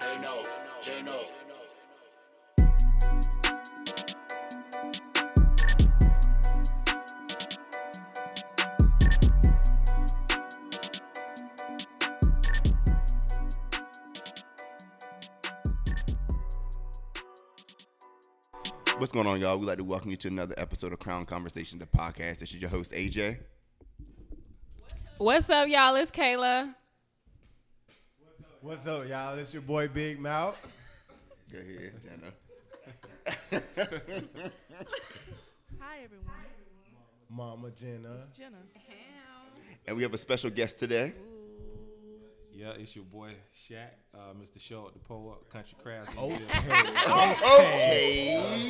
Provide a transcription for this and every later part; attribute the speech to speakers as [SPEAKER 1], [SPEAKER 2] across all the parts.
[SPEAKER 1] Hey no, J no.
[SPEAKER 2] What's going on, y'all? We'd like to welcome you to another episode of Crown Conversation, the podcast. This is your host, AJ.
[SPEAKER 3] What's up, y'all? It's Kayla.
[SPEAKER 4] What's up, y'all? It's your boy Big Mouth.
[SPEAKER 2] Go ahead, Jenna.
[SPEAKER 5] Hi everyone.
[SPEAKER 4] Mama Jenna.
[SPEAKER 5] Jenna.
[SPEAKER 2] And we have a special guest today.
[SPEAKER 6] Yeah, it's your boy Shaq, uh, Mr. Shaw at the Pull Up Country Crafts.
[SPEAKER 2] Okay.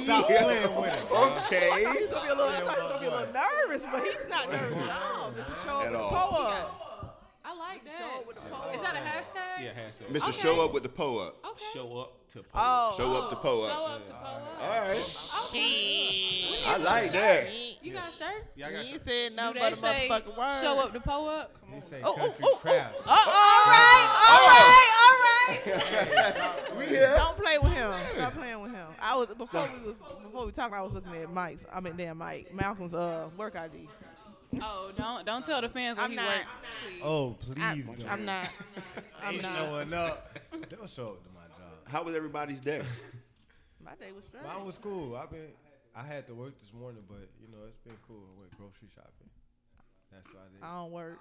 [SPEAKER 4] Stop playing with it.
[SPEAKER 2] Okay.
[SPEAKER 5] He's gonna be a little, I thought he was gonna be a little nervous, but he's not nervous at all. Mr. Show
[SPEAKER 2] At
[SPEAKER 5] with the
[SPEAKER 2] all.
[SPEAKER 5] poem.
[SPEAKER 3] I like
[SPEAKER 5] Show with the poem.
[SPEAKER 3] Is that a hashtag?
[SPEAKER 6] Yeah, hashtag.
[SPEAKER 2] Mr. Show Up with the Poe Up.
[SPEAKER 3] Okay.
[SPEAKER 6] Show up to pull
[SPEAKER 5] Oh.
[SPEAKER 2] Show Up the Poe
[SPEAKER 3] Show
[SPEAKER 2] Up.
[SPEAKER 3] up to pull
[SPEAKER 2] All
[SPEAKER 3] up.
[SPEAKER 2] right.
[SPEAKER 3] Okay.
[SPEAKER 2] I like that.
[SPEAKER 3] You got shirts?
[SPEAKER 6] Yeah, I got
[SPEAKER 5] He
[SPEAKER 6] you.
[SPEAKER 5] said
[SPEAKER 3] Do
[SPEAKER 5] no
[SPEAKER 3] they
[SPEAKER 5] but a
[SPEAKER 3] say
[SPEAKER 5] motherfucking word.
[SPEAKER 3] Show up to pull up.
[SPEAKER 4] He say
[SPEAKER 5] Oh, oh,
[SPEAKER 4] country
[SPEAKER 5] oh, oh.
[SPEAKER 4] craft.
[SPEAKER 5] Uh, all right, all right, all right.
[SPEAKER 2] Oh. We here.
[SPEAKER 5] Don't play with him. Stop playing with him. I was before we was before we talking. I was looking at Mike's. I mean, damn Mike Malcolm's uh work ID.
[SPEAKER 3] Oh, don't don't tell the fans where
[SPEAKER 5] I'm
[SPEAKER 3] you
[SPEAKER 5] not.
[SPEAKER 3] work.
[SPEAKER 4] Oh, please
[SPEAKER 5] I,
[SPEAKER 4] don't.
[SPEAKER 5] I'm not. I'm
[SPEAKER 4] Ain't
[SPEAKER 5] not.
[SPEAKER 4] showing up. Don't show up to my job.
[SPEAKER 2] How was everybody's day?
[SPEAKER 5] My day was straight.
[SPEAKER 4] Mine was cool. I've been. I had to work this morning, but you know it's been cool. I went grocery shopping. That's what I did.
[SPEAKER 5] I don't work.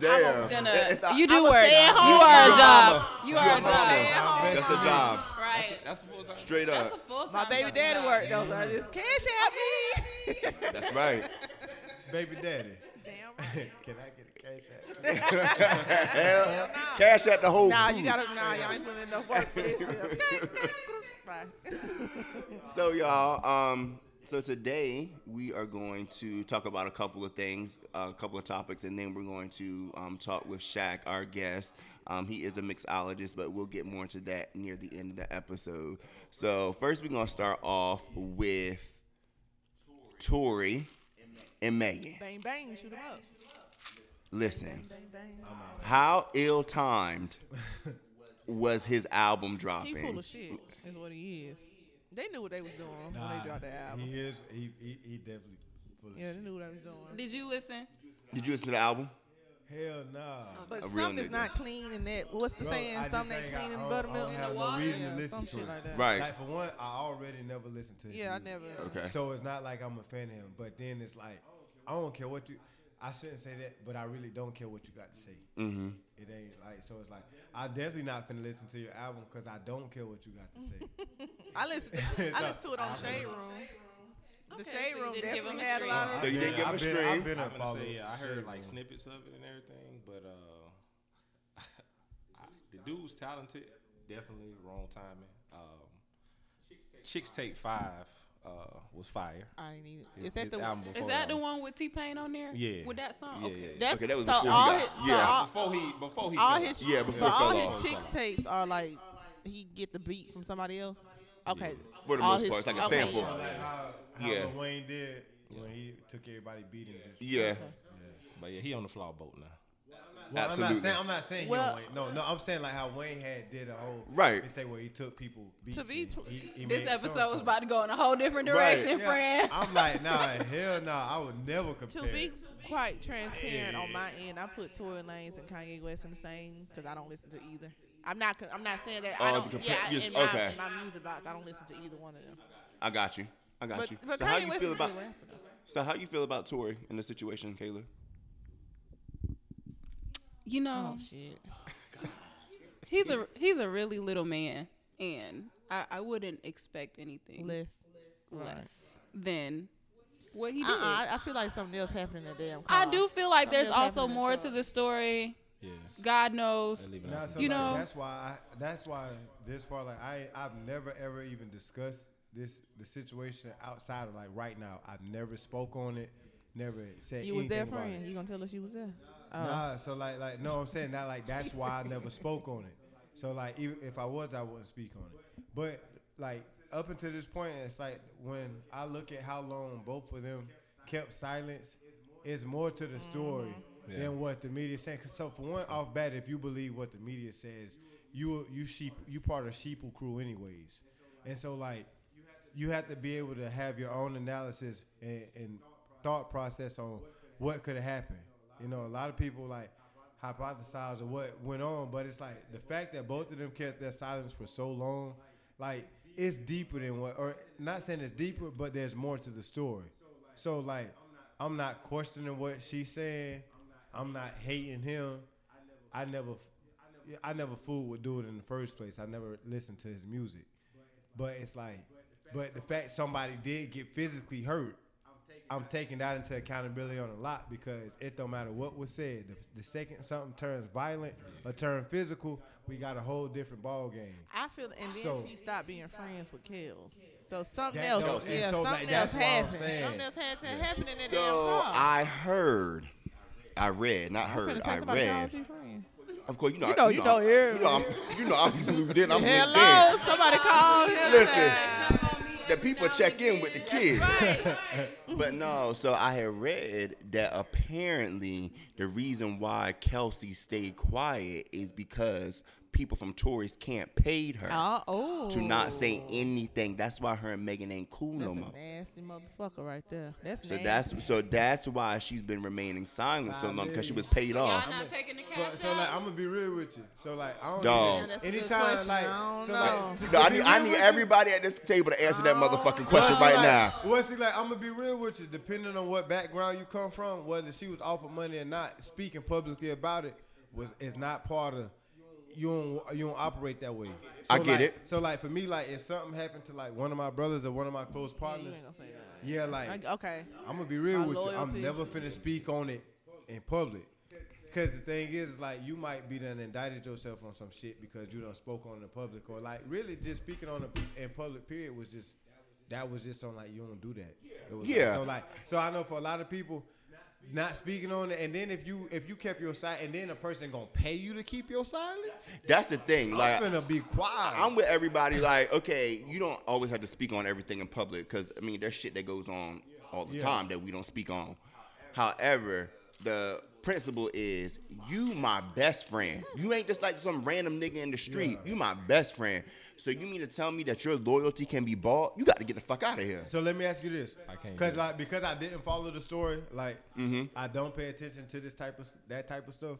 [SPEAKER 2] Damn.
[SPEAKER 3] Jenna,
[SPEAKER 2] It's a-
[SPEAKER 3] you do
[SPEAKER 5] a
[SPEAKER 3] work. You
[SPEAKER 5] stay-at-home
[SPEAKER 3] are a
[SPEAKER 5] mama.
[SPEAKER 3] job. You
[SPEAKER 2] You're
[SPEAKER 3] are a
[SPEAKER 2] a mama.
[SPEAKER 3] job.
[SPEAKER 5] Stay at home.
[SPEAKER 2] That's a job.
[SPEAKER 3] Right.
[SPEAKER 6] That's a full time.
[SPEAKER 2] Straight
[SPEAKER 3] That's a
[SPEAKER 2] up.
[SPEAKER 3] full-time
[SPEAKER 5] My baby
[SPEAKER 3] fucking
[SPEAKER 5] daddy
[SPEAKER 3] job.
[SPEAKER 5] worked though, so I just cash out me.
[SPEAKER 2] That's right.
[SPEAKER 4] Baby daddy.
[SPEAKER 5] Damn right.
[SPEAKER 4] Can I get a cash app?
[SPEAKER 2] Hell, Cash at the whole.
[SPEAKER 5] Nah,
[SPEAKER 2] crew.
[SPEAKER 5] you gotta. Nah, y'all ain't putting enough work for this. here. Bye.
[SPEAKER 2] So y'all, um, so today we are going to talk about a couple of things, a couple of topics, and then we're going to um, talk with Shaq, our guest. Um, he is a mixologist, but we'll get more into that near the end of the episode. So first, we're gonna start off with Tori and Megan.
[SPEAKER 5] Bang bang, shoot 'em up.
[SPEAKER 2] Listen,
[SPEAKER 5] Bang.
[SPEAKER 2] how ill-timed was his album
[SPEAKER 5] He
[SPEAKER 2] dropping?
[SPEAKER 5] full of shit. Is what he is. They knew what they was doing when they dropped the album.
[SPEAKER 4] He is. He, he, he definitely full of
[SPEAKER 5] Yeah, they
[SPEAKER 4] shit.
[SPEAKER 5] knew what I was doing.
[SPEAKER 3] Did you listen?
[SPEAKER 2] Did you listen to the album?
[SPEAKER 4] Hell nah.
[SPEAKER 5] But
[SPEAKER 2] A real
[SPEAKER 5] some is
[SPEAKER 2] nigga.
[SPEAKER 5] not clean in that. What's the
[SPEAKER 4] Bro, I
[SPEAKER 5] saying?
[SPEAKER 4] just
[SPEAKER 5] Some ain't
[SPEAKER 4] ain't got-
[SPEAKER 5] clean
[SPEAKER 4] I
[SPEAKER 5] in
[SPEAKER 4] don't- I
[SPEAKER 5] buttermilk.
[SPEAKER 4] don't have
[SPEAKER 3] water.
[SPEAKER 4] no reason
[SPEAKER 5] Yeah,
[SPEAKER 4] to listen
[SPEAKER 5] some
[SPEAKER 4] to
[SPEAKER 5] shit
[SPEAKER 4] it.
[SPEAKER 5] like that.
[SPEAKER 2] Right.
[SPEAKER 4] Like for one, I already never listened to. his
[SPEAKER 5] Yeah, I
[SPEAKER 4] music.
[SPEAKER 5] never.
[SPEAKER 2] Okay.
[SPEAKER 4] So it's not like I'm a fan of him. But then it's like, I don't care what you. I shouldn't say that, but I really don't care what you got to say. Mm-hmm. It ain't like so. It's like I definitely not gonna listen to your album because I don't care what you got to say.
[SPEAKER 5] I listened. To, I
[SPEAKER 4] So,
[SPEAKER 5] listened to it on
[SPEAKER 4] I'm-
[SPEAKER 5] Shade Room. The
[SPEAKER 3] Okay,
[SPEAKER 5] Shade
[SPEAKER 3] so you
[SPEAKER 5] Room
[SPEAKER 3] didn't give him
[SPEAKER 5] definitely
[SPEAKER 3] a
[SPEAKER 5] had a
[SPEAKER 3] stream.
[SPEAKER 5] lot of.
[SPEAKER 2] So you didn't give him a
[SPEAKER 4] I've been- I've
[SPEAKER 2] stream.
[SPEAKER 4] been
[SPEAKER 6] I'm
[SPEAKER 4] a
[SPEAKER 6] gonna
[SPEAKER 4] follower.
[SPEAKER 6] say, yeah, I
[SPEAKER 4] of
[SPEAKER 6] heard
[SPEAKER 4] Shade
[SPEAKER 6] like
[SPEAKER 4] Room.
[SPEAKER 6] snippets of it and everything, but uh, I, the dude's talented. Definitely wrong timing. Um, Chicks Take Five uh, was fire.
[SPEAKER 5] I ain't even.
[SPEAKER 6] His-
[SPEAKER 5] Is that
[SPEAKER 6] his
[SPEAKER 5] the?
[SPEAKER 6] album
[SPEAKER 3] Is
[SPEAKER 6] before
[SPEAKER 3] that the
[SPEAKER 6] um,
[SPEAKER 3] one with T Pain on there?
[SPEAKER 6] Yeah.
[SPEAKER 3] With that song?
[SPEAKER 6] Yeah,
[SPEAKER 3] Okay.
[SPEAKER 6] yeah, yeah.
[SPEAKER 5] That's
[SPEAKER 2] Okay, that was
[SPEAKER 5] so
[SPEAKER 2] before he
[SPEAKER 5] all
[SPEAKER 2] got-
[SPEAKER 5] his,
[SPEAKER 2] yeah.
[SPEAKER 5] yeah. all,
[SPEAKER 6] Before he, before he,
[SPEAKER 5] all
[SPEAKER 6] fell
[SPEAKER 5] his
[SPEAKER 6] off.
[SPEAKER 2] Yeah, before
[SPEAKER 5] but
[SPEAKER 2] he
[SPEAKER 5] all
[SPEAKER 2] fell
[SPEAKER 5] his
[SPEAKER 2] off.
[SPEAKER 5] chicks tapes are like he get the beat from somebody else. Okay,
[SPEAKER 2] For the
[SPEAKER 5] all
[SPEAKER 2] most
[SPEAKER 5] his-
[SPEAKER 2] part, it's like a
[SPEAKER 5] okay.
[SPEAKER 2] sample.
[SPEAKER 4] Like how, how
[SPEAKER 2] Yeah.
[SPEAKER 4] Lil Wayne did when he took everybody beating. Yeah.
[SPEAKER 2] Yeah,
[SPEAKER 6] But yeah, he on the fly boat now.
[SPEAKER 4] Well, I'm
[SPEAKER 2] Absolutely.
[SPEAKER 4] not saying I'm not saying
[SPEAKER 5] Well-
[SPEAKER 4] he don't Wayne. No, no, I'm saying like how Wayne had did a whole
[SPEAKER 2] Right.
[SPEAKER 4] They say where he took people beats.
[SPEAKER 5] To be
[SPEAKER 4] and
[SPEAKER 5] tw-
[SPEAKER 4] he- he made
[SPEAKER 3] This
[SPEAKER 4] songs
[SPEAKER 3] episode
[SPEAKER 4] to
[SPEAKER 3] was
[SPEAKER 4] them.
[SPEAKER 3] about to go in a whole different
[SPEAKER 2] Right.
[SPEAKER 3] direction,
[SPEAKER 4] Yeah,
[SPEAKER 3] friend.
[SPEAKER 4] I'm like, nah, hell nah, I would never compare.
[SPEAKER 5] To be quite transparent on my end, I put Tory Lanez and Kanye West in the same because I don't listen to either. I'm not. con- I'm not saying that. I
[SPEAKER 2] Oh,
[SPEAKER 5] don't.
[SPEAKER 2] the
[SPEAKER 5] yeah,
[SPEAKER 2] compar-
[SPEAKER 5] I-
[SPEAKER 2] yes,
[SPEAKER 5] in, my,
[SPEAKER 2] okay.
[SPEAKER 5] in my music box, I don't listen to either one of them.
[SPEAKER 2] I got you. I got
[SPEAKER 5] But,
[SPEAKER 2] you.
[SPEAKER 5] but
[SPEAKER 2] so
[SPEAKER 5] Kanye
[SPEAKER 2] how you
[SPEAKER 5] West
[SPEAKER 2] feel
[SPEAKER 5] is
[SPEAKER 2] about
[SPEAKER 5] really laughing though.
[SPEAKER 2] so how you feel about Tori in the situation, Kayla?
[SPEAKER 3] You know,
[SPEAKER 5] Oh shit.
[SPEAKER 3] he's a he's a really little man, and I, I wouldn't expect anything
[SPEAKER 5] Less.
[SPEAKER 3] less than what he did.
[SPEAKER 5] Uh-uh, I, I feel like something else happened in that damn car.
[SPEAKER 3] I do feel like there's
[SPEAKER 5] Something's
[SPEAKER 3] also
[SPEAKER 5] happening
[SPEAKER 3] more
[SPEAKER 5] in the
[SPEAKER 3] to
[SPEAKER 5] truck.
[SPEAKER 3] the story.
[SPEAKER 6] Yeah.
[SPEAKER 3] God knows.
[SPEAKER 6] They leaving
[SPEAKER 4] Nah,
[SPEAKER 6] out
[SPEAKER 4] so
[SPEAKER 6] some-
[SPEAKER 3] You
[SPEAKER 4] like,
[SPEAKER 3] know-
[SPEAKER 4] that's why I, that's why this far like I I've never ever even discussed this the situation outside of like right now. I've never spoke on it, never said
[SPEAKER 5] You was
[SPEAKER 4] anything
[SPEAKER 5] there,
[SPEAKER 4] about it.
[SPEAKER 5] friend. You gonna tell us you was there? Oh.
[SPEAKER 4] Nah, so like, like, no, I'm saying that, like, that's why I never spoke on it. So like, even if I was, I wouldn't speak on it. But like, up until this point, it's like when I look at how long both of them kept silence, it's more to the story than what the media saying. 'Cause so for one, off bat, if you believe what the media says, you you sheep you part of sheeple crew anyways, and so like you have to be able to have your own analysis and, and thought process on what could have happened. You know, a lot of people like hypothesize of what went on, but it's like the fact that both of them kept their silence for so long, like it's deeper than what, or not saying it's deeper, but there's more to the story. So like, I'm not questioning what she's saying. I'm not hating him. I never, I never fooled with dude in the first place. I never listened to his music, but it's like, but the fact somebody did get physically hurt, I'm taking that into accountability on a lot because it don't matter what was said. The, the second something turns violent or turn physical, we got a whole different ball game.
[SPEAKER 5] I feel, and then
[SPEAKER 4] So-
[SPEAKER 5] she stopped being friends with Kels. So something
[SPEAKER 4] That-
[SPEAKER 5] else,
[SPEAKER 4] no, and
[SPEAKER 5] yeah,
[SPEAKER 4] so, like,
[SPEAKER 5] something else
[SPEAKER 4] that's what I'm
[SPEAKER 5] happened.
[SPEAKER 4] saying.
[SPEAKER 5] Something else had to happen in that
[SPEAKER 2] So
[SPEAKER 5] damn car.
[SPEAKER 2] I heard, I read, not
[SPEAKER 5] I'm
[SPEAKER 2] heard,
[SPEAKER 5] finna
[SPEAKER 2] I
[SPEAKER 5] talk about the
[SPEAKER 2] read.
[SPEAKER 5] OG friend.
[SPEAKER 2] Of course, you know,
[SPEAKER 5] You know-
[SPEAKER 2] I-
[SPEAKER 5] you know
[SPEAKER 2] I'm- you know, I'm,
[SPEAKER 5] everything.
[SPEAKER 2] you know, I'm glued in. I'm glued in.
[SPEAKER 5] Hello, somebody called him.
[SPEAKER 2] Listen.
[SPEAKER 5] tonight.
[SPEAKER 2] The people check in with the kids. But no, so I had read that apparently the reason why Kelsey stayed quiet is because people from Tories can't paid her
[SPEAKER 5] Uh, oh.
[SPEAKER 2] to not say anything. That's why her and Megan ain't cool
[SPEAKER 5] That's
[SPEAKER 2] no
[SPEAKER 5] a
[SPEAKER 2] more.
[SPEAKER 5] nasty motherfucker right there. That's
[SPEAKER 2] So
[SPEAKER 5] nasty.
[SPEAKER 2] that's so that's why she's been remaining silent so long because she was paid off.
[SPEAKER 3] Y'all not taking the cash
[SPEAKER 4] So, so like, I'm gonna be real with you. So like, I don't.
[SPEAKER 2] Dog.
[SPEAKER 5] Yeah, that's a good
[SPEAKER 4] Anytime,
[SPEAKER 5] question.
[SPEAKER 4] like,
[SPEAKER 5] I don't
[SPEAKER 4] so
[SPEAKER 5] know.
[SPEAKER 4] like, to-
[SPEAKER 2] No,
[SPEAKER 4] to
[SPEAKER 2] I
[SPEAKER 4] be
[SPEAKER 2] need I
[SPEAKER 4] real
[SPEAKER 2] need
[SPEAKER 4] with you,
[SPEAKER 2] everybody at this table to answer that motherfucking
[SPEAKER 3] Oh.
[SPEAKER 2] question
[SPEAKER 4] Well,
[SPEAKER 2] right
[SPEAKER 4] see, like,
[SPEAKER 2] now.
[SPEAKER 4] Well, see, like I'm gonna be real with you. Depending on what background you come from, whether she was offered money or not, speaking publicly about it was is not part of. You don't you don't operate that way.
[SPEAKER 2] I get
[SPEAKER 4] like-
[SPEAKER 2] it.
[SPEAKER 4] So like for me, like if something happened to like one of my brothers or one of my close
[SPEAKER 5] You
[SPEAKER 4] partners,
[SPEAKER 5] ain't gonna say that.
[SPEAKER 4] yeah, like
[SPEAKER 5] Like, okay.
[SPEAKER 4] I'm gonna be real
[SPEAKER 5] My
[SPEAKER 4] with
[SPEAKER 5] loyalty.
[SPEAKER 4] you. I'm never finna speak on it in public. Cause the thing is, like, you might be done indicted yourself on some shit because you done spoke on it in public, or like, really, just speaking on the in public period was just that was just on like you don't do that. It was like-
[SPEAKER 2] Yeah.
[SPEAKER 4] so like, so I know for a lot of people, not speaking on it, and then if you if you kept your side, and then a person gonna pay you to keep your silence,
[SPEAKER 2] That's the thing. Like
[SPEAKER 4] I'm gonna be quiet.
[SPEAKER 2] Uh, I'm with everybody. Like, okay, you don't always have to speak on everything in public because I mean, there's shit that goes on all the
[SPEAKER 4] Yeah.
[SPEAKER 2] time that we don't speak on. However, the principle is you my best friend. You ain't just like some random nigga in the street. You my best friend. So you mean to tell me that your loyalty can be bought? You got to get the fuck out of here.
[SPEAKER 4] So let me ask you this,
[SPEAKER 6] can't
[SPEAKER 4] because
[SPEAKER 6] do it.
[SPEAKER 4] like because I didn't follow the story, like I don't pay attention to this type of that type of stuff.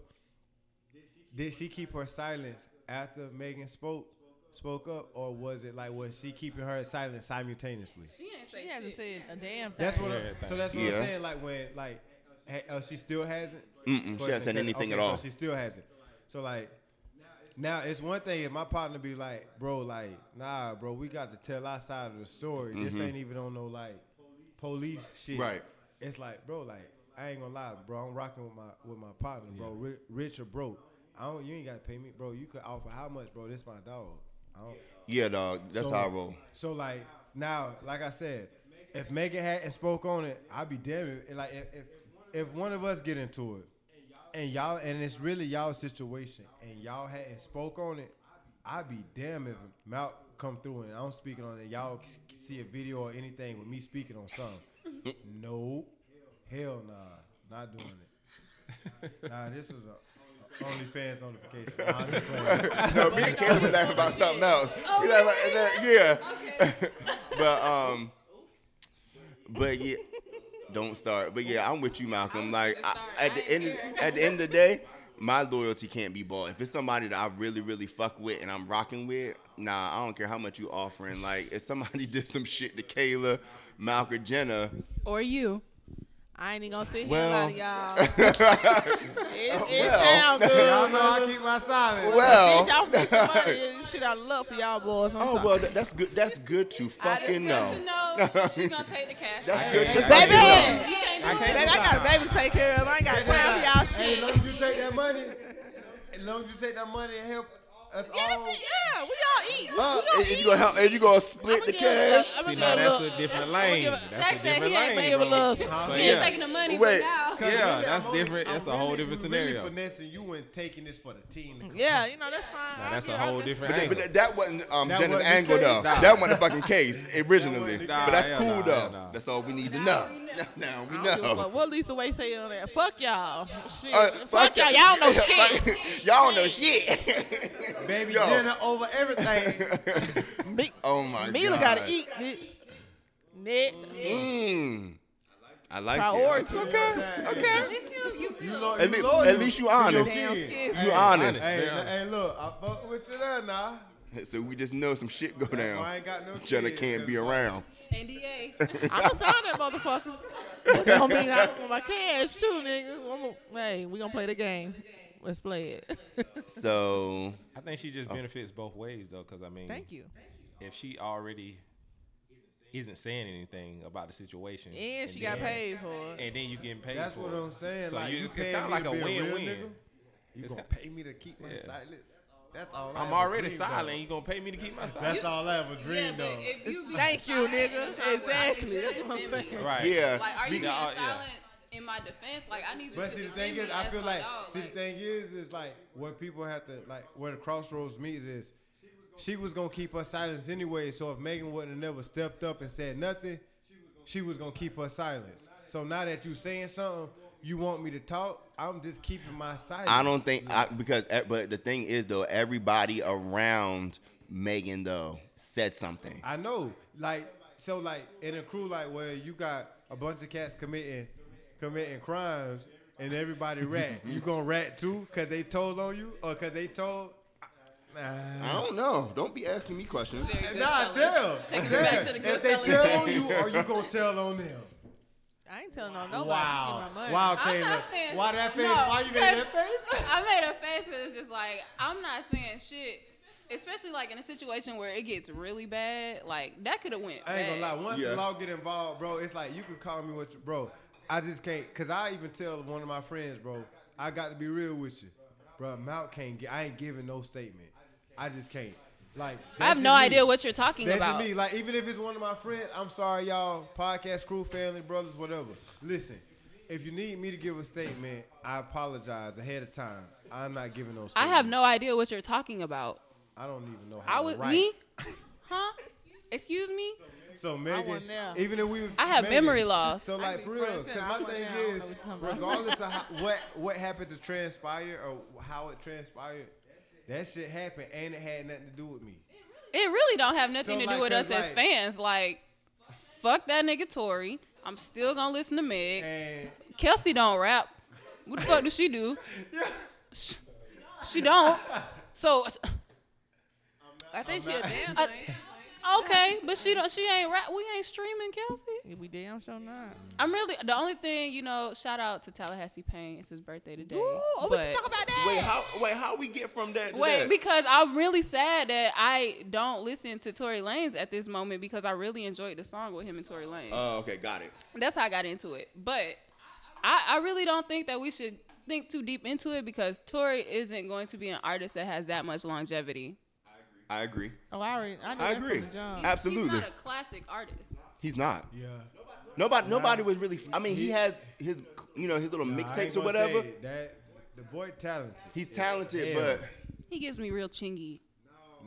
[SPEAKER 4] Did she keep her silence after Megan spoke spoke up, or was it like was she keeping her silence simultaneously?
[SPEAKER 3] She ain't say
[SPEAKER 5] She hasn't
[SPEAKER 3] shit.
[SPEAKER 5] said a damn thing.
[SPEAKER 4] That's what.
[SPEAKER 6] Yeah,
[SPEAKER 4] I'm,
[SPEAKER 6] thank
[SPEAKER 4] so that's what
[SPEAKER 2] Yeah.
[SPEAKER 4] I'm saying. Like when like ha- oh, she still hasn't.
[SPEAKER 2] Mm-mm, she
[SPEAKER 4] Question,
[SPEAKER 2] hasn't said
[SPEAKER 4] 'cause-
[SPEAKER 2] anything at
[SPEAKER 4] okay,
[SPEAKER 2] all.
[SPEAKER 4] So she still hasn't. So like now it's one thing if my partner be like, bro, like nah, bro, we got to tell our side of the story. This ain't even on no like police shit.
[SPEAKER 2] Mm-hmm. Right.
[SPEAKER 4] It's like, bro, like I ain't gonna lie, bro. I'm rocking with my with my partner, bro. Ri- Rich or broke. I don't. You ain't gotta pay me, bro. You could offer how much, bro? This my dog. I don't.
[SPEAKER 2] Yeah, dog. That's
[SPEAKER 4] So-
[SPEAKER 2] how I roll.
[SPEAKER 4] So like now, like I said, if Megan hadn't spoke on it, I'd be damn it. Like if, if if one of us get into it, and y'all and it's really y'all situation, and y'all hadn't spoke on it, I'd be damn if Mount come through and I'm speaking on it. Y'all c- c- see a video or anything with me speaking on something? no, hell nah, not doing it. nah, this was a OnlyFans notification. Nah, I'm just playing.
[SPEAKER 2] no, me and Kayla was laughing about something else. we laugh about, that- yeah.
[SPEAKER 3] Okay.
[SPEAKER 2] but um, but yeah, don't start. But yeah, I'm with you, Malcolm.
[SPEAKER 3] I'm
[SPEAKER 2] Like
[SPEAKER 3] with the
[SPEAKER 2] I,
[SPEAKER 3] start.
[SPEAKER 2] at
[SPEAKER 3] I
[SPEAKER 2] the
[SPEAKER 3] ain't
[SPEAKER 2] end,
[SPEAKER 3] scared.
[SPEAKER 2] at the end of the day, my loyalty can't be bought. If it's somebody that I really, really fuck with and I'm rocking with, nah, I don't care how much you offering. Like if somebody did some shit to Kayla, Malcolm, Jenna,
[SPEAKER 3] Or you.
[SPEAKER 5] I ain't even gonna sit here
[SPEAKER 2] Well.
[SPEAKER 5] and lie to y'all. it it
[SPEAKER 4] y'all
[SPEAKER 5] sounds good.
[SPEAKER 4] know I keep my silence.
[SPEAKER 2] well,
[SPEAKER 5] Bitch, I'm getting some money. and Shit, I love for y'all boys. I'm
[SPEAKER 2] oh
[SPEAKER 5] sorry.
[SPEAKER 2] well, that, that's good. That's good to fucking know.
[SPEAKER 3] To know she's gonna take the cash.
[SPEAKER 2] That's good to
[SPEAKER 5] Baby,
[SPEAKER 2] fucking know.
[SPEAKER 5] baby,
[SPEAKER 6] I can't
[SPEAKER 5] I
[SPEAKER 6] do
[SPEAKER 5] got a
[SPEAKER 6] that.
[SPEAKER 5] baby to take care of. I ain't got time for y'all
[SPEAKER 4] Hey, as
[SPEAKER 5] shit.
[SPEAKER 4] long as you take that money, as long as you take that money and help us
[SPEAKER 5] Yeah,
[SPEAKER 4] all.
[SPEAKER 5] that's it. Yeah, we all eat. We all
[SPEAKER 2] Uh, and, and
[SPEAKER 5] eat.
[SPEAKER 2] you gonna help, and you gonna split
[SPEAKER 5] I'ma
[SPEAKER 2] the
[SPEAKER 5] give it up.
[SPEAKER 2] cash.
[SPEAKER 5] I'ma
[SPEAKER 6] See,
[SPEAKER 5] give
[SPEAKER 6] now
[SPEAKER 5] it
[SPEAKER 6] that's
[SPEAKER 5] up.
[SPEAKER 6] a different
[SPEAKER 5] I'ma
[SPEAKER 6] lane.
[SPEAKER 5] give it-
[SPEAKER 6] That's
[SPEAKER 3] Jack
[SPEAKER 6] a
[SPEAKER 3] said he
[SPEAKER 6] different
[SPEAKER 3] ain't
[SPEAKER 6] lane.
[SPEAKER 3] taking
[SPEAKER 5] give a
[SPEAKER 6] bro.
[SPEAKER 5] little-
[SPEAKER 6] So,
[SPEAKER 3] He
[SPEAKER 2] Yeah.
[SPEAKER 3] ain't taking the money
[SPEAKER 2] Wait,
[SPEAKER 3] right now.
[SPEAKER 4] 'Cause
[SPEAKER 6] Yeah,
[SPEAKER 4] really,
[SPEAKER 6] that's
[SPEAKER 4] I'm only-
[SPEAKER 6] different.
[SPEAKER 4] I'm
[SPEAKER 6] That's a whole
[SPEAKER 4] really-
[SPEAKER 6] different
[SPEAKER 4] really
[SPEAKER 6] scenario.
[SPEAKER 4] finessing you and taking this for the team.
[SPEAKER 5] Yeah, you know that's fine.
[SPEAKER 6] Nah,
[SPEAKER 5] I
[SPEAKER 6] that's a
[SPEAKER 5] get- I
[SPEAKER 6] whole
[SPEAKER 5] get-
[SPEAKER 6] different
[SPEAKER 2] But,
[SPEAKER 6] angle.
[SPEAKER 2] but that wasn't um,
[SPEAKER 4] That
[SPEAKER 2] Jenna's
[SPEAKER 4] wasn't the
[SPEAKER 2] angle
[SPEAKER 4] case.
[SPEAKER 2] though.
[SPEAKER 6] Nah.
[SPEAKER 2] That wasn't the fucking case originally.
[SPEAKER 4] the
[SPEAKER 6] Nah,
[SPEAKER 2] but that's
[SPEAKER 6] hell
[SPEAKER 2] cool
[SPEAKER 6] nah,
[SPEAKER 2] though.
[SPEAKER 6] hell nah.
[SPEAKER 2] That's all we need to know. Now we
[SPEAKER 5] I don't give a
[SPEAKER 2] know.
[SPEAKER 5] fuck. What Lisa Way say on that? Fuck y'all. Shit.
[SPEAKER 2] Uh,
[SPEAKER 5] fuck, y'all. Y'all don't know shit.
[SPEAKER 2] y'all know shit.
[SPEAKER 4] Baby
[SPEAKER 2] Yo.
[SPEAKER 4] Jenna over everything.
[SPEAKER 5] Me,
[SPEAKER 2] Oh my
[SPEAKER 5] Mila
[SPEAKER 2] God.
[SPEAKER 5] gotta eat. bitch. Next.
[SPEAKER 2] Mm. I like
[SPEAKER 5] Priority.
[SPEAKER 2] it. Okay. Okay.
[SPEAKER 4] You know,
[SPEAKER 2] At,
[SPEAKER 4] you
[SPEAKER 2] le-
[SPEAKER 4] loyal
[SPEAKER 2] at least you
[SPEAKER 4] to your
[SPEAKER 2] honest.
[SPEAKER 4] kid.
[SPEAKER 5] skin.
[SPEAKER 2] You honest.
[SPEAKER 4] Hey,
[SPEAKER 6] Yeah.
[SPEAKER 4] hey, look, I fuck with you there now.
[SPEAKER 2] So we just know some shit go
[SPEAKER 4] That's why I
[SPEAKER 2] down.
[SPEAKER 4] ain't got no
[SPEAKER 2] Jenna
[SPEAKER 4] kids,
[SPEAKER 2] can't be
[SPEAKER 4] 'cause
[SPEAKER 2] around.
[SPEAKER 3] NDA.
[SPEAKER 5] I'm gonna sign that motherfucker. But that don't mean I don't want my cash too, nigga. I'm gonna, hey, we gonna play the game. Let's play it.
[SPEAKER 2] So
[SPEAKER 6] I think she just benefits both ways though, because I mean,
[SPEAKER 5] Thank you.
[SPEAKER 6] If she already isn't saying anything about the situation,
[SPEAKER 5] And she got
[SPEAKER 6] then-
[SPEAKER 5] paid for it.
[SPEAKER 6] and then you getting paid.
[SPEAKER 4] That's
[SPEAKER 6] for
[SPEAKER 4] what
[SPEAKER 6] it.
[SPEAKER 4] I'm saying.
[SPEAKER 6] So
[SPEAKER 4] like,
[SPEAKER 6] you,
[SPEAKER 4] you
[SPEAKER 6] it's
[SPEAKER 4] paying
[SPEAKER 6] kind of
[SPEAKER 4] me
[SPEAKER 6] like
[SPEAKER 4] to
[SPEAKER 6] a
[SPEAKER 4] be real
[SPEAKER 6] win-win.
[SPEAKER 4] nigga? You
[SPEAKER 6] It's
[SPEAKER 4] gonna
[SPEAKER 6] ki-
[SPEAKER 4] pay me to keep my
[SPEAKER 6] Yeah.
[SPEAKER 4] silence? That's all. I
[SPEAKER 6] I'm
[SPEAKER 4] ever
[SPEAKER 6] already
[SPEAKER 4] dreamed
[SPEAKER 6] silent.
[SPEAKER 4] of.
[SPEAKER 6] You gonna pay me to keep my
[SPEAKER 4] That's
[SPEAKER 6] silence?
[SPEAKER 4] all I ever dreamed
[SPEAKER 3] but
[SPEAKER 4] of.
[SPEAKER 3] if you be
[SPEAKER 5] Thank you,
[SPEAKER 3] silent
[SPEAKER 5] nigga.
[SPEAKER 3] the time
[SPEAKER 5] Exactly.
[SPEAKER 3] when I
[SPEAKER 5] That's what I'm
[SPEAKER 3] defend
[SPEAKER 5] saying.
[SPEAKER 3] me,
[SPEAKER 6] Right.
[SPEAKER 2] yeah,
[SPEAKER 3] Like, are
[SPEAKER 2] Be-
[SPEAKER 3] you being
[SPEAKER 6] Yeah,
[SPEAKER 3] silent
[SPEAKER 6] yeah.
[SPEAKER 3] in my defense? Like, I need you to
[SPEAKER 4] But see, the
[SPEAKER 3] defend
[SPEAKER 4] thing is,
[SPEAKER 3] me
[SPEAKER 4] I
[SPEAKER 3] as
[SPEAKER 4] feel
[SPEAKER 3] my
[SPEAKER 4] like,
[SPEAKER 3] dog,
[SPEAKER 4] see, the
[SPEAKER 3] like-
[SPEAKER 4] thing is, is like what people have to like where the crossroads meet is. She was gonna keep her silence anyway. So if Megan wouldn't have never stepped up and said nothing, she was gonna keep her silence. So now that you saying something, you want me to talk. I'm just keeping my silence.
[SPEAKER 2] I don't think I, because eh, but the thing is though, everybody around Megan though said something.
[SPEAKER 4] I know. Like so, like in a crew like where you got a bunch of cats committing committing crimes and everybody rat. you gonna rat too? Cause they told on you, or cause they told. Nah.
[SPEAKER 2] I don't know. Don't be asking me questions.
[SPEAKER 3] Very good
[SPEAKER 4] Nah,
[SPEAKER 3] fellas.
[SPEAKER 4] tell.
[SPEAKER 3] Take it
[SPEAKER 4] Tell.
[SPEAKER 3] back to the good
[SPEAKER 4] if they
[SPEAKER 3] fellas.
[SPEAKER 4] tell on you, are you gonna tell on them?
[SPEAKER 5] I ain't telling on nobody to
[SPEAKER 4] Wow.
[SPEAKER 5] get my money.
[SPEAKER 4] Wow,
[SPEAKER 3] I'm
[SPEAKER 4] Caleb.
[SPEAKER 3] not saying
[SPEAKER 4] Why
[SPEAKER 3] shit.
[SPEAKER 4] that face?
[SPEAKER 3] No,
[SPEAKER 4] Why you made that face?
[SPEAKER 3] I made a face and it's just like I'm not saying shit. Especially like in a situation where it gets really bad, like that could have went.
[SPEAKER 4] I
[SPEAKER 3] bad.
[SPEAKER 4] ain't gonna lie. Once
[SPEAKER 2] Yeah.
[SPEAKER 4] the law get involved, bro, it's like you can call me what you, bro. I just can't, cause I even tell one of my friends, bro. I got to be real with you, bro. Mount can't get. I ain't giving no statement. I just can't. Like
[SPEAKER 3] I have
[SPEAKER 4] that's
[SPEAKER 3] no
[SPEAKER 4] just me.
[SPEAKER 3] idea what you're talking
[SPEAKER 4] That's just
[SPEAKER 3] about.
[SPEAKER 4] me. Like even if it's one of my friends, I'm sorry, y'all. Podcast crew, family, brothers, whatever. Listen, if you need me to give a statement, I apologize ahead of time. I'm not giving no. Statement.
[SPEAKER 3] I have no idea what you're talking about.
[SPEAKER 4] I don't even know
[SPEAKER 3] I
[SPEAKER 4] how to
[SPEAKER 3] was
[SPEAKER 4] write.
[SPEAKER 3] me, huh? Excuse me.
[SPEAKER 4] So
[SPEAKER 5] want
[SPEAKER 4] Megan,
[SPEAKER 5] now.
[SPEAKER 4] even if we, was-
[SPEAKER 3] I have
[SPEAKER 4] Megan,
[SPEAKER 3] memory loss.
[SPEAKER 4] So
[SPEAKER 3] I
[SPEAKER 4] like
[SPEAKER 5] be
[SPEAKER 4] for real,
[SPEAKER 5] friends and
[SPEAKER 4] because
[SPEAKER 5] I
[SPEAKER 4] my
[SPEAKER 5] want
[SPEAKER 4] thing
[SPEAKER 5] now. I
[SPEAKER 4] is,
[SPEAKER 5] was talking about-
[SPEAKER 4] regardless of how, what what happened to transpire or how it transpired, that shit happened and it had nothing to do with me.
[SPEAKER 3] It really don't have nothing to
[SPEAKER 4] So, like,
[SPEAKER 3] do with us
[SPEAKER 4] it's
[SPEAKER 3] as
[SPEAKER 4] like-
[SPEAKER 3] fans. Like, fuck that nigga Tory. I'm still gonna listen to Meg.
[SPEAKER 4] And
[SPEAKER 3] Kelsey don't rap. What the fuck does she do? Sh- She don't. So
[SPEAKER 5] I think she a dancer.
[SPEAKER 3] I-
[SPEAKER 5] ain't she?
[SPEAKER 3] okay, but she don't. She ain't rap. We ain't streaming Kelsey.
[SPEAKER 5] If we damn sure not.
[SPEAKER 3] I'm really the only thing you know. Shout out to Tallahassee Payne. It's his birthday today.
[SPEAKER 4] oh,
[SPEAKER 3] But-
[SPEAKER 5] about that.
[SPEAKER 2] Wait, how wait how we get from that? To
[SPEAKER 3] Wait,
[SPEAKER 2] that?
[SPEAKER 3] because I'm really sad that I don't listen to Tory Lanez at this moment because I really enjoyed the song with him and Tory Lanez.
[SPEAKER 2] oh, okay, got it.
[SPEAKER 3] That's how I got into it. But I, I really don't think that we should think too deep into it because Tory isn't going to be an artist that has that much longevity.
[SPEAKER 2] I agree.
[SPEAKER 5] Oh, I already. I, knew
[SPEAKER 2] I
[SPEAKER 5] that
[SPEAKER 2] agree.
[SPEAKER 5] From the jump.
[SPEAKER 2] Absolutely.
[SPEAKER 3] He's not a classic artist.
[SPEAKER 2] He's not.
[SPEAKER 4] yeah,
[SPEAKER 2] Nobody, nobody was really. I mean, he has his, you know, his little
[SPEAKER 4] Nah, I ain't
[SPEAKER 2] mixtapes or
[SPEAKER 4] gonna
[SPEAKER 2] whatever.
[SPEAKER 4] say That the boy talented.
[SPEAKER 2] He's talented,
[SPEAKER 4] Yeah.
[SPEAKER 2] but
[SPEAKER 3] He gives me real chingy.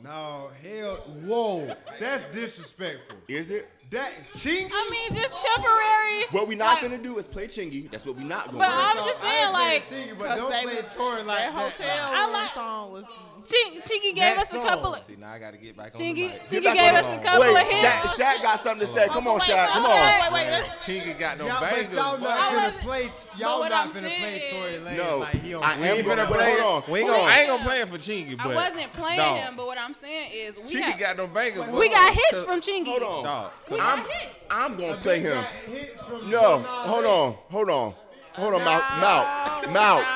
[SPEAKER 4] No hell, whoa, that's disrespectful.
[SPEAKER 2] is it?
[SPEAKER 4] That chingy.
[SPEAKER 3] I mean, just temporary.
[SPEAKER 2] What we not
[SPEAKER 3] Like,
[SPEAKER 2] gonna do is play Chingy. That's what we not gonna
[SPEAKER 3] But
[SPEAKER 2] do.
[SPEAKER 3] I'm just saying, like,
[SPEAKER 4] chingy, but don't
[SPEAKER 5] Cause
[SPEAKER 4] play
[SPEAKER 5] baby,
[SPEAKER 4] Tory like
[SPEAKER 5] that
[SPEAKER 4] that.
[SPEAKER 5] hotel
[SPEAKER 3] I
[SPEAKER 5] room
[SPEAKER 3] like-
[SPEAKER 5] song was.
[SPEAKER 3] Ching, Chingy gave
[SPEAKER 4] That
[SPEAKER 3] us a couple of.
[SPEAKER 6] See, now I gotta get back on the
[SPEAKER 3] Chingy,
[SPEAKER 2] Get
[SPEAKER 6] mic.
[SPEAKER 3] Chingy
[SPEAKER 2] back
[SPEAKER 3] gave
[SPEAKER 2] on
[SPEAKER 3] us
[SPEAKER 2] the
[SPEAKER 3] a
[SPEAKER 6] mic.
[SPEAKER 3] couple
[SPEAKER 2] Wait,
[SPEAKER 3] of
[SPEAKER 2] Shaq,
[SPEAKER 3] hits.
[SPEAKER 2] Shaq got something to say. Come on,
[SPEAKER 5] wait,
[SPEAKER 2] Shaq. Come
[SPEAKER 5] wait,
[SPEAKER 2] on.
[SPEAKER 5] Wait, wait, let's.
[SPEAKER 6] Chingy got no
[SPEAKER 4] Y'all, but
[SPEAKER 6] bangers.
[SPEAKER 4] y'all
[SPEAKER 6] boy.
[SPEAKER 4] not
[SPEAKER 3] I
[SPEAKER 4] finna
[SPEAKER 3] wasn't-
[SPEAKER 4] play.
[SPEAKER 3] but
[SPEAKER 4] Y'all
[SPEAKER 3] what
[SPEAKER 4] not
[SPEAKER 3] I'm
[SPEAKER 4] finna play
[SPEAKER 3] saying
[SPEAKER 4] Tory
[SPEAKER 3] is-
[SPEAKER 4] Lanez.
[SPEAKER 2] No,
[SPEAKER 4] like he on
[SPEAKER 2] I
[SPEAKER 6] We ain't
[SPEAKER 2] Hold
[SPEAKER 6] finna
[SPEAKER 2] on,
[SPEAKER 6] play.
[SPEAKER 2] hold on.
[SPEAKER 6] We ain't gonna, I
[SPEAKER 3] Hold
[SPEAKER 6] ain't gonna
[SPEAKER 3] on.
[SPEAKER 6] play it for Chingy.
[SPEAKER 3] I
[SPEAKER 6] But
[SPEAKER 3] wasn't playing
[SPEAKER 6] dog,
[SPEAKER 3] him, but what I'm saying is we
[SPEAKER 6] Chingy
[SPEAKER 3] got,
[SPEAKER 6] got no bangers. boy.
[SPEAKER 3] we got hits
[SPEAKER 6] Cause-
[SPEAKER 3] from Chingy.
[SPEAKER 2] Hold on.
[SPEAKER 6] Dog,
[SPEAKER 3] We got
[SPEAKER 2] I'm,
[SPEAKER 3] hits.
[SPEAKER 2] I'm gonna play him. No,
[SPEAKER 4] No,
[SPEAKER 2] hold on, hold on, hold on, Mount, Mount, Mount,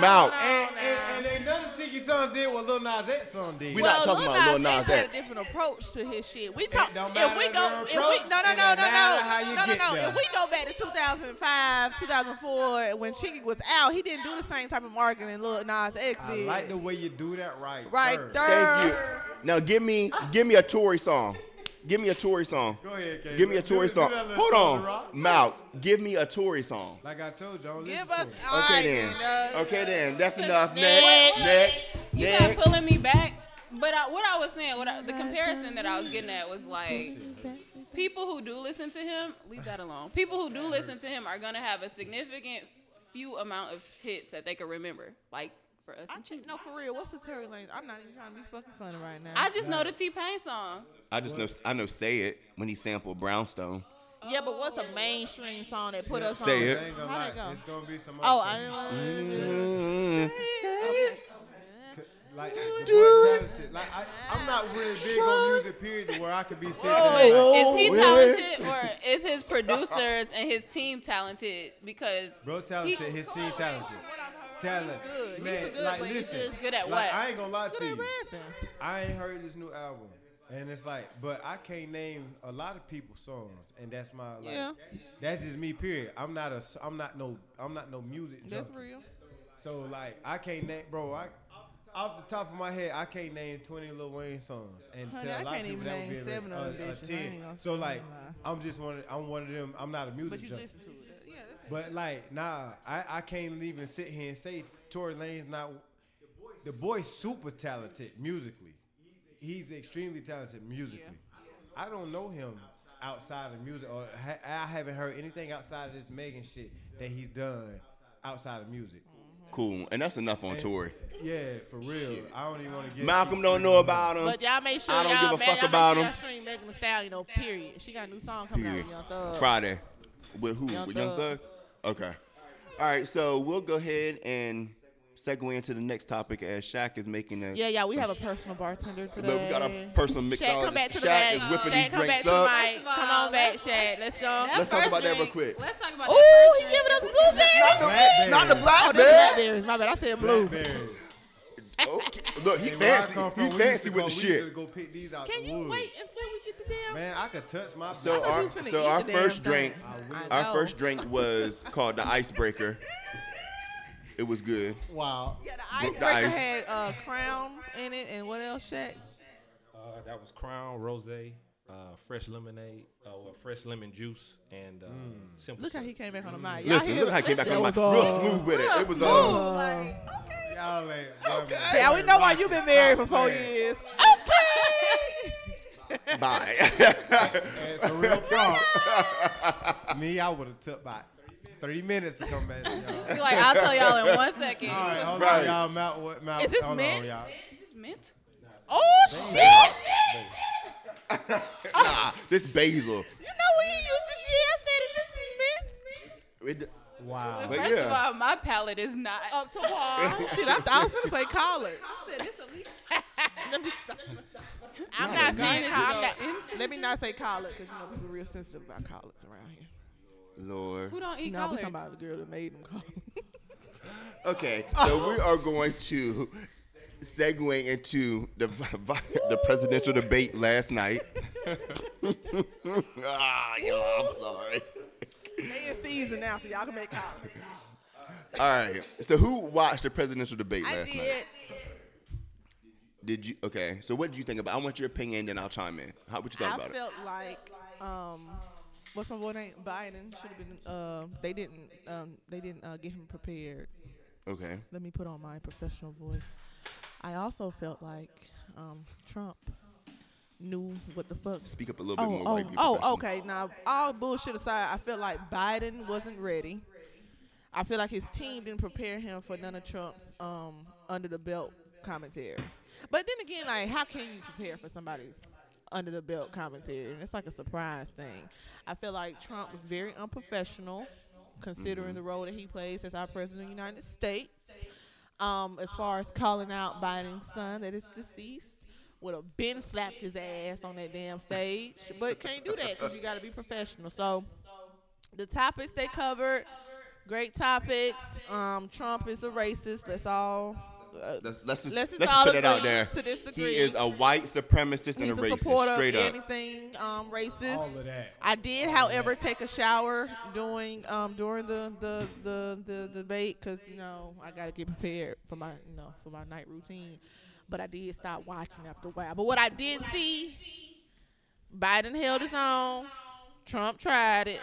[SPEAKER 2] Mount.
[SPEAKER 4] And, and, and ain't nothing Chingy Son did what Lil Nas X son did.
[SPEAKER 2] We not
[SPEAKER 5] Well,
[SPEAKER 2] talking
[SPEAKER 5] Lil
[SPEAKER 2] about Lil
[SPEAKER 5] Nas
[SPEAKER 2] Nas
[SPEAKER 5] X had
[SPEAKER 2] X.
[SPEAKER 5] a different approach to his shit. We talk.
[SPEAKER 4] don't
[SPEAKER 5] If we
[SPEAKER 4] matter
[SPEAKER 5] go,
[SPEAKER 4] your
[SPEAKER 5] if
[SPEAKER 4] approach,
[SPEAKER 5] we no, no,
[SPEAKER 4] it
[SPEAKER 5] no,
[SPEAKER 4] don't
[SPEAKER 5] no,
[SPEAKER 4] matter how
[SPEAKER 5] no,
[SPEAKER 4] you
[SPEAKER 5] no, no,
[SPEAKER 4] get
[SPEAKER 5] no.
[SPEAKER 4] there.
[SPEAKER 5] If we go back to 2005, 2004, when Chiggy was out, he didn't do the same type of marketing Lil Nas X
[SPEAKER 4] I
[SPEAKER 5] did.
[SPEAKER 4] like the way you do that right.
[SPEAKER 5] right
[SPEAKER 4] third.
[SPEAKER 5] there.
[SPEAKER 2] Thank you. Now give me, give me a Tory song. Give me a Tory song.
[SPEAKER 4] Go ahead, Kay.
[SPEAKER 2] Give me a
[SPEAKER 4] Do-
[SPEAKER 2] Tory
[SPEAKER 4] do
[SPEAKER 2] song.
[SPEAKER 4] that little
[SPEAKER 2] Hold
[SPEAKER 4] Tony
[SPEAKER 2] on,
[SPEAKER 4] Rock.
[SPEAKER 2] Mouth. Give me a Tory song.
[SPEAKER 4] Like I told you, I don't listen
[SPEAKER 5] Give
[SPEAKER 4] to
[SPEAKER 5] us.
[SPEAKER 4] it.
[SPEAKER 5] all right,
[SPEAKER 2] Okay then.
[SPEAKER 5] uh,
[SPEAKER 2] Okay then. That's enough.
[SPEAKER 3] Wait,
[SPEAKER 2] Next.
[SPEAKER 3] wait.
[SPEAKER 2] Next.
[SPEAKER 3] You
[SPEAKER 2] Next.
[SPEAKER 3] not pulling me back. But I, what I was saying, what I, the comparison that I was getting at was like, people who do listen to him, leave that alone. People who do listen to him are gonna have a significant few amount of hits that they can remember. Like for us,
[SPEAKER 5] I'm just, no, for real. What's the Tory Lanez? I'm not even trying to be fucking funny right now.
[SPEAKER 3] I just know the T Pain song.
[SPEAKER 2] I just know. I know. Say it when he sampled Brownstone.
[SPEAKER 5] yeah, but what's a mainstream song that put us on?
[SPEAKER 2] Say it.
[SPEAKER 4] I ain't gonna
[SPEAKER 5] How'd
[SPEAKER 4] lie.
[SPEAKER 5] it go?
[SPEAKER 4] It's gonna be some.
[SPEAKER 5] Oh,
[SPEAKER 4] other
[SPEAKER 5] I
[SPEAKER 4] thing.
[SPEAKER 5] didn't want to.
[SPEAKER 2] Mm-hmm.
[SPEAKER 4] Like the boy talented. Like I, I'm not really big on music. Period. to Where I could be sitting there like,
[SPEAKER 3] Is he
[SPEAKER 2] Oh,
[SPEAKER 3] talented or is his producers and his team talented? Because
[SPEAKER 4] bro, talented.
[SPEAKER 3] He-
[SPEAKER 4] his team talented. Talent.
[SPEAKER 5] Good. He's
[SPEAKER 4] Man,
[SPEAKER 5] a good,
[SPEAKER 4] like
[SPEAKER 5] but he's
[SPEAKER 4] listen.
[SPEAKER 5] just-
[SPEAKER 3] good at
[SPEAKER 4] like,
[SPEAKER 3] what?
[SPEAKER 4] I ain't gonna lie to you.
[SPEAKER 5] rapping.
[SPEAKER 4] I ain't heard this new album, and it's like, but I can't name a lot of people's songs, and that's my like,
[SPEAKER 5] Yeah.
[SPEAKER 4] that's just me. Period. I'm not a, s- I'm not no, I'm not no music.
[SPEAKER 5] That's
[SPEAKER 4] junkie.
[SPEAKER 5] real.
[SPEAKER 4] So like, I can't name, bro. I off the top of my head, I can't name 20 Lil Wayne songs, and
[SPEAKER 5] Honey,
[SPEAKER 4] tell a
[SPEAKER 5] I
[SPEAKER 4] lot
[SPEAKER 5] can't
[SPEAKER 4] of people
[SPEAKER 5] even
[SPEAKER 4] that would
[SPEAKER 5] name
[SPEAKER 4] be a-
[SPEAKER 5] seven of
[SPEAKER 4] a-
[SPEAKER 5] them
[SPEAKER 4] a
[SPEAKER 5] bitches. I
[SPEAKER 4] 10.
[SPEAKER 5] ain't gonna
[SPEAKER 4] So like,
[SPEAKER 5] lie.
[SPEAKER 4] I'm just one, of, I'm one of them. I'm not a music.
[SPEAKER 5] But you
[SPEAKER 4] junkie.
[SPEAKER 5] listen to it. Yeah, that's
[SPEAKER 4] But like, nah, I, I can't even sit here and say Tory Lane's not. The boy's super talented musically. He's extremely talented musically. I don't know him outside of music, or ha- I haven't heard anything outside of this Megan shit that he's done outside of music.
[SPEAKER 2] Cool. And that's enough on Tory.
[SPEAKER 4] Yeah, for real. I don't even want to get
[SPEAKER 2] Malcolm don't know about him.
[SPEAKER 5] But y'all make sure
[SPEAKER 2] um, I don't give
[SPEAKER 5] y'all,
[SPEAKER 2] a
[SPEAKER 5] man,
[SPEAKER 2] fuck
[SPEAKER 5] y'all make
[SPEAKER 2] about
[SPEAKER 5] sure
[SPEAKER 2] 'em.
[SPEAKER 5] y'all stream Megan Thee Stallion, though, period. She got a new song coming
[SPEAKER 2] Period.
[SPEAKER 5] out with Young Thug.
[SPEAKER 2] Friday. With who?
[SPEAKER 5] Young
[SPEAKER 2] With Young Thug?
[SPEAKER 5] Thug.
[SPEAKER 2] Okay. All right, so we'll go ahead and segue into the next topic as Shaq is making a.
[SPEAKER 5] Yeah, yeah, we have a personal bartender today.
[SPEAKER 2] Look, we got a personal mixologist.
[SPEAKER 5] Shaq, come back to the
[SPEAKER 2] Shaq
[SPEAKER 5] mic.
[SPEAKER 2] is whipping
[SPEAKER 5] Shaq,
[SPEAKER 2] these
[SPEAKER 5] come back
[SPEAKER 2] drinks
[SPEAKER 5] to the
[SPEAKER 2] up.
[SPEAKER 5] mic. Come on back, Shaq. Let's go.
[SPEAKER 3] that
[SPEAKER 2] Let's talk
[SPEAKER 3] first
[SPEAKER 2] about that real
[SPEAKER 3] drink-
[SPEAKER 2] quick.
[SPEAKER 3] Let's talk about. that
[SPEAKER 5] Ooh,
[SPEAKER 3] first
[SPEAKER 5] he
[SPEAKER 3] drink.
[SPEAKER 5] giving us blueberries.
[SPEAKER 4] Blackberry.
[SPEAKER 2] Not the
[SPEAKER 5] Oh, that's
[SPEAKER 2] blackberry.
[SPEAKER 5] blackberries. My bad. I said blue.
[SPEAKER 4] Blackberries.
[SPEAKER 2] Okay. Look, he
[SPEAKER 4] And where I
[SPEAKER 2] fancy.
[SPEAKER 4] come from,
[SPEAKER 2] He
[SPEAKER 4] we used
[SPEAKER 2] fancy
[SPEAKER 4] to
[SPEAKER 2] with
[SPEAKER 4] go-
[SPEAKER 2] the
[SPEAKER 4] we used to
[SPEAKER 2] shit.
[SPEAKER 4] Go pick these out
[SPEAKER 5] Can
[SPEAKER 4] the
[SPEAKER 5] you
[SPEAKER 4] woods.
[SPEAKER 5] wait until we get to them?
[SPEAKER 4] Man, I could touch my.
[SPEAKER 2] So
[SPEAKER 4] black-
[SPEAKER 5] you
[SPEAKER 2] our
[SPEAKER 5] was finna
[SPEAKER 2] so
[SPEAKER 5] eat
[SPEAKER 2] our
[SPEAKER 5] the damn
[SPEAKER 2] first drink,
[SPEAKER 5] thing. I
[SPEAKER 2] our
[SPEAKER 5] know.
[SPEAKER 2] first drink was called the icebreaker. It was good.
[SPEAKER 4] wow.
[SPEAKER 5] Yeah, the
[SPEAKER 2] With the
[SPEAKER 5] icebreaker
[SPEAKER 2] ice.
[SPEAKER 5] had uh, crown in it, and what else, Shaq?
[SPEAKER 6] Uh, that was Crown Rose, uh, fresh lemonade, uh, well, fresh lemon juice, and uh, simple.
[SPEAKER 5] Look how
[SPEAKER 6] syrup.
[SPEAKER 5] he came back on the mic. Y'all
[SPEAKER 2] Listen,
[SPEAKER 5] hear
[SPEAKER 2] look how I came back on my
[SPEAKER 5] That was,
[SPEAKER 2] real smooth with it.
[SPEAKER 5] real
[SPEAKER 2] It was
[SPEAKER 5] smooth.
[SPEAKER 2] uh,
[SPEAKER 3] Like,
[SPEAKER 4] Y'all ain't. Okay.
[SPEAKER 5] Yeah, we know why you've been married for four years. Okay.
[SPEAKER 2] bye.
[SPEAKER 4] It's a real problem. Me, I would have took about three minutes to come back to y'all.
[SPEAKER 3] be like, I'll tell y'all in one second.
[SPEAKER 4] All right, hold
[SPEAKER 2] Right.
[SPEAKER 4] on, y'all. Mount, what, Mount,
[SPEAKER 5] Is this
[SPEAKER 4] hold
[SPEAKER 5] mint?
[SPEAKER 4] on, y'all.
[SPEAKER 3] Mint.
[SPEAKER 5] oh shit!
[SPEAKER 2] nah, this basil.
[SPEAKER 5] You know we ain't used to shit. I said, is this mint?
[SPEAKER 2] It-
[SPEAKER 4] Wow.
[SPEAKER 2] But
[SPEAKER 3] First of
[SPEAKER 2] yeah.
[SPEAKER 3] all, my palate is not.
[SPEAKER 5] Up to par. shit, I, thought I was gonna say collard.
[SPEAKER 3] I Oh, said it's illegal.
[SPEAKER 5] Let me stop. I'm not saying
[SPEAKER 3] not
[SPEAKER 5] collard.
[SPEAKER 3] even
[SPEAKER 5] I'm not- Let me not say collard because you know people real sensitive about collards around here.
[SPEAKER 2] Lord.
[SPEAKER 3] Who don't eat
[SPEAKER 5] No, we
[SPEAKER 3] collards?
[SPEAKER 5] talking about the girl that made them collard.
[SPEAKER 2] Okay, so we are going to segue into the vi- vi- the presidential debate last night. ah, yo, I'm sorry.
[SPEAKER 5] They in season now, so y'all can make collard.
[SPEAKER 2] All right, so who watched the presidential debate
[SPEAKER 5] I
[SPEAKER 2] last
[SPEAKER 5] did.
[SPEAKER 2] night? Did you? Okay, so what did you think about? I want your opinion, then I'll chime in. How what you thought
[SPEAKER 5] I
[SPEAKER 2] about
[SPEAKER 5] felt like um, what's my boy name? Biden should have been. Uh, they didn't. Um, they didn't uh, get him prepared.
[SPEAKER 2] it? Okay.
[SPEAKER 5] Let me put on my professional voice. I also felt like um, Trump knew what the fuck.
[SPEAKER 2] Speak up a little bit
[SPEAKER 5] Oh,
[SPEAKER 2] more.
[SPEAKER 5] oh,
[SPEAKER 2] like you
[SPEAKER 5] oh,
[SPEAKER 2] professional.
[SPEAKER 5] okay. Now, all bullshit aside, I feel like Biden wasn't ready. I feel like his team didn't prepare him for none of Trump's um, under the belt commentary. But then again, like, how can you prepare for somebody's under the belt commentary? And it's like a surprise thing. I feel like Trump was very unprofessional, considering the role that he plays as our president of the United States. Um, as far as calling out Biden's son that is deceased, would have been slapped his ass on that damn stage, but can't do that because you got to be professional. So the topics they covered, great topics. Um, Trump is a racist. That's all. Uh,
[SPEAKER 2] Let's, let's just, let's
[SPEAKER 5] Let's just
[SPEAKER 2] just
[SPEAKER 5] all
[SPEAKER 2] put that out
[SPEAKER 5] agree
[SPEAKER 2] there.
[SPEAKER 5] to disagree.
[SPEAKER 2] He is a white supremacist and
[SPEAKER 5] he's
[SPEAKER 2] a,
[SPEAKER 5] a
[SPEAKER 2] racist,
[SPEAKER 5] supporter of
[SPEAKER 2] straight up.
[SPEAKER 5] anything um, racist.
[SPEAKER 4] All of that.
[SPEAKER 5] I did, however, take a shower during um, during the the the, the debate because you know I got to get prepared for my you know for my night routine. But I did stop watching after a while. But what I did see, Biden held his own. Trump tried it.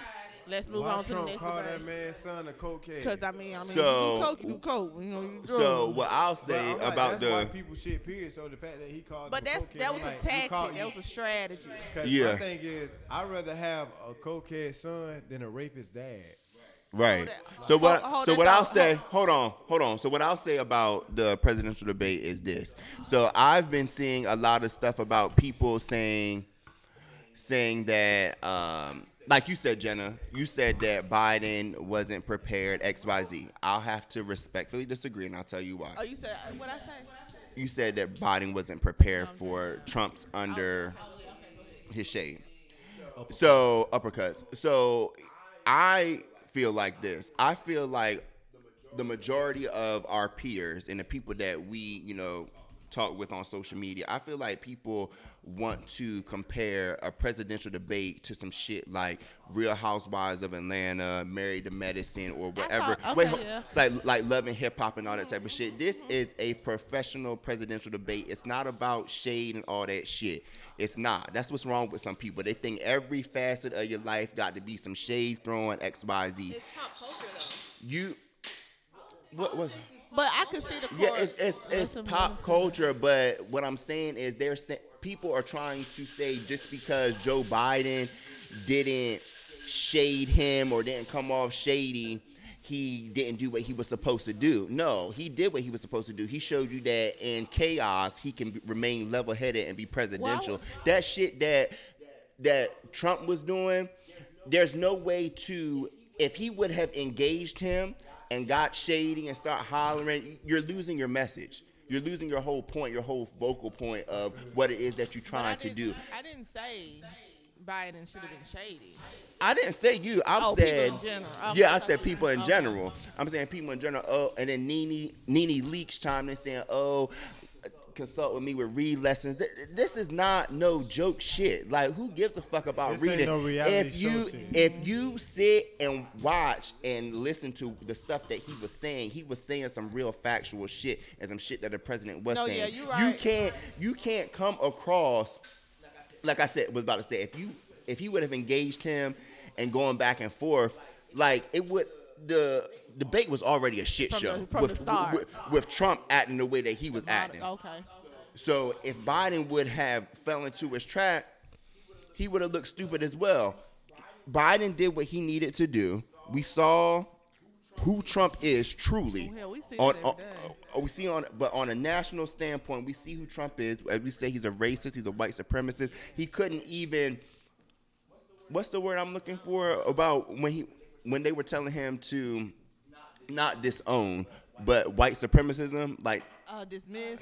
[SPEAKER 5] Let's move
[SPEAKER 4] Why
[SPEAKER 5] on to the
[SPEAKER 4] Trump
[SPEAKER 5] next
[SPEAKER 4] call that
[SPEAKER 5] debate.
[SPEAKER 4] man's son a cokehead?
[SPEAKER 5] Because I mean, I mean,
[SPEAKER 2] So-
[SPEAKER 5] you do coke, you do coke. You know, you do
[SPEAKER 2] So what I'll
[SPEAKER 4] But
[SPEAKER 2] say
[SPEAKER 4] I'm like,
[SPEAKER 2] about
[SPEAKER 4] that's why
[SPEAKER 2] the
[SPEAKER 4] people shit. Period. So the fact that he called,
[SPEAKER 5] But
[SPEAKER 4] him a
[SPEAKER 5] that's
[SPEAKER 4] cokehead,
[SPEAKER 5] that was a
[SPEAKER 4] like, you
[SPEAKER 5] tactic.
[SPEAKER 4] call-
[SPEAKER 5] That was a strategy.
[SPEAKER 4] Cause
[SPEAKER 2] Yeah.
[SPEAKER 4] my thing is, I'd rather have a cokehead son than a rapist dad.
[SPEAKER 2] right.
[SPEAKER 5] Hold
[SPEAKER 2] So
[SPEAKER 5] that-
[SPEAKER 2] what?
[SPEAKER 5] hold
[SPEAKER 2] so
[SPEAKER 5] that
[SPEAKER 2] what
[SPEAKER 5] thought.
[SPEAKER 2] I'll say. Hold on, hold on. So what I'll say about the presidential debate is this. So I've been seeing a lot of stuff about people saying, saying that, um, like you said, Jenna, you said that Biden wasn't prepared. X, Y, Z. I'll have to respectfully disagree, and I'll tell you why.
[SPEAKER 5] Oh, you said what I say?
[SPEAKER 2] you said that Biden wasn't prepared for Trump's under his shade. So uppercuts. So I feel like this. I feel like the majority of our peers and the people that we, you know, talk with on social media, I feel like people want to compare a presidential debate to some shit like Real Housewives of Atlanta, Married to Medicine, or whatever.
[SPEAKER 5] thought- okay,
[SPEAKER 2] ho-
[SPEAKER 5] yeah. Mm-hmm.
[SPEAKER 2] it's like like loving hip hop and all that type of shit. This is a professional presidential debate. It's not about shade and all that shit. It's not. That's what's wrong with some people. They think every facet of your life got to be some shade throwing X Y Z.
[SPEAKER 3] It's pop culture though.
[SPEAKER 2] You what was
[SPEAKER 5] But I could see the court.
[SPEAKER 2] yeah, it's it's, it's
[SPEAKER 5] Listen,
[SPEAKER 2] pop
[SPEAKER 5] listen.
[SPEAKER 2] culture, but what I'm saying is they're sa- people are trying to say just because Joe Biden didn't shade him or didn't come off shady, he didn't do what he was supposed to do. No, he did what he was supposed to do. He showed you that in chaos he can be, remain level-headed and be presidential. that shit that that Trump was doing, there's no way to if he would have engaged him and got shady and start hollering, you're losing your message. You're losing your whole point, your whole vocal point of what it is that you're
[SPEAKER 5] But I
[SPEAKER 2] trying to
[SPEAKER 5] didn't-
[SPEAKER 2] do.
[SPEAKER 5] I didn't say Biden should have been shady.
[SPEAKER 2] I didn't say you. I
[SPEAKER 5] Oh, people
[SPEAKER 2] said
[SPEAKER 5] in general. Oh,
[SPEAKER 2] yeah. I
[SPEAKER 5] okay.
[SPEAKER 2] said people in
[SPEAKER 5] Okay.
[SPEAKER 2] general. I'm saying people in general. Oh, and then Nene Nene Leaks chimed in saying, "Oh, consult with me with read lessons. Th- This is not no joke shit. Like who gives a fuck about
[SPEAKER 4] This ain't
[SPEAKER 2] reading?
[SPEAKER 4] no reality
[SPEAKER 2] if you
[SPEAKER 4] show shit.
[SPEAKER 2] if you sit and watch and listen to the stuff that he was saying, he was saying some real factual shit and some shit that the president was
[SPEAKER 5] No,
[SPEAKER 2] saying.
[SPEAKER 5] yeah, you
[SPEAKER 2] you
[SPEAKER 5] right.
[SPEAKER 2] can't you can't come across like I said, was about to say, if you if he would have engaged him and going back and forth, like it would the debate was already a shit
[SPEAKER 5] From
[SPEAKER 2] show
[SPEAKER 5] the- from
[SPEAKER 2] with,
[SPEAKER 5] the start. oh,
[SPEAKER 2] with with Trump acting the way that he was acting.
[SPEAKER 5] Okay.
[SPEAKER 2] So if Biden would have fell into his trap, he would have looked stupid as well. Biden did what he needed to do. We saw who Trump is truly.
[SPEAKER 5] Oh, hell, we see
[SPEAKER 2] on,
[SPEAKER 5] that
[SPEAKER 2] on-
[SPEAKER 5] every
[SPEAKER 2] oh, we see on, but on a national standpoint, we see who Trump is. As we say, he's a racist. He's a white supremacist. He couldn't even. What's the word I'm looking for about when he when they were telling him to not disown, but white supremacism? Like
[SPEAKER 5] Uh, dismiss.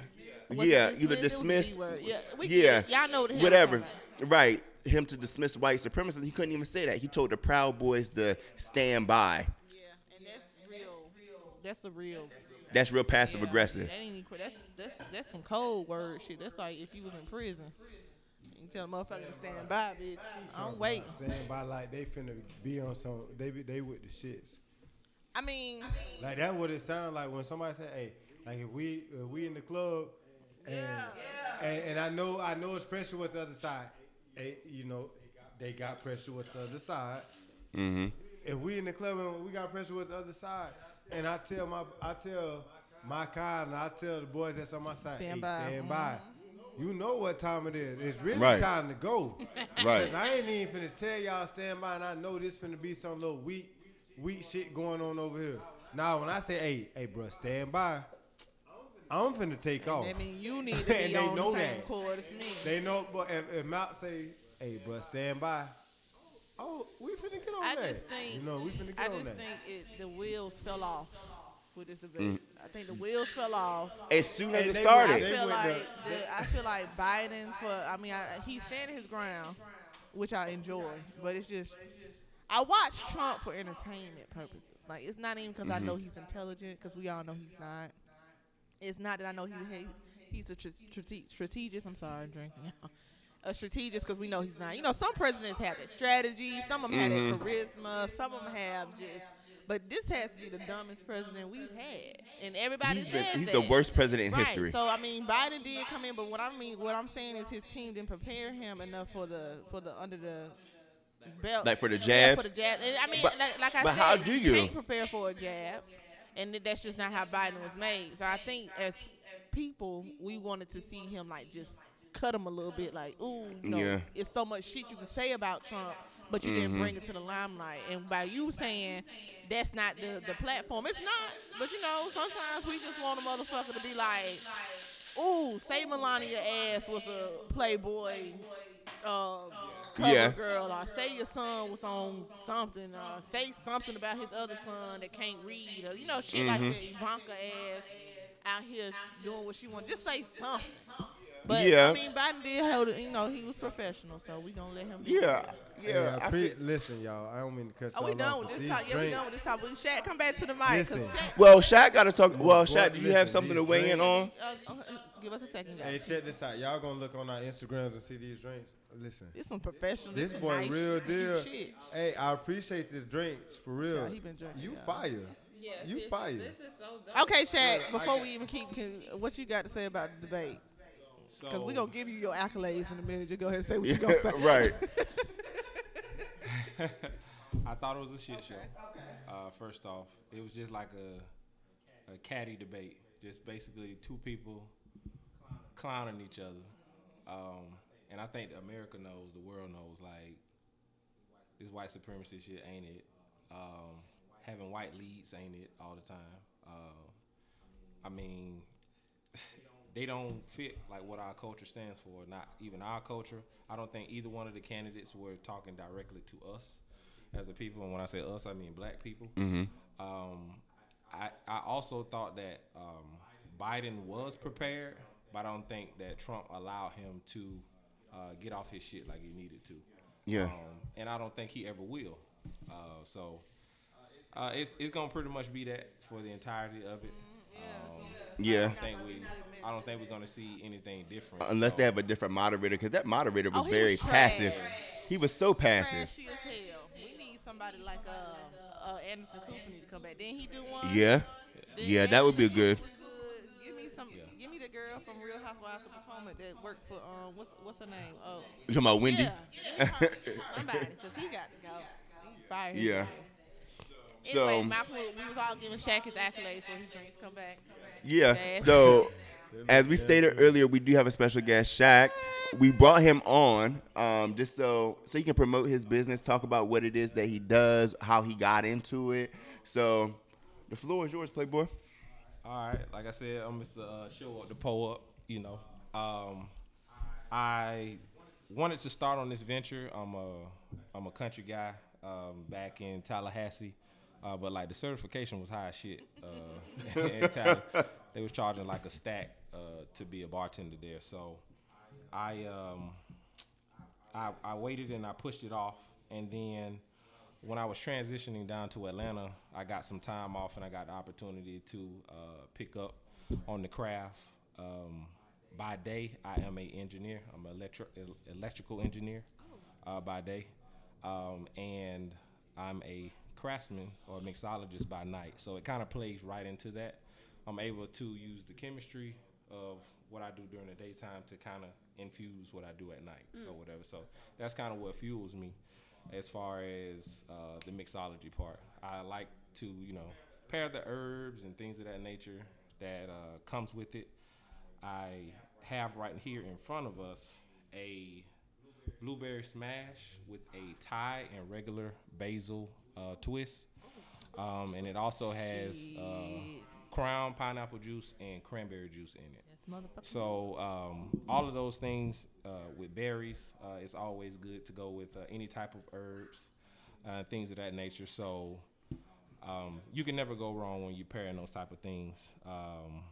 [SPEAKER 2] yeah, either
[SPEAKER 5] dismissed.
[SPEAKER 2] dismiss.
[SPEAKER 5] Yeah, we
[SPEAKER 2] yeah,
[SPEAKER 5] get it. y'all know the hell
[SPEAKER 2] whatever.
[SPEAKER 5] I'm talking
[SPEAKER 2] Right, him to dismiss white supremacists. He couldn't even say that. He told the Proud Boys to stand by.
[SPEAKER 5] about. Yeah, and that's real. That's a real.
[SPEAKER 2] That's real passive aggressive.
[SPEAKER 5] That ain't even, cra- that's, that's that's some cold word shit. That's like if you was in prison, you tell a motherfucker to stand by, bitch. I'm waiting.
[SPEAKER 4] Stand by like they finna be on some. They be they with the shits.
[SPEAKER 5] I mean,
[SPEAKER 4] Like that what it sounds like when somebody say, "Hey, like if we if we in the club, and, and and I know I know it's pressure with the other side. Hey, you know they got pressure with the other side. If we in the club and we got pressure with the other side, and I tell my I tell my guy and I tell the boys that's on my side,
[SPEAKER 5] Stand
[SPEAKER 4] hey,
[SPEAKER 5] by. Mm-hmm.
[SPEAKER 4] stand by. You know what time it is. It's really
[SPEAKER 2] Right.
[SPEAKER 4] time to go.
[SPEAKER 2] Right.
[SPEAKER 4] Cause I ain't even finna tell y'all stand by, and I know this finna be some little weak, weak shit going on over here. Now when I say, hey, hey, bro, stand by, I'm finna take off.
[SPEAKER 5] I mean, you need to
[SPEAKER 4] And
[SPEAKER 5] be
[SPEAKER 4] they
[SPEAKER 5] on
[SPEAKER 4] know
[SPEAKER 5] the same
[SPEAKER 4] that.
[SPEAKER 5] chord as me.
[SPEAKER 4] They know, but if, if Mount say, hey, bro, stand by, oh, we finna get on
[SPEAKER 5] I
[SPEAKER 4] that.
[SPEAKER 5] just think-
[SPEAKER 4] you know, we finna get
[SPEAKER 5] I
[SPEAKER 4] on
[SPEAKER 5] just
[SPEAKER 4] that.
[SPEAKER 5] think it, the wheels fell off with this debate. I think the wheels fell off.
[SPEAKER 2] As soon as
[SPEAKER 4] And
[SPEAKER 2] it
[SPEAKER 4] they
[SPEAKER 5] I
[SPEAKER 4] went-
[SPEAKER 2] started,
[SPEAKER 4] they-
[SPEAKER 5] feel like
[SPEAKER 4] went the-
[SPEAKER 5] the, I feel like Biden for I mean I, he's standing his ground, which I enjoy, but it's just I watch Trump for entertainment purposes. Like it's not even because I
[SPEAKER 2] Mm-hmm.
[SPEAKER 5] know he's intelligent, because we all know he's not. It's not that I know he's he, he's a tr- strate- strategist. I'm sorry, I'm drinking. A strategist because we know
[SPEAKER 2] Mm-hmm.
[SPEAKER 5] he's not. You know, some presidents have that strategy. Some of them have that charisma. Some of them have just But this has to be the dumbest president we've had, and everybody
[SPEAKER 2] He's the,
[SPEAKER 5] says
[SPEAKER 2] he's
[SPEAKER 5] that.
[SPEAKER 2] the worst president in
[SPEAKER 5] Right.
[SPEAKER 2] history.
[SPEAKER 5] So I mean, Biden did come in, but what I mean, what I'm saying is his team didn't prepare him enough for the for the under the belt,
[SPEAKER 2] Like for the
[SPEAKER 5] Yeah,
[SPEAKER 2] jabs?
[SPEAKER 5] for the jab. And I mean,
[SPEAKER 2] But-
[SPEAKER 5] like, like I
[SPEAKER 2] but
[SPEAKER 5] said,
[SPEAKER 2] how do you?
[SPEAKER 5] can't prepare for a jab, and th- that's just not how Biden was made. So I think as people, we wanted to see him like just cut him a little bit, like ooh, you know,
[SPEAKER 2] Yeah.
[SPEAKER 5] it's so much shit you can say about Trump, but you didn't bring it to the limelight. And by you saying that's not the, the platform, it's not. But you know, sometimes we just want a motherfucker to be like, ooh, say Melania ass was a Playboy uh, cover
[SPEAKER 2] Yeah.
[SPEAKER 5] girl, or say your son was on something, or say something about his other son that can't read, or you know, shit like that.
[SPEAKER 2] Mm-hmm.
[SPEAKER 5] Ivanka ass out here doing what she wants. Just say something. But
[SPEAKER 2] Yeah.
[SPEAKER 5] I mean, Biden did hold it. You know, he was professional, so we gonna let him. Be
[SPEAKER 2] Yeah, yeah.
[SPEAKER 4] Yeah,
[SPEAKER 2] I
[SPEAKER 4] pre-
[SPEAKER 2] feel-
[SPEAKER 4] listen, y'all. I don't mean to cut
[SPEAKER 5] Are
[SPEAKER 4] y'all
[SPEAKER 5] Oh, we
[SPEAKER 4] off,
[SPEAKER 5] done
[SPEAKER 4] but
[SPEAKER 5] with this
[SPEAKER 4] these
[SPEAKER 5] talk? Yeah, we
[SPEAKER 4] drinks-
[SPEAKER 5] done with this talk. Well, Shaq, come back to the mic. 'cause
[SPEAKER 4] Listen.
[SPEAKER 5] Shaq-
[SPEAKER 2] well, Shaq got to talk. Well,
[SPEAKER 4] boy,
[SPEAKER 2] Shaq, do you have
[SPEAKER 4] listen,
[SPEAKER 2] something to
[SPEAKER 4] these
[SPEAKER 2] weigh in
[SPEAKER 4] drinks-
[SPEAKER 2] on?
[SPEAKER 5] uh, uh, give us a second,
[SPEAKER 4] Hey,
[SPEAKER 5] guys.
[SPEAKER 4] check this out. Y'all gonna look on our Instagrams and see these drinks. Listen,
[SPEAKER 5] This some professional.
[SPEAKER 4] this
[SPEAKER 5] some
[SPEAKER 4] boy
[SPEAKER 5] nice,
[SPEAKER 4] real
[SPEAKER 5] some
[SPEAKER 4] deal.
[SPEAKER 5] cute Shit.
[SPEAKER 4] Hey, I appreciate this drinks for real.
[SPEAKER 5] Child, he been drinking,
[SPEAKER 4] you
[SPEAKER 5] y'all.
[SPEAKER 4] fire.
[SPEAKER 3] Yes,
[SPEAKER 4] you
[SPEAKER 3] this,
[SPEAKER 4] fire.
[SPEAKER 3] This is so dumb.
[SPEAKER 5] Okay, Shaq. Before we even keep, can- what you got to say about the debate? Because
[SPEAKER 6] So-
[SPEAKER 5] we gonna give you your accolades in a minute. Just go ahead and say what you gonna say.
[SPEAKER 2] Oh. right.
[SPEAKER 6] I thought it was a shit show. Uh, first off, it was just like a a caddy debate. Just basically two people clowning each other. Um, and I think America knows, the world knows, like this white supremacy shit ain't it. Um, having white leads ain't it all the time. Uh, I mean, they don't fit like what our culture stands for. Not even our culture. I don't think either one of the candidates were talking directly to us as a people. And when I say us, I mean black people. Um, I I also thought that um, Biden was prepared, but I don't think that Trump allowed him to uh, get off his shit like he needed to.
[SPEAKER 2] Yeah.
[SPEAKER 6] Um, and I don't think he ever will. Uh, so. Uh, it's it's gonna pretty much be that for the entirety of it. Um,
[SPEAKER 2] Yeah.
[SPEAKER 6] I don't think we. I don't think we're gonna see anything different.
[SPEAKER 2] Unless
[SPEAKER 6] so-
[SPEAKER 2] they have a different moderator, because that moderator was
[SPEAKER 5] Oh, he
[SPEAKER 2] very
[SPEAKER 5] was trash.
[SPEAKER 2] passive. He was so passive.
[SPEAKER 5] Trashy as hell. We need somebody like uh, uh Anderson Cooper need to come back. Didn't he do one?
[SPEAKER 2] Yeah.
[SPEAKER 5] Then
[SPEAKER 2] Yeah, that would be
[SPEAKER 5] Anderson
[SPEAKER 2] good.
[SPEAKER 5] Cooper was good. Give me some. Give me the girl from Real Housewives of Potomac that worked for um what's what's her name? Oh,
[SPEAKER 2] You talking about Wendy?
[SPEAKER 5] yeah. Give me her- give me Somebody, because he got to go. He fired his
[SPEAKER 2] Yeah.
[SPEAKER 5] ass.
[SPEAKER 2] So-
[SPEAKER 5] Anyway, Michael, we was all giving Shaq his accolades when his drinks come back.
[SPEAKER 2] Yeah.
[SPEAKER 5] Yes.
[SPEAKER 2] So, as we stated earlier, we do have a special guest, Shaq. We brought him on um, just so so he can promote his business, talk about what it is that he does, how he got into it. So, the floor is yours, Playboy.
[SPEAKER 6] All right, like I said, I'm Mr. Uh, show up to pull up. You know, um, I wanted to start on this venture. I'm a I'm a country guy um, back in Tallahassee, uh, but like the certification was high as shit. Uh, in Tally. They was charging like a stack uh, to be a bartender there, so I um, I, I waited and I pushed it off, and then when I was transitioning down to Atlanta, I got some time off and I got the opportunity to uh, pick up on the craft. Um, by day, I am a engineer. I'm an electri- el- electrical engineer uh, by day, um, and I'm a craftsman or mixologist by night. So it kind of plays right into that. I'm able to use the chemistry of what I do during the daytime to kind of infuse what I do at night or whatever. So that's kind of what fuels me as far as uh, the mixology part. I like to, you know, pair the herbs and things of that nature that uh, comes with it. I have right here in front of us a blueberry smash with a Thai and regular basil uh, twist. Um, and it also has uh, crown pineapple juice and cranberry juice in it. So um, all of those things uh, with berries, uh, it's always good to go with uh, any type of herbs, uh, things of that nature. So um, you can never go wrong when you're pairing those type of things. Um,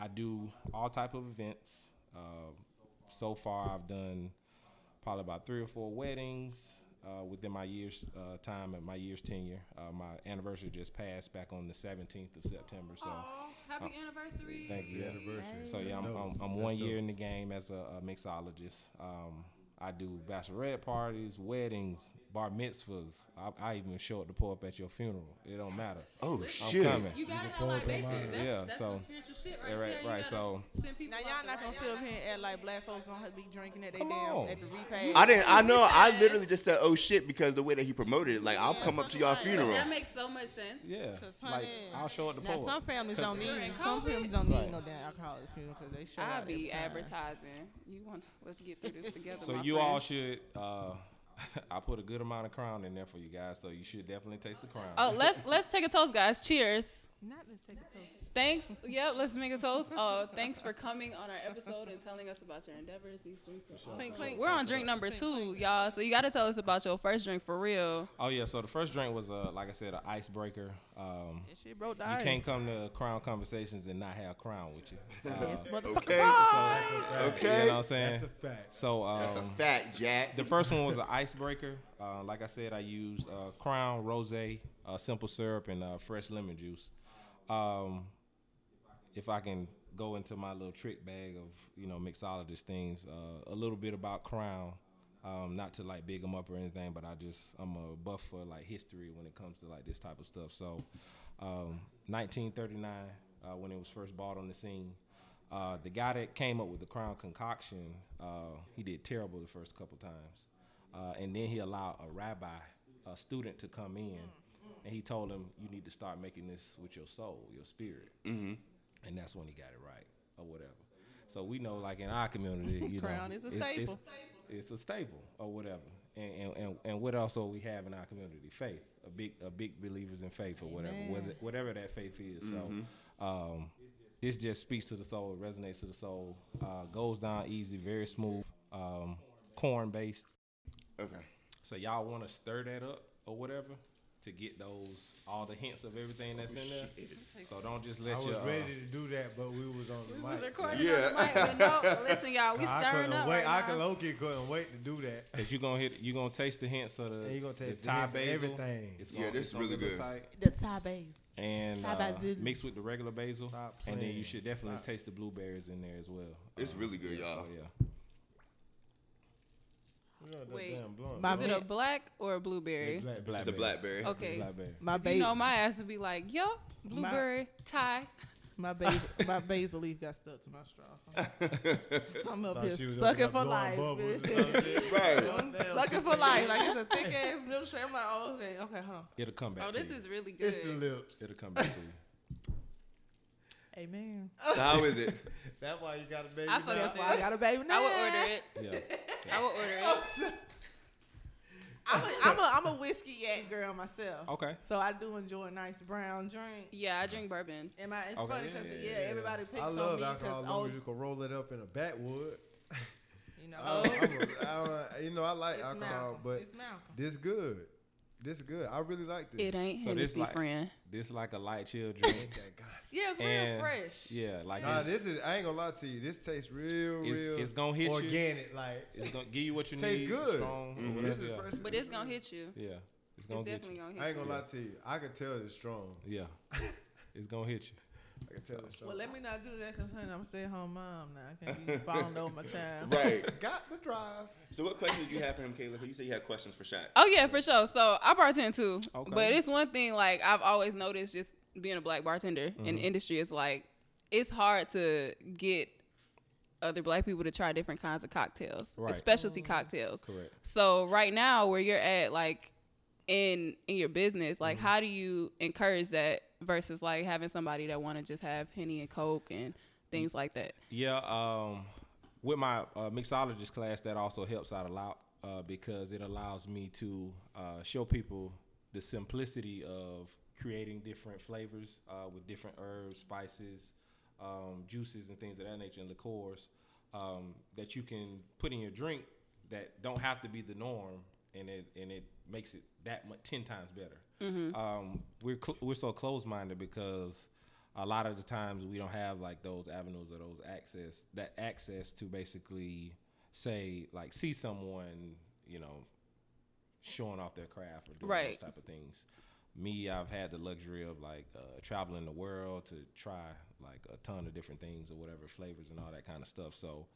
[SPEAKER 6] I do all type of events. Uh, so far, I've done probably about three or four weddings uh, within my year's uh, time and my year's tenure. Uh, my anniversary just passed back on the 17th of September. So.
[SPEAKER 3] Aw, happy anniversary.
[SPEAKER 6] Thank you.
[SPEAKER 4] anniversary.
[SPEAKER 6] So yeah, I'm,
[SPEAKER 4] dope.
[SPEAKER 6] I'm, I'm
[SPEAKER 4] That's
[SPEAKER 6] one year
[SPEAKER 4] dope.
[SPEAKER 6] in the game as a, a mixologist. Um, I do bachelorette parties, weddings, bar mitzvahs. I, I even show up to pull up at your funeral. It don't matter.
[SPEAKER 2] Oh
[SPEAKER 6] I'm
[SPEAKER 2] shit.
[SPEAKER 6] coming.
[SPEAKER 3] You gotta have
[SPEAKER 4] pull up in
[SPEAKER 3] libations.
[SPEAKER 4] line.
[SPEAKER 3] That's,
[SPEAKER 6] Yeah,
[SPEAKER 3] that's
[SPEAKER 6] so-
[SPEAKER 3] some spiritual shit right
[SPEAKER 6] Yeah, right,
[SPEAKER 3] there. You
[SPEAKER 6] right,
[SPEAKER 3] gotta
[SPEAKER 6] so-
[SPEAKER 3] send people
[SPEAKER 5] Now
[SPEAKER 3] out
[SPEAKER 5] y'all
[SPEAKER 3] the
[SPEAKER 5] not
[SPEAKER 3] right-
[SPEAKER 5] gonna sit up here and act like black folks don't have to be drinking at they
[SPEAKER 6] Come
[SPEAKER 5] damn
[SPEAKER 6] on.
[SPEAKER 5] at the repast.
[SPEAKER 2] I didn't. I know. I literally just said, "Oh shit," because the way that he promoted it, like, "I'll come up to y'all funeral."
[SPEAKER 3] That makes so much sense.
[SPEAKER 6] Yeah.
[SPEAKER 5] 'Cause,
[SPEAKER 6] Like
[SPEAKER 5] honey,
[SPEAKER 6] I'll show up to
[SPEAKER 5] Now
[SPEAKER 6] pull
[SPEAKER 5] some
[SPEAKER 6] up.
[SPEAKER 5] families don't need
[SPEAKER 3] During
[SPEAKER 5] some
[SPEAKER 3] COVID?
[SPEAKER 5] families don't need
[SPEAKER 6] Right.
[SPEAKER 5] no damn alcohol at the funeral because they show
[SPEAKER 3] I'll
[SPEAKER 5] out
[SPEAKER 3] be
[SPEAKER 5] every time.
[SPEAKER 3] advertising. You want? Let's get through this together.
[SPEAKER 6] So
[SPEAKER 3] my
[SPEAKER 6] you
[SPEAKER 3] friend.
[SPEAKER 6] all should. Uh, I put a good amount of crown in there for you guys, so you should definitely taste the crown.
[SPEAKER 3] Oh, let's let's take a toast, guys. Cheers.
[SPEAKER 5] Not let's take a toast.
[SPEAKER 3] Thanks. Yep, let's make a toast. Uh, thanks for coming on our episode and telling us about your endeavors. These drinks are
[SPEAKER 5] Clink,
[SPEAKER 3] awesome.
[SPEAKER 5] clink.
[SPEAKER 3] We're on drink number two, y'all. So you got to tell us about your first drink for real.
[SPEAKER 6] Oh yeah. So the first drink was uh, like I said, an icebreaker. Um,
[SPEAKER 5] That shit broke the
[SPEAKER 6] you
[SPEAKER 5] ice.
[SPEAKER 6] can't come to crown conversations and not have crown with you. Uh,
[SPEAKER 5] Yes, motherfucker.
[SPEAKER 2] Okay.
[SPEAKER 6] You know
[SPEAKER 2] Okay.
[SPEAKER 6] what I'm saying?
[SPEAKER 4] That's a fact.
[SPEAKER 6] So um,
[SPEAKER 2] That's a fact, Jack.
[SPEAKER 6] The first one was an icebreaker. Uh, like I said, I used uh, Crown, Rose, uh, simple syrup, and uh, fresh lemon juice. Um, if I can go into my little trick bag of you know mixologist things, uh, a little bit about Crown. Um, not to like big them up or anything, but I just I'm a buff for like history when it comes to like this type of stuff. So, um, 1939 uh, when it was first bought on the scene. Uh, the guy that came up with the Crown concoction, uh, he did terrible the first couple times, uh, and then he allowed a rabbi, a student, to come in, and he told him, "You need to start making this with your soul, your spirit," mm-hmm. and that's when he got it right, or whatever. So we know, like in our community, you
[SPEAKER 5] Crown
[SPEAKER 6] know,
[SPEAKER 5] is a
[SPEAKER 6] It's,
[SPEAKER 5] staple.
[SPEAKER 6] it's a staple, or whatever. And, and, and, and what else are we have in our community? Faith. A big a big believers in faith, or whatever, whether, whatever that faith is.
[SPEAKER 4] Mm-hmm.
[SPEAKER 6] So. Um, this just speaks to the soul, resonates to the soul, uh, goes down easy, very smooth, um, corn based.
[SPEAKER 2] Okay.
[SPEAKER 6] So y'all want to stir that up or whatever to get those all the hints of everything that's in there. So don't just
[SPEAKER 4] I
[SPEAKER 6] let
[SPEAKER 4] was
[SPEAKER 6] your. uh,
[SPEAKER 4] ready to do that, but we was on the
[SPEAKER 3] We
[SPEAKER 4] mic.
[SPEAKER 3] was recording
[SPEAKER 2] Yeah.
[SPEAKER 3] on the mic, but no, listen, y'all, we
[SPEAKER 4] I
[SPEAKER 3] stirring
[SPEAKER 4] couldn't
[SPEAKER 3] up
[SPEAKER 4] wait.
[SPEAKER 3] right
[SPEAKER 4] I
[SPEAKER 3] now.
[SPEAKER 4] could low key couldn't wait to do that.
[SPEAKER 6] Cause you gonna hit, you gonna taste the hints of the,
[SPEAKER 4] Yeah, you gonna
[SPEAKER 6] the
[SPEAKER 4] taste the
[SPEAKER 6] Thai
[SPEAKER 4] hints of
[SPEAKER 6] basil.
[SPEAKER 4] everything.
[SPEAKER 6] It's
[SPEAKER 2] Yeah, this
[SPEAKER 6] it's
[SPEAKER 2] is really
[SPEAKER 6] look
[SPEAKER 2] good.
[SPEAKER 6] tight.
[SPEAKER 5] The Thai basil.
[SPEAKER 6] And
[SPEAKER 5] Thai
[SPEAKER 6] uh,
[SPEAKER 5] basil.
[SPEAKER 6] mix with the regular basil,
[SPEAKER 4] Stop
[SPEAKER 6] and then you
[SPEAKER 4] playing.
[SPEAKER 6] should definitely
[SPEAKER 4] Stop.
[SPEAKER 6] taste the blueberries in there as well.
[SPEAKER 2] It's
[SPEAKER 6] Um,
[SPEAKER 2] really good, y'all.
[SPEAKER 6] Oh yeah.
[SPEAKER 3] Wait.
[SPEAKER 5] My
[SPEAKER 3] Is it a black or a blueberry?
[SPEAKER 6] Black
[SPEAKER 2] It's a blackberry.
[SPEAKER 3] Okay.
[SPEAKER 6] Blackberry.
[SPEAKER 5] My
[SPEAKER 3] 'Cause You know,
[SPEAKER 5] basil.
[SPEAKER 3] my ass would be like, yup, blueberry, Thai.
[SPEAKER 5] My basil. my basil leaf got stuck to my straw. I'm up
[SPEAKER 4] Thought she
[SPEAKER 5] here
[SPEAKER 4] was
[SPEAKER 5] sucking
[SPEAKER 4] up
[SPEAKER 5] for
[SPEAKER 4] blowing
[SPEAKER 5] life,
[SPEAKER 4] bubbles or
[SPEAKER 5] bitch.
[SPEAKER 2] Right.
[SPEAKER 5] I'm sucking for life. Like it's a thick ass milkshake. I'm like, oh, okay, okay, hold on.
[SPEAKER 6] It'll come back.
[SPEAKER 3] Oh,
[SPEAKER 6] to
[SPEAKER 3] this
[SPEAKER 6] you.
[SPEAKER 3] is really
[SPEAKER 4] It's the
[SPEAKER 3] good.
[SPEAKER 4] lips.
[SPEAKER 6] It'll come back to you.
[SPEAKER 5] Amen.
[SPEAKER 2] So how is it?
[SPEAKER 4] That's why you got a baby.
[SPEAKER 3] I fucked
[SPEAKER 4] now.
[SPEAKER 5] That's why I got a baby now.
[SPEAKER 3] I would order it.
[SPEAKER 6] Yeah.
[SPEAKER 3] I would order it.
[SPEAKER 5] I'm a, I'm a, I'm a whiskey yak girl myself.
[SPEAKER 6] Okay.
[SPEAKER 5] So I do enjoy a nice brown drink.
[SPEAKER 3] Yeah, I drink bourbon.
[SPEAKER 5] Am I? It's
[SPEAKER 6] Okay,
[SPEAKER 5] funny
[SPEAKER 6] yeah,
[SPEAKER 5] because yeah,
[SPEAKER 6] yeah,
[SPEAKER 5] everybody picks
[SPEAKER 4] I
[SPEAKER 5] on
[SPEAKER 4] love
[SPEAKER 5] me
[SPEAKER 4] alcohol
[SPEAKER 5] because
[SPEAKER 4] as long
[SPEAKER 5] oh,
[SPEAKER 4] as you can roll it up in a backwood.
[SPEAKER 5] you know,
[SPEAKER 3] Oh.
[SPEAKER 4] I'm a, I'm a, you know, I like
[SPEAKER 5] it's
[SPEAKER 4] alcohol,
[SPEAKER 5] Malcolm.
[SPEAKER 4] but
[SPEAKER 5] it's Malcolm.
[SPEAKER 4] this good. This good. I really like this.
[SPEAKER 3] It ain't
[SPEAKER 6] So this
[SPEAKER 3] Hennessy,
[SPEAKER 6] like-
[SPEAKER 3] friend.
[SPEAKER 6] This like a light chill drink.
[SPEAKER 4] Ain't that gosh.
[SPEAKER 5] Yeah, it's real
[SPEAKER 6] and
[SPEAKER 5] fresh.
[SPEAKER 6] Yeah, like
[SPEAKER 4] Nah,
[SPEAKER 6] it's,
[SPEAKER 4] this is. I ain't gonna lie to you. This tastes real,
[SPEAKER 6] It's-
[SPEAKER 4] real.
[SPEAKER 6] it's gonna hit you.
[SPEAKER 4] organic, like
[SPEAKER 6] it's gonna give you what you
[SPEAKER 4] tastes
[SPEAKER 6] need.
[SPEAKER 4] good. Mm-hmm.
[SPEAKER 6] Strong or whatever.
[SPEAKER 4] This is
[SPEAKER 6] yeah.
[SPEAKER 4] fresh.
[SPEAKER 3] But it's gonna hit you.
[SPEAKER 6] yeah, it's gonna
[SPEAKER 3] It's
[SPEAKER 6] get
[SPEAKER 3] definitely
[SPEAKER 6] you.
[SPEAKER 3] gonna hit
[SPEAKER 4] I ain't
[SPEAKER 3] you.
[SPEAKER 4] gonna lie to you. I could tell it's strong.
[SPEAKER 6] Yeah, it's gonna hit you.
[SPEAKER 4] I could tell it's strong.
[SPEAKER 5] Well, let me not do that because honey, I'm a stay-at-home mom now. I can't be falling over my child.
[SPEAKER 2] Right.
[SPEAKER 4] Got the drive.
[SPEAKER 2] So what questions do you have for him, Kayla? 'Cause You said you had questions for Shaq.
[SPEAKER 3] Oh yeah, for sure. So I bartend too,
[SPEAKER 6] Okay.
[SPEAKER 3] but it's one thing like I've always noticed just being a black bartender
[SPEAKER 6] Mm-hmm.
[SPEAKER 3] in the industry is like it's hard to get other black people to try different kinds of cocktails,
[SPEAKER 6] Right.
[SPEAKER 3] specialty
[SPEAKER 4] Oh.
[SPEAKER 3] cocktails.
[SPEAKER 6] Correct.
[SPEAKER 3] So right now, where you're at, like in in your business, like
[SPEAKER 6] Mm-hmm.
[SPEAKER 3] how do you encourage that versus like having somebody that want to just have henny and coke and things like that?
[SPEAKER 6] Yeah. Um, with my uh, mixologist class, that also helps out a lot uh, because it allows me to uh, show people the simplicity of creating different flavors uh, with different herbs, spices, um, juices, and things of that nature, and liqueurs um, that you can put in your drink that don't have to be the norm, and it and it makes it that much ten times better. Um, we're cl- we're so closed minded because a lot of the times we don't have like those avenues or those access that access to basically say like see someone you know showing off their craft or doing
[SPEAKER 3] Right.
[SPEAKER 6] those type of things. Me, I've had the luxury of like uh, traveling the world to try like a ton of different things or whatever flavors and all that kind of stuff. So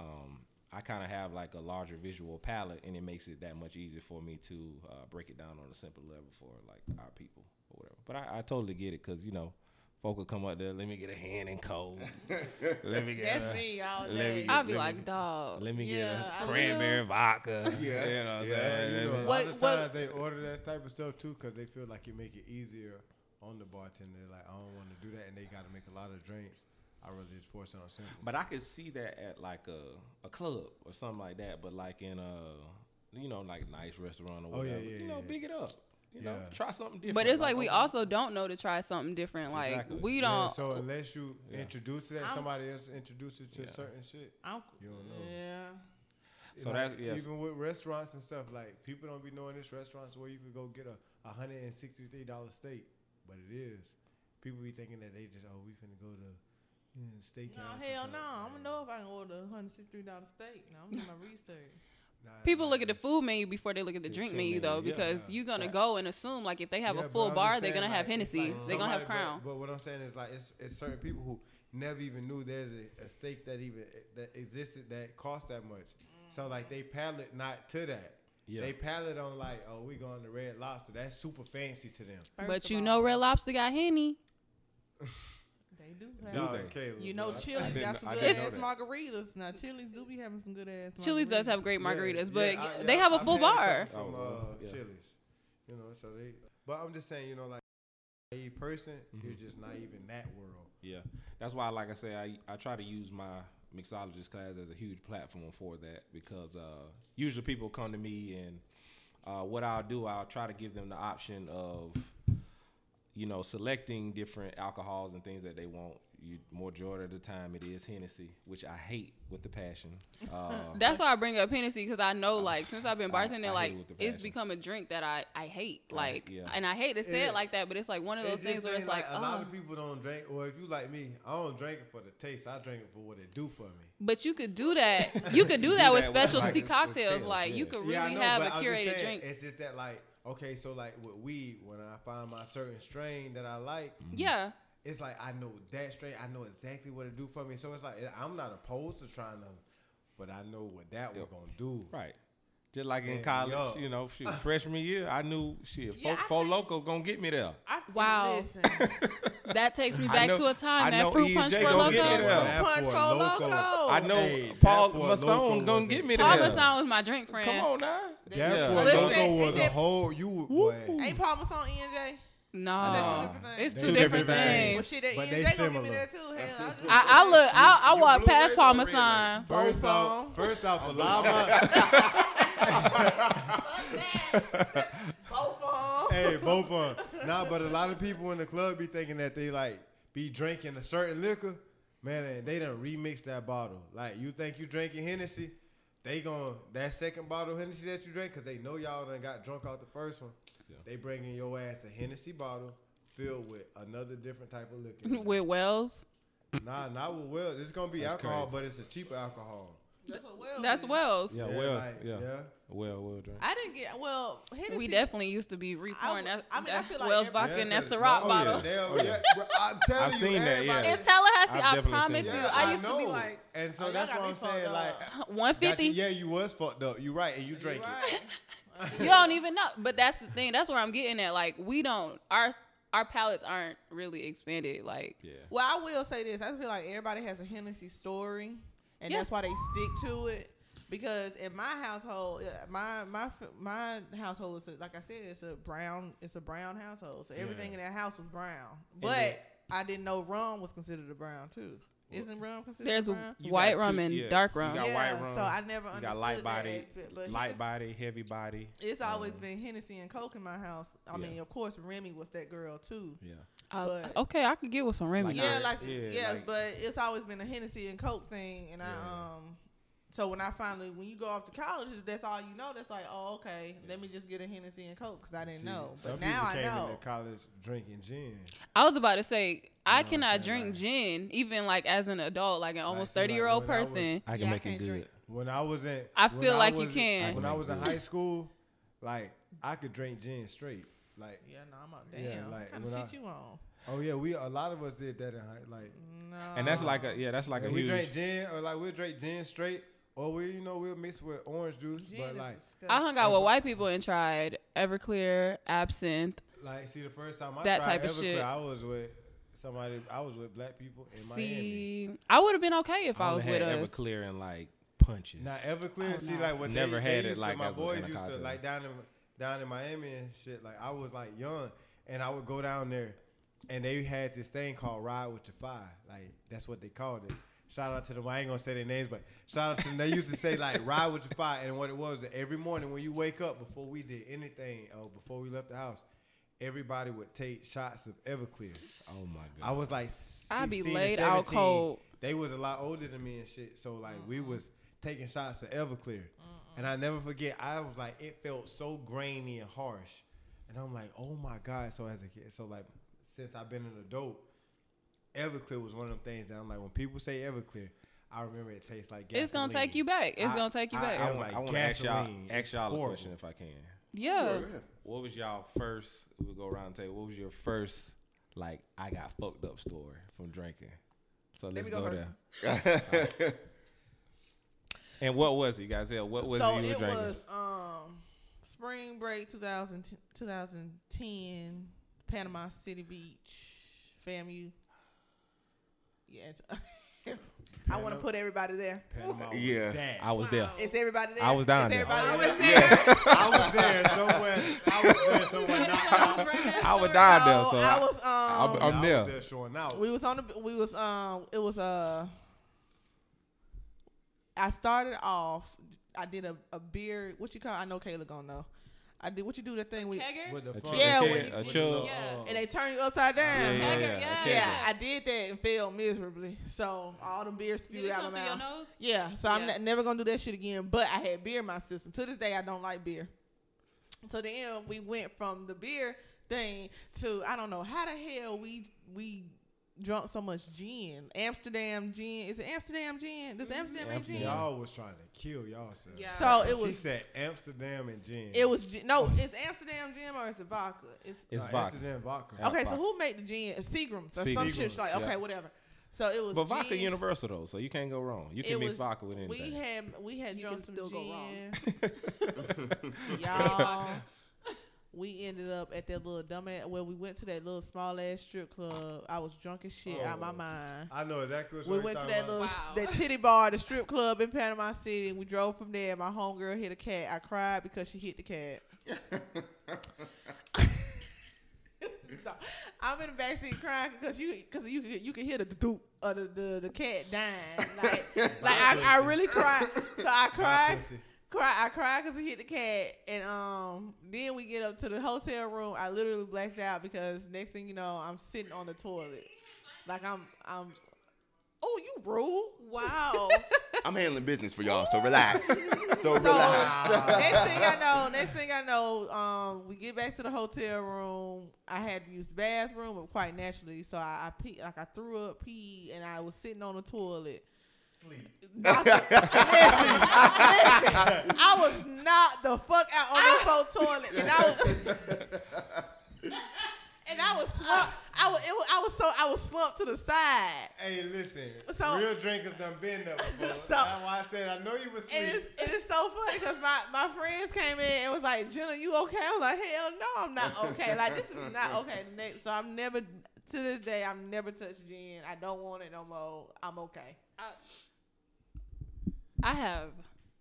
[SPEAKER 6] um, I kind of have like a larger visual palette, and it makes it that much easier for me to uh, break it down on a simple level for like our people or whatever. But I, I totally get it because you know, folk will come up there. Let me get a hand in cold. let me get
[SPEAKER 5] That's
[SPEAKER 6] a,
[SPEAKER 5] me all
[SPEAKER 6] let
[SPEAKER 5] day.
[SPEAKER 6] me
[SPEAKER 3] I'll be
[SPEAKER 6] let
[SPEAKER 3] like,
[SPEAKER 6] me-
[SPEAKER 3] dog.
[SPEAKER 6] Let me
[SPEAKER 5] Yeah, I
[SPEAKER 6] get a cranberry vodka.
[SPEAKER 2] Yeah.
[SPEAKER 6] you know what I'm
[SPEAKER 4] Yeah,
[SPEAKER 6] saying?
[SPEAKER 4] you
[SPEAKER 6] Let
[SPEAKER 4] know,
[SPEAKER 6] me-
[SPEAKER 4] a
[SPEAKER 5] What-
[SPEAKER 4] lot of
[SPEAKER 5] what-
[SPEAKER 4] times they order that type of stuff too because they feel like it make it easier on the bartender. Like I don't want to do that, and they got to make a lot of drinks. I rather just pour something simple.
[SPEAKER 6] But I could see that at like a, a club or something like that. But like in a you know like nice restaurant or
[SPEAKER 4] Oh, yeah,
[SPEAKER 6] whatever.
[SPEAKER 4] yeah,
[SPEAKER 6] you know,
[SPEAKER 4] yeah.
[SPEAKER 6] big it up. You know,
[SPEAKER 4] Yeah.
[SPEAKER 6] try something different.
[SPEAKER 3] But it's like we
[SPEAKER 6] okay,
[SPEAKER 3] also don't know to try something different. Like
[SPEAKER 6] Exactly.
[SPEAKER 3] we
[SPEAKER 4] Yeah,
[SPEAKER 3] don't.
[SPEAKER 4] so unless you introduce that,
[SPEAKER 5] I'm-
[SPEAKER 4] somebody else introduces to
[SPEAKER 6] Yeah.
[SPEAKER 4] certain shit.
[SPEAKER 5] I'm-
[SPEAKER 4] You don't know.
[SPEAKER 5] Yeah.
[SPEAKER 6] So
[SPEAKER 4] Like,
[SPEAKER 6] that's- yes.
[SPEAKER 4] even with restaurants and stuff. Like people don't be knowing this restaurants where you could go get a hundred and sixty three dollar steak, but it is. People be thinking that they just oh we finna go to mm, steakhouse.
[SPEAKER 5] No,
[SPEAKER 4] or
[SPEAKER 5] hell
[SPEAKER 4] something.
[SPEAKER 5] no. I'm gonna know if I can order a hundred sixty three dollar steak. No, I'm doing my research.
[SPEAKER 4] Nah,
[SPEAKER 3] People
[SPEAKER 4] nah,
[SPEAKER 3] look at the
[SPEAKER 4] that's-
[SPEAKER 3] food menu before they look at the
[SPEAKER 6] The
[SPEAKER 3] drink
[SPEAKER 6] food
[SPEAKER 3] menu,
[SPEAKER 6] menu,
[SPEAKER 3] though,
[SPEAKER 6] yeah.
[SPEAKER 3] because you're gonna
[SPEAKER 6] Facts.
[SPEAKER 3] go and assume like if they have
[SPEAKER 4] Yeah,
[SPEAKER 3] a
[SPEAKER 4] but
[SPEAKER 3] full
[SPEAKER 4] I'm
[SPEAKER 3] bar,
[SPEAKER 4] just
[SPEAKER 3] they're
[SPEAKER 4] saying,
[SPEAKER 3] gonna
[SPEAKER 4] like,
[SPEAKER 3] have
[SPEAKER 4] it's
[SPEAKER 3] Hennessy,
[SPEAKER 4] like
[SPEAKER 3] they're gonna have
[SPEAKER 4] somebody-
[SPEAKER 3] Crown.
[SPEAKER 4] But, but what I'm saying is like it's, it's certain people who never even knew there's a, a steak that even that existed that cost that much. So like they palate not to that.
[SPEAKER 6] Yeah.
[SPEAKER 4] They palate on like oh we going to Red Lobster. That's super fancy to them.
[SPEAKER 5] First
[SPEAKER 3] but
[SPEAKER 5] of
[SPEAKER 3] you
[SPEAKER 5] all,
[SPEAKER 3] know, Red Lobster got Henny.
[SPEAKER 5] they do. Have,
[SPEAKER 6] Dude,
[SPEAKER 4] Dog,
[SPEAKER 6] they?
[SPEAKER 4] Caleb,
[SPEAKER 5] you know,
[SPEAKER 4] bro.
[SPEAKER 5] Chili's
[SPEAKER 6] didn't-
[SPEAKER 5] got some
[SPEAKER 6] I
[SPEAKER 5] good
[SPEAKER 6] didn't
[SPEAKER 5] ass
[SPEAKER 6] know
[SPEAKER 5] margaritas. Now, Chili's do be having some good ass.
[SPEAKER 3] Chili's does
[SPEAKER 5] margaritas.
[SPEAKER 3] have great
[SPEAKER 4] Yeah,
[SPEAKER 3] margaritas,
[SPEAKER 4] yeah,
[SPEAKER 3] but
[SPEAKER 4] I- yeah,
[SPEAKER 3] they have a
[SPEAKER 4] I've
[SPEAKER 3] full
[SPEAKER 4] had
[SPEAKER 3] bar.
[SPEAKER 4] couple From,
[SPEAKER 6] Oh,
[SPEAKER 4] uh,
[SPEAKER 6] yeah.
[SPEAKER 4] Chili's, you know. So they. But I'm just saying, you know, like a person, you're just not even that world.
[SPEAKER 6] Yeah, that's why, like I say, I I try to use my mixologist class as a huge platform for that because uh, usually people come to me and uh, what I'll do, I'll try to give them the option of you know selecting different alcohols and things that they want. You majority of the time it is Hennessy, which I hate with the passion. Uh,
[SPEAKER 3] That's why I bring up Hennessy because I know, like, since I've been
[SPEAKER 6] I- I
[SPEAKER 3] bartending,
[SPEAKER 6] hate it
[SPEAKER 3] like,
[SPEAKER 6] with the
[SPEAKER 3] it's
[SPEAKER 6] passion.
[SPEAKER 3] become a drink that I, I hate, like,
[SPEAKER 6] yeah.
[SPEAKER 3] and I hate to say
[SPEAKER 4] Yeah.
[SPEAKER 3] it like that, but it's like one of those
[SPEAKER 4] It's just
[SPEAKER 3] things where it's like,
[SPEAKER 4] a lot
[SPEAKER 3] oh.
[SPEAKER 4] of people don't drink, or if you like me, I don't drink it for the taste. I drink it for what it do for me.
[SPEAKER 3] But you could do that. You could do that with
[SPEAKER 6] that with,
[SPEAKER 3] specialty
[SPEAKER 6] like,
[SPEAKER 3] cocktails.
[SPEAKER 6] cocktails,
[SPEAKER 3] Like, you
[SPEAKER 6] yeah.
[SPEAKER 3] could really
[SPEAKER 4] yeah, I know,
[SPEAKER 3] have
[SPEAKER 4] but
[SPEAKER 3] a
[SPEAKER 4] I'm just
[SPEAKER 3] curated
[SPEAKER 4] saying,
[SPEAKER 3] drink.
[SPEAKER 4] It's just that like okay, so like with weed, when I find my certain strain that I like,
[SPEAKER 3] Yeah.
[SPEAKER 4] it's like I know that strain. I know exactly what it do for me. So it's like I'm not opposed to trying them, but I know what that was
[SPEAKER 6] Yep.
[SPEAKER 4] gonna do.
[SPEAKER 6] Right. Just like in
[SPEAKER 4] Yeah,
[SPEAKER 6] college,
[SPEAKER 4] yo.
[SPEAKER 6] you know, shoot, freshman year, I knew shit.
[SPEAKER 5] Yeah, I
[SPEAKER 6] fo, Four Loco gonna get me there.
[SPEAKER 5] I think,
[SPEAKER 3] Wow.
[SPEAKER 5] Listen,
[SPEAKER 3] That takes me
[SPEAKER 6] I
[SPEAKER 3] back
[SPEAKER 6] know-
[SPEAKER 3] to a time
[SPEAKER 6] I know
[SPEAKER 3] that fruit
[SPEAKER 6] E&J
[SPEAKER 3] punch for
[SPEAKER 6] gonna
[SPEAKER 3] loco.
[SPEAKER 6] get me there.
[SPEAKER 4] That
[SPEAKER 5] Punch
[SPEAKER 4] for
[SPEAKER 5] for
[SPEAKER 4] Loco.
[SPEAKER 5] loco.
[SPEAKER 6] I know
[SPEAKER 4] Hey,
[SPEAKER 6] Paul
[SPEAKER 4] that boy Loco
[SPEAKER 6] Masson gonna
[SPEAKER 4] wasn't-
[SPEAKER 6] get me there.
[SPEAKER 3] Oh, Paul Masson was my drink friend.
[SPEAKER 6] Come on now.
[SPEAKER 4] That
[SPEAKER 6] Yeah.
[SPEAKER 4] for
[SPEAKER 5] Well, it's
[SPEAKER 4] Loco
[SPEAKER 5] that-
[SPEAKER 4] was
[SPEAKER 5] it's
[SPEAKER 4] a
[SPEAKER 5] that-
[SPEAKER 4] whole you boy.
[SPEAKER 5] Ain't E Paul Masson ENJ? Is that two
[SPEAKER 3] No,
[SPEAKER 5] different things?
[SPEAKER 3] it's two,
[SPEAKER 6] Two
[SPEAKER 3] different,
[SPEAKER 6] different
[SPEAKER 3] things.
[SPEAKER 5] Well, shit, that
[SPEAKER 4] But they
[SPEAKER 5] ENJ gonna give me
[SPEAKER 4] similar.
[SPEAKER 5] there too. Hell, I just.
[SPEAKER 3] I, I look. I, I
[SPEAKER 6] you
[SPEAKER 3] walk
[SPEAKER 6] blue
[SPEAKER 3] past
[SPEAKER 6] label
[SPEAKER 3] Paul
[SPEAKER 6] or red
[SPEAKER 3] Masson.
[SPEAKER 4] First
[SPEAKER 5] Both
[SPEAKER 4] off,
[SPEAKER 5] of 'em.
[SPEAKER 4] first off, a llama.
[SPEAKER 5] Fuck that. Both of 'em.
[SPEAKER 4] hey, both of 'em. Nah, but a lot of people in the club be thinking that they like be drinking a certain liquor. Man, and they done remix that bottle. Like you think you drinking Hennessy, they gon' that second bottle of Hennessy that you drink, cause they know y'all done got drunk out the first one.
[SPEAKER 6] Yeah.
[SPEAKER 4] They bringing your ass a Hennessy bottle filled with another different type of liquor.
[SPEAKER 3] With Wells,
[SPEAKER 4] nah, not with well. It's gonna be
[SPEAKER 6] That's
[SPEAKER 4] alcohol,
[SPEAKER 6] crazy.
[SPEAKER 4] but it's a cheaper alcohol.
[SPEAKER 5] That's what Wells
[SPEAKER 3] that's
[SPEAKER 5] is.
[SPEAKER 3] Wells.
[SPEAKER 6] Yeah, well,
[SPEAKER 4] like,
[SPEAKER 6] yeah. Well, well, drink.
[SPEAKER 5] I didn't get well. Hennessy,
[SPEAKER 3] We definitely used to be re-pouring
[SPEAKER 5] would-
[SPEAKER 3] that,
[SPEAKER 5] I mean, I
[SPEAKER 3] that
[SPEAKER 5] feel like
[SPEAKER 3] Wells
[SPEAKER 5] every-
[SPEAKER 3] vodka
[SPEAKER 4] Yeah,
[SPEAKER 3] in that
[SPEAKER 4] 'cause-
[SPEAKER 3] Ciroc
[SPEAKER 4] oh,
[SPEAKER 3] bottle.
[SPEAKER 4] Yeah, damn, yeah, bro, I'm telling
[SPEAKER 6] I've
[SPEAKER 4] you,
[SPEAKER 6] seen that, yeah.
[SPEAKER 4] everybody-
[SPEAKER 3] In Tallahassee,
[SPEAKER 6] I've
[SPEAKER 3] I,
[SPEAKER 6] definitely
[SPEAKER 3] promise you,
[SPEAKER 6] seen
[SPEAKER 4] Yeah,
[SPEAKER 6] that.
[SPEAKER 3] I used to be
[SPEAKER 4] know.
[SPEAKER 3] like
[SPEAKER 4] and so
[SPEAKER 5] "Oh, y'all
[SPEAKER 4] that's
[SPEAKER 5] got
[SPEAKER 4] what
[SPEAKER 5] me
[SPEAKER 4] I'm saying.
[SPEAKER 5] fucked
[SPEAKER 4] Like,
[SPEAKER 5] up."
[SPEAKER 3] one
[SPEAKER 4] got
[SPEAKER 3] fifty.
[SPEAKER 4] you, yeah, you was fucked up. You right, and you drank it.
[SPEAKER 5] Right.
[SPEAKER 3] You don't even know. But that's the thing. That's where I'm getting at. Like we don't our our palates aren't really expanded. Like
[SPEAKER 6] Yeah.
[SPEAKER 5] Well, I will say this. I feel like everybody has a Hennessy story, and
[SPEAKER 3] Yeah.
[SPEAKER 5] that's why they stick to it. Because in my household, uh, my my f- my household is a, like I said, it's a brown it's a brown household. So everything in that house was brown. But
[SPEAKER 6] then-
[SPEAKER 5] I didn't know rum was considered a brown too. Isn't rum considered
[SPEAKER 3] there's
[SPEAKER 5] a brown?
[SPEAKER 6] You
[SPEAKER 3] white
[SPEAKER 6] got
[SPEAKER 3] rum
[SPEAKER 6] two-
[SPEAKER 3] and
[SPEAKER 6] yeah,
[SPEAKER 3] dark
[SPEAKER 6] you
[SPEAKER 3] rum.
[SPEAKER 6] got white
[SPEAKER 5] Yeah,
[SPEAKER 6] rum,
[SPEAKER 5] so I never
[SPEAKER 6] You got light
[SPEAKER 5] understood that
[SPEAKER 6] body,
[SPEAKER 5] aspect, but
[SPEAKER 6] light
[SPEAKER 5] Hennessy-
[SPEAKER 6] body, heavy body.
[SPEAKER 5] It's always
[SPEAKER 6] um,
[SPEAKER 5] been Hennessy and Coke in my house. I
[SPEAKER 6] yeah.
[SPEAKER 5] mean, of course, Remy was that girl too.
[SPEAKER 6] Yeah.
[SPEAKER 3] Uh,
[SPEAKER 5] But-
[SPEAKER 3] okay, I could get with some Remy.
[SPEAKER 6] Like
[SPEAKER 5] yeah,
[SPEAKER 6] our-
[SPEAKER 5] like
[SPEAKER 6] yeah,
[SPEAKER 5] yeah,
[SPEAKER 6] like-
[SPEAKER 5] but it's always been a Hennessy and Coke thing, and I um. So when I finally, when you go off to college, if that's all you know. That's like, oh, okay. Let me just get a Hennessy and Coke because I didn't
[SPEAKER 4] See,
[SPEAKER 5] know,
[SPEAKER 4] some
[SPEAKER 5] but now
[SPEAKER 4] people
[SPEAKER 5] I
[SPEAKER 4] came
[SPEAKER 5] know.
[SPEAKER 4] into college drinking gin.
[SPEAKER 3] I was about to say I
[SPEAKER 4] what I'm
[SPEAKER 3] cannot
[SPEAKER 4] saying?
[SPEAKER 3] drink gin, even like as an adult, like an almost
[SPEAKER 4] see, like,
[SPEAKER 3] thirty year old
[SPEAKER 4] when I was-
[SPEAKER 3] person.
[SPEAKER 6] I can
[SPEAKER 5] Yeah, I
[SPEAKER 6] make it
[SPEAKER 5] can't
[SPEAKER 6] good.
[SPEAKER 5] drink.
[SPEAKER 4] When I was in,
[SPEAKER 3] I
[SPEAKER 4] when
[SPEAKER 3] feel like you
[SPEAKER 4] was in-
[SPEAKER 3] can.
[SPEAKER 4] When I was in high school, like I could drink gin straight. Like,
[SPEAKER 5] Yeah, no, I'm out. Damn,
[SPEAKER 4] Yeah, like,
[SPEAKER 5] what kind of
[SPEAKER 4] when I-
[SPEAKER 5] shit you on?
[SPEAKER 4] oh yeah, we a lot of us did that in high. Like,
[SPEAKER 5] No,
[SPEAKER 6] And that's like a yeah, that's like
[SPEAKER 4] if
[SPEAKER 6] a
[SPEAKER 4] we
[SPEAKER 6] huge.
[SPEAKER 4] drank gin or like we drink gin straight. Or we, you know, we'll mix with orange juice,
[SPEAKER 5] Gin
[SPEAKER 4] but
[SPEAKER 5] is
[SPEAKER 4] like,
[SPEAKER 5] disgusting.
[SPEAKER 3] I hung out with white people and tried Everclear, absinthe,
[SPEAKER 4] like see the first time I
[SPEAKER 3] That
[SPEAKER 4] tried
[SPEAKER 3] type of
[SPEAKER 4] Everclear,
[SPEAKER 3] shit.
[SPEAKER 4] I was with somebody. I was with black people in Miami.
[SPEAKER 3] see, I would have been okay if I, was with us.
[SPEAKER 6] Everclear and like punches.
[SPEAKER 4] Now Everclear, see like what
[SPEAKER 6] Never
[SPEAKER 4] they,
[SPEAKER 6] had
[SPEAKER 4] they
[SPEAKER 6] it
[SPEAKER 4] used to-
[SPEAKER 6] like
[SPEAKER 4] my
[SPEAKER 6] as a-
[SPEAKER 4] boys
[SPEAKER 6] in a
[SPEAKER 4] used to
[SPEAKER 6] cocktail.
[SPEAKER 4] like down in down in Miami and shit. Like I was like young, and I would go down there, and they had this thing called Ride with the Fire. Like that's what they called it. Shout out to them. I ain't gonna say their names, but shout out to them. They used to say like Ride with the Fire, and what it was every morning when you wake up before we did anything, or before we left the house, everybody would take shots of Everclear.
[SPEAKER 6] oh my
[SPEAKER 4] I
[SPEAKER 6] god.
[SPEAKER 4] was like,
[SPEAKER 3] I be
[SPEAKER 4] 16 or
[SPEAKER 3] laid out
[SPEAKER 4] 17.
[SPEAKER 3] cold.
[SPEAKER 4] They was a lot older than me and shit, so like we was taking shots of Everclear, and I never forget. I was like, it felt so grainy and harsh, and I'm like, oh my god. So as a kid, so like since I've been an adult, Everclear was one of them things that I'm like, when people say Everclear, I remember it tastes like. Gasoline.
[SPEAKER 3] It's gonna take you back. It's
[SPEAKER 4] I-
[SPEAKER 3] gonna take you
[SPEAKER 4] I-
[SPEAKER 3] back.
[SPEAKER 6] I,
[SPEAKER 4] I'm
[SPEAKER 6] want,
[SPEAKER 4] like,
[SPEAKER 6] I want to ask y'all,
[SPEAKER 4] gasoline
[SPEAKER 6] ask
[SPEAKER 4] is
[SPEAKER 6] y'all a
[SPEAKER 4] horrible.
[SPEAKER 6] question if I can.
[SPEAKER 3] yeah.
[SPEAKER 6] What was y'all first? We'll go around the table. What was your first like I got fucked up story from drinking? So let's
[SPEAKER 5] me
[SPEAKER 6] go,
[SPEAKER 5] go first.
[SPEAKER 6] there. And what was it? You guys tell what was
[SPEAKER 5] so
[SPEAKER 6] it you were
[SPEAKER 5] it
[SPEAKER 6] drinking?
[SPEAKER 5] was um spring break 2010, 2010 Panama City Beach, FAMU. Yeah, it's- I want to put everybody there.
[SPEAKER 4] Panama was
[SPEAKER 2] Yeah.
[SPEAKER 4] That.
[SPEAKER 6] I was there.
[SPEAKER 5] Is everybody there?
[SPEAKER 6] I was down
[SPEAKER 5] Is
[SPEAKER 6] there.
[SPEAKER 5] everybody there?
[SPEAKER 4] I was there somewhere. I was there somewhere. Not,
[SPEAKER 3] I was right next
[SPEAKER 6] I was
[SPEAKER 3] door.
[SPEAKER 6] down there,
[SPEAKER 5] So
[SPEAKER 6] so
[SPEAKER 5] I
[SPEAKER 6] I-
[SPEAKER 5] was um
[SPEAKER 6] I'm
[SPEAKER 4] I
[SPEAKER 6] there.
[SPEAKER 4] was there showing out.
[SPEAKER 5] We was on the. We was um. It was Uh, I started off. I did a, a beer. What you call? I know Kayla gonna know. I did. What you do that thing with?
[SPEAKER 3] Kegger?
[SPEAKER 4] With the
[SPEAKER 6] A
[SPEAKER 4] fuck? Oh.
[SPEAKER 5] Yeah,
[SPEAKER 6] chicken,
[SPEAKER 5] when you-
[SPEAKER 6] a
[SPEAKER 5] when you-
[SPEAKER 6] chub.
[SPEAKER 3] Yeah.
[SPEAKER 5] And they turn you upside down.
[SPEAKER 6] yeah,
[SPEAKER 3] Kegger,
[SPEAKER 6] yeah,
[SPEAKER 3] yeah.
[SPEAKER 6] a
[SPEAKER 5] Yeah,
[SPEAKER 6] kegger.
[SPEAKER 5] I did that and failed miserably. So all them beers
[SPEAKER 3] Did it
[SPEAKER 5] spewed out
[SPEAKER 3] come
[SPEAKER 5] of
[SPEAKER 3] through
[SPEAKER 5] my
[SPEAKER 3] your
[SPEAKER 5] mouth.
[SPEAKER 3] nose?
[SPEAKER 5] Yeah, so I'm
[SPEAKER 3] Yeah.
[SPEAKER 5] not, never gonna do that shit again. But I had beer in my system. To this day, I don't like beer. So then we went from the beer thing to I don't know how the hell we we drunk so much gin. Amsterdam gin is it Amsterdam gin? Does Amsterdam make gin?
[SPEAKER 6] Amsterdam.
[SPEAKER 4] Y'all was trying to kill y'all selves.
[SPEAKER 3] Yeah.
[SPEAKER 5] So it
[SPEAKER 4] She
[SPEAKER 5] was
[SPEAKER 4] said Amsterdam and gin.
[SPEAKER 5] it was gin- no. It's Amsterdam gin or is it vodka? It's
[SPEAKER 6] It's
[SPEAKER 4] No,
[SPEAKER 6] vodka.
[SPEAKER 4] Amsterdam vodka.
[SPEAKER 6] Yeah.
[SPEAKER 5] okay. So
[SPEAKER 6] vodka.
[SPEAKER 5] who made the gin? Seagrams or some
[SPEAKER 6] Seagram's,
[SPEAKER 5] shit like
[SPEAKER 6] yeah.
[SPEAKER 5] okay, whatever. So it was
[SPEAKER 6] But vodka
[SPEAKER 5] gin.
[SPEAKER 6] universal though, so you can't go wrong. You can mix vodka with anything.
[SPEAKER 5] We had we had
[SPEAKER 3] You
[SPEAKER 5] drunk
[SPEAKER 3] can
[SPEAKER 5] some
[SPEAKER 3] still
[SPEAKER 5] gin.
[SPEAKER 3] go wrong.
[SPEAKER 5] Y'all, we ended up at that little dumb ass. Well, we went to that little small ass strip club. I was drunk as shit out my
[SPEAKER 4] Oh.
[SPEAKER 5] mind.
[SPEAKER 4] I know exactly what
[SPEAKER 5] We
[SPEAKER 4] you're
[SPEAKER 5] went to
[SPEAKER 4] talking
[SPEAKER 5] that
[SPEAKER 4] about.
[SPEAKER 5] little
[SPEAKER 3] Wow.
[SPEAKER 5] that titty bar, the strip club in Panama City. We drove from there. My homegirl hit a cat. I cried because she hit the cat. so I'm in the backseat crying because you because you could- you can hear the doop of the, the the cat dying. Like like I, I really cried. So I
[SPEAKER 4] Hot
[SPEAKER 5] cried
[SPEAKER 4] pussy.
[SPEAKER 5] cry. I cried because he hit the cat, and um, then we get up to the hotel room. I literally blacked out because next thing you know, I'm sitting on the toilet, like I'm I'm. Oh, you rude!
[SPEAKER 3] Wow.
[SPEAKER 2] I'm handling business for y'all, so relax. So
[SPEAKER 5] So
[SPEAKER 2] relax.
[SPEAKER 5] next thing I know, next thing I know, um, we get back to the hotel room. I had to use the bathroom, but quite naturally, so I, I pee, like I threw up, pee, and I was sitting on the toilet. Knocked the- listen, listen, I was not the fuck out on that folk toilet, and I was. And I was slumped. I was, it was. I was so. I was slumped to the side.
[SPEAKER 4] Hey, listen.
[SPEAKER 5] So-
[SPEAKER 4] real drinkers done been there before.
[SPEAKER 5] So-
[SPEAKER 4] That's why I said I know you was
[SPEAKER 5] And it's,
[SPEAKER 4] sleep.
[SPEAKER 5] and it's so funny because my, my friends came in and was like, Jenna, you okay? I was like, hell no, I'm not okay. Like, this is not okay. The Next, so I'm never, to this day, I'm never touched gin. I don't want it no more. I'm okay.
[SPEAKER 3] I have,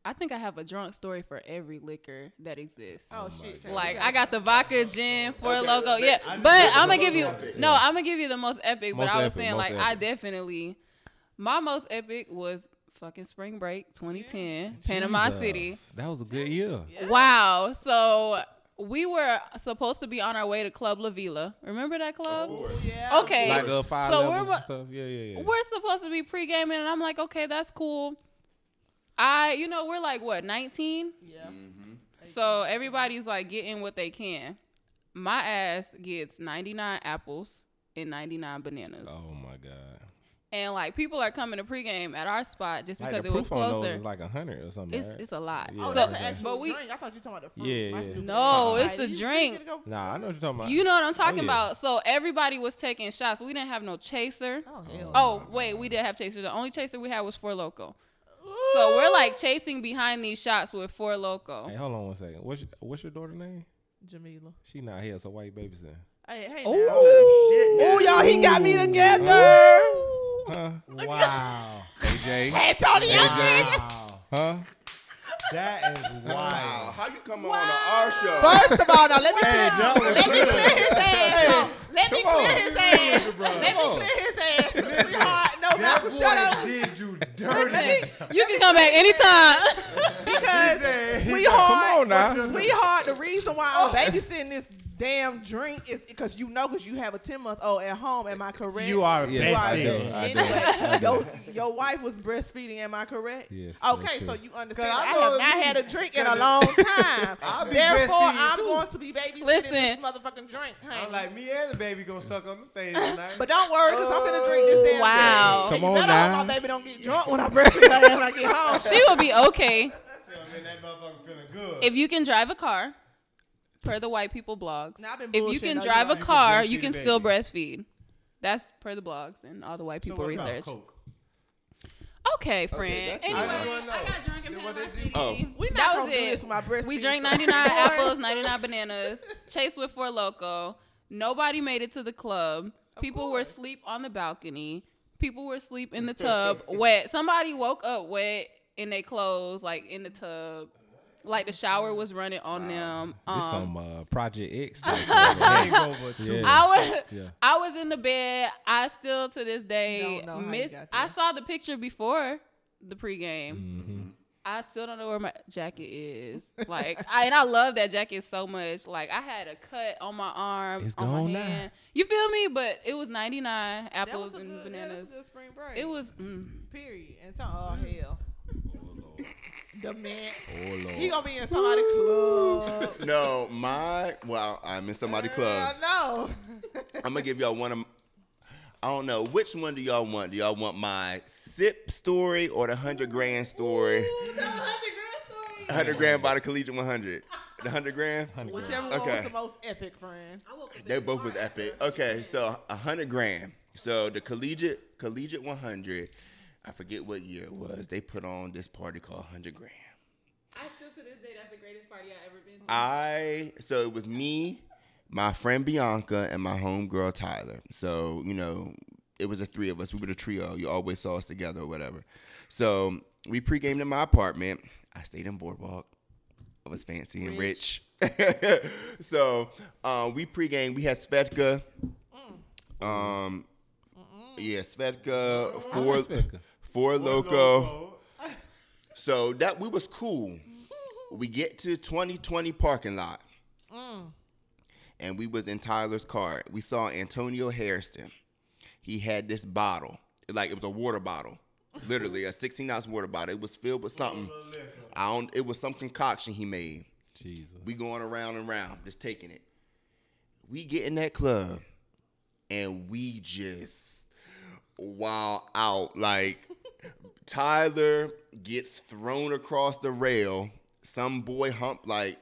[SPEAKER 3] I think I have a drunk story for every liquor that exists.
[SPEAKER 5] Oh, shit. Kayla,
[SPEAKER 3] Like
[SPEAKER 5] you
[SPEAKER 3] I got the vodka gin for a
[SPEAKER 2] Okay,
[SPEAKER 3] logo,
[SPEAKER 2] okay.
[SPEAKER 3] yeah.
[SPEAKER 2] I
[SPEAKER 3] But
[SPEAKER 2] just-
[SPEAKER 3] I'm
[SPEAKER 2] most
[SPEAKER 3] gonna give you
[SPEAKER 2] epic.
[SPEAKER 3] no. I'm gonna give you the most epic.
[SPEAKER 6] Most
[SPEAKER 3] but I was
[SPEAKER 6] epic,
[SPEAKER 3] saying
[SPEAKER 6] most
[SPEAKER 3] like I
[SPEAKER 6] epic.
[SPEAKER 3] definitely, my most epic was fucking spring break 2010, Panama
[SPEAKER 6] Jesus,
[SPEAKER 3] City.
[SPEAKER 6] That was a good year.
[SPEAKER 3] Wow. So we were supposed to be on our way to Club La Villa. Remember that club?
[SPEAKER 2] Oh,
[SPEAKER 5] Yeah.
[SPEAKER 3] Okay.
[SPEAKER 6] Like the five
[SPEAKER 3] So we're
[SPEAKER 6] levels
[SPEAKER 3] wa-
[SPEAKER 6] and stuff. Yeah, yeah, yeah.
[SPEAKER 3] we're supposed to be pre-gaming and i'm like okay that's cool i you know we're like what 19
[SPEAKER 5] Yeah.
[SPEAKER 2] Mm. mm-hmm.
[SPEAKER 3] so everybody's like getting what they can my ass gets 99 apples and 99 bananas
[SPEAKER 6] Oh my god.
[SPEAKER 3] and like people are coming to pregame at our spot just
[SPEAKER 6] Like
[SPEAKER 3] because
[SPEAKER 6] the
[SPEAKER 3] it was
[SPEAKER 6] proof on those
[SPEAKER 3] closer
[SPEAKER 6] is like a hundred or something.
[SPEAKER 3] it's
[SPEAKER 6] right?
[SPEAKER 3] it's a lot
[SPEAKER 6] Yeah.
[SPEAKER 5] Oh,
[SPEAKER 3] so
[SPEAKER 5] that's an
[SPEAKER 6] okay.
[SPEAKER 5] actual
[SPEAKER 3] but we
[SPEAKER 5] drink. I thought you were talking about the fruit.
[SPEAKER 6] Yeah,
[SPEAKER 5] My
[SPEAKER 6] yeah.
[SPEAKER 5] stupid
[SPEAKER 3] No,
[SPEAKER 5] ass.
[SPEAKER 3] it's the
[SPEAKER 5] you- you
[SPEAKER 3] drink.
[SPEAKER 5] get to go-
[SPEAKER 6] nah, I know what you're talking about.
[SPEAKER 3] you know what i'm talking
[SPEAKER 6] Oh, yeah.
[SPEAKER 3] about so everybody was taking shots we didn't have no chaser
[SPEAKER 5] Oh, hell.
[SPEAKER 3] oh wait we did have chaser the only chaser we had was for loco So we're like chasing behind these shots with Four Loco.
[SPEAKER 6] Hey, hold on one second. What's your, what's your daughter name?
[SPEAKER 5] Jamila.
[SPEAKER 6] She not here, so why you babysitting?
[SPEAKER 5] Hey, hey.
[SPEAKER 3] Ooh.
[SPEAKER 2] Shit,
[SPEAKER 5] Ooh,
[SPEAKER 2] man.
[SPEAKER 5] y'all, he got me together.
[SPEAKER 6] Huh?
[SPEAKER 4] Wow.
[SPEAKER 6] AJ?
[SPEAKER 5] Antonio.
[SPEAKER 4] Wow.
[SPEAKER 6] Huh?
[SPEAKER 4] That is
[SPEAKER 2] Wow,
[SPEAKER 4] wild.
[SPEAKER 2] Uh, how you come on our show?
[SPEAKER 5] First of all, now let me clear,
[SPEAKER 4] that was
[SPEAKER 5] let me
[SPEAKER 4] good.
[SPEAKER 5] clear his ass. up. let me
[SPEAKER 6] come
[SPEAKER 5] clear
[SPEAKER 6] on.
[SPEAKER 5] his ass.
[SPEAKER 4] Listen, bro.
[SPEAKER 5] Let me
[SPEAKER 6] Come on.
[SPEAKER 5] clear his ass. Sweetheart, no,
[SPEAKER 4] That
[SPEAKER 5] Malcolm, shut up.
[SPEAKER 4] boy did you
[SPEAKER 5] Let
[SPEAKER 4] dirty.
[SPEAKER 5] me-
[SPEAKER 3] You can come back anytime.
[SPEAKER 5] because
[SPEAKER 4] said- he
[SPEAKER 5] sweetheart,
[SPEAKER 6] said, "Come on now." Oh.
[SPEAKER 5] sweetheart, the reason why I'm babysitting this damn drink is because you know, because you have a ten month old at home. Am I correct?
[SPEAKER 1] You are
[SPEAKER 6] Yes,
[SPEAKER 5] You are
[SPEAKER 6] I do.
[SPEAKER 1] bestie.
[SPEAKER 5] dead.
[SPEAKER 6] I do.
[SPEAKER 5] Anyway,
[SPEAKER 6] I do.
[SPEAKER 5] Your, your wife was breastfeeding. Am I correct?
[SPEAKER 6] Yes, that's
[SPEAKER 5] Okay,
[SPEAKER 6] true.
[SPEAKER 5] so you understand.
[SPEAKER 4] Cause I
[SPEAKER 5] I,
[SPEAKER 4] know
[SPEAKER 5] have
[SPEAKER 4] it
[SPEAKER 5] not
[SPEAKER 4] be-
[SPEAKER 5] had a drink in a
[SPEAKER 4] cause it-
[SPEAKER 5] long time.
[SPEAKER 4] I be
[SPEAKER 5] Therefore,
[SPEAKER 4] breastfeeding
[SPEAKER 5] I'm
[SPEAKER 4] too.
[SPEAKER 5] going to be babysitting
[SPEAKER 3] Listen.
[SPEAKER 5] this motherfucking drink. honey.
[SPEAKER 4] I'm like, me and the baby gonna suck on the face tonight.
[SPEAKER 5] But don't worry, because I'm going to drink this damn
[SPEAKER 3] Oh, Wow.
[SPEAKER 5] drink. And
[SPEAKER 6] Come on
[SPEAKER 5] you better hope
[SPEAKER 6] now.
[SPEAKER 5] my baby don't get drunk when I breastfeed her when I get home.
[SPEAKER 3] she will be okay
[SPEAKER 4] Man, that motherfucker feeling good.
[SPEAKER 3] if you can drive a car. Per the white people blogs,
[SPEAKER 5] Nah, I've been
[SPEAKER 3] if you can
[SPEAKER 5] bullshitting.
[SPEAKER 3] drive
[SPEAKER 5] You
[SPEAKER 3] a
[SPEAKER 5] can
[SPEAKER 3] car,
[SPEAKER 4] breastfeed
[SPEAKER 3] you
[SPEAKER 4] a
[SPEAKER 3] can
[SPEAKER 4] baby.
[SPEAKER 3] still breastfeed. That's per the blogs and all the white
[SPEAKER 4] So
[SPEAKER 3] people
[SPEAKER 4] what about
[SPEAKER 3] research.
[SPEAKER 4] Coke?
[SPEAKER 3] Okay, friend.
[SPEAKER 2] that's
[SPEAKER 3] anyway,
[SPEAKER 2] enough. I
[SPEAKER 3] I,
[SPEAKER 4] just wanna know.
[SPEAKER 3] got drunk and
[SPEAKER 4] Then
[SPEAKER 3] had
[SPEAKER 4] what
[SPEAKER 3] my
[SPEAKER 4] they do?
[SPEAKER 3] CD.
[SPEAKER 2] Oh.
[SPEAKER 5] We not
[SPEAKER 3] that
[SPEAKER 5] gonna
[SPEAKER 3] was
[SPEAKER 5] do
[SPEAKER 3] it.
[SPEAKER 5] this with my breastfeeding
[SPEAKER 3] we drank
[SPEAKER 5] story.
[SPEAKER 3] 99 apples, 99 bananas, chased with Four Loco. Nobody made it to the club. People were asleep on the balcony. People were asleep in the tub, wet. Somebody woke up wet in their clothes, like in the tub. Like the shower was running on them.
[SPEAKER 6] This
[SPEAKER 3] Um,
[SPEAKER 6] some uh, Project X. stuff going on.
[SPEAKER 4] Hangover too.
[SPEAKER 6] Yeah.
[SPEAKER 3] I was
[SPEAKER 6] Yeah.
[SPEAKER 3] I was in the bed. I still to this day
[SPEAKER 5] Don't know how you
[SPEAKER 3] miss.
[SPEAKER 5] got there. Mm.
[SPEAKER 3] I saw the picture before the pregame.
[SPEAKER 6] Mhm.
[SPEAKER 3] I still don't know where my jacket is. Like, I, and I love that jacket so much. Like, I had a cut on my arm,
[SPEAKER 6] It's
[SPEAKER 3] on
[SPEAKER 6] gone
[SPEAKER 3] my
[SPEAKER 6] now.
[SPEAKER 3] hand. You feel me? But it was 99
[SPEAKER 5] That
[SPEAKER 3] apples
[SPEAKER 5] was a
[SPEAKER 3] and
[SPEAKER 5] good, yeah,
[SPEAKER 3] bananas.
[SPEAKER 5] that's a good spring break.
[SPEAKER 3] it was. Mm.
[SPEAKER 5] Period. And so, oh hell. The man.
[SPEAKER 6] Oh, Lord.
[SPEAKER 5] He gonna be in somebody's club.
[SPEAKER 2] No, my well, I'm in somebody's club.
[SPEAKER 5] Uh, Hell no.
[SPEAKER 2] I'm gonna give y'all one of. m- I don't know which one do y'all want. Do y'all want my sip story or the hundred grand story? Hundred grand by the collegiate 100. The hundred grand.
[SPEAKER 5] Whichever one
[SPEAKER 2] Okay.
[SPEAKER 5] was the most epic, friend.
[SPEAKER 2] They both was epic. Okay, so a hundred grand. So the collegiate collegiate 100. I forget what year it was. They put on this party called hundred grand.
[SPEAKER 3] I still to this day, that's the greatest party I've ever been to.
[SPEAKER 2] I so it was me, my friend Bianca, and my homegirl Tyler. So you know, it was the three of us. We were the trio. You always saw us together or whatever. So we pre-gamed in my apartment. I stayed in Boardwalk. I was fancy and rich. so uh, we pre-gamed. We had Svetka. Um, yeah, Svetka. Four,
[SPEAKER 6] Svetka.
[SPEAKER 2] four loco.
[SPEAKER 4] Loco.
[SPEAKER 2] So that we was cool. We get to 2020 parking lot. Mm. And we was in Tyler's car. We saw Antonio Harrison. He had this bottle. Like it was a water bottle. Literally a 16 ounce water bottle. It was filled with something. I don't it was some concoction he made.
[SPEAKER 6] Jesus.
[SPEAKER 2] We going around and round, just taking it. We get in that club and we just wow out. Like Tyler gets thrown across the rail. Some boy hump like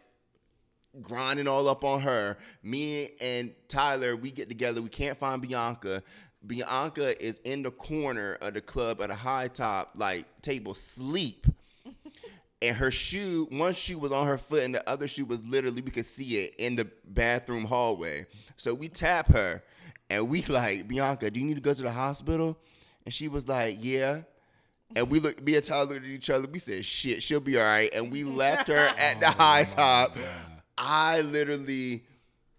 [SPEAKER 2] grinding all up on her. Me and Tyler, we get together. We can't find Bianca. Bianca is in the corner of the club at a high top like table sleep and her shoe one shoe was on her foot and the other shoe was literally we could see it in the bathroom hallway so we tap her and we like bianca do you need to go to the hospital and she was like yeah and we looked me and tyler looked at each other we said shit she'll be all right and we left her at the high top i literally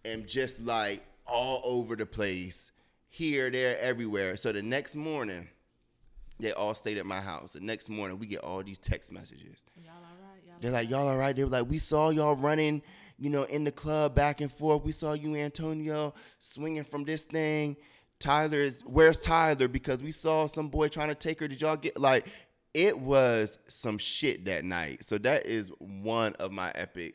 [SPEAKER 2] am just like all over the place here there everywhere so the next morning they all stayed at my house the next morning we get all these text messages they're like, y'all all right? They were like, we saw y'all running, you know, in the club back and forth. We saw you, Antonio, swinging from this thing. Tyler is, where's Tyler? Because we saw some boy trying to take her. Did y'all get, like, it was some shit that night. So that is one of my epic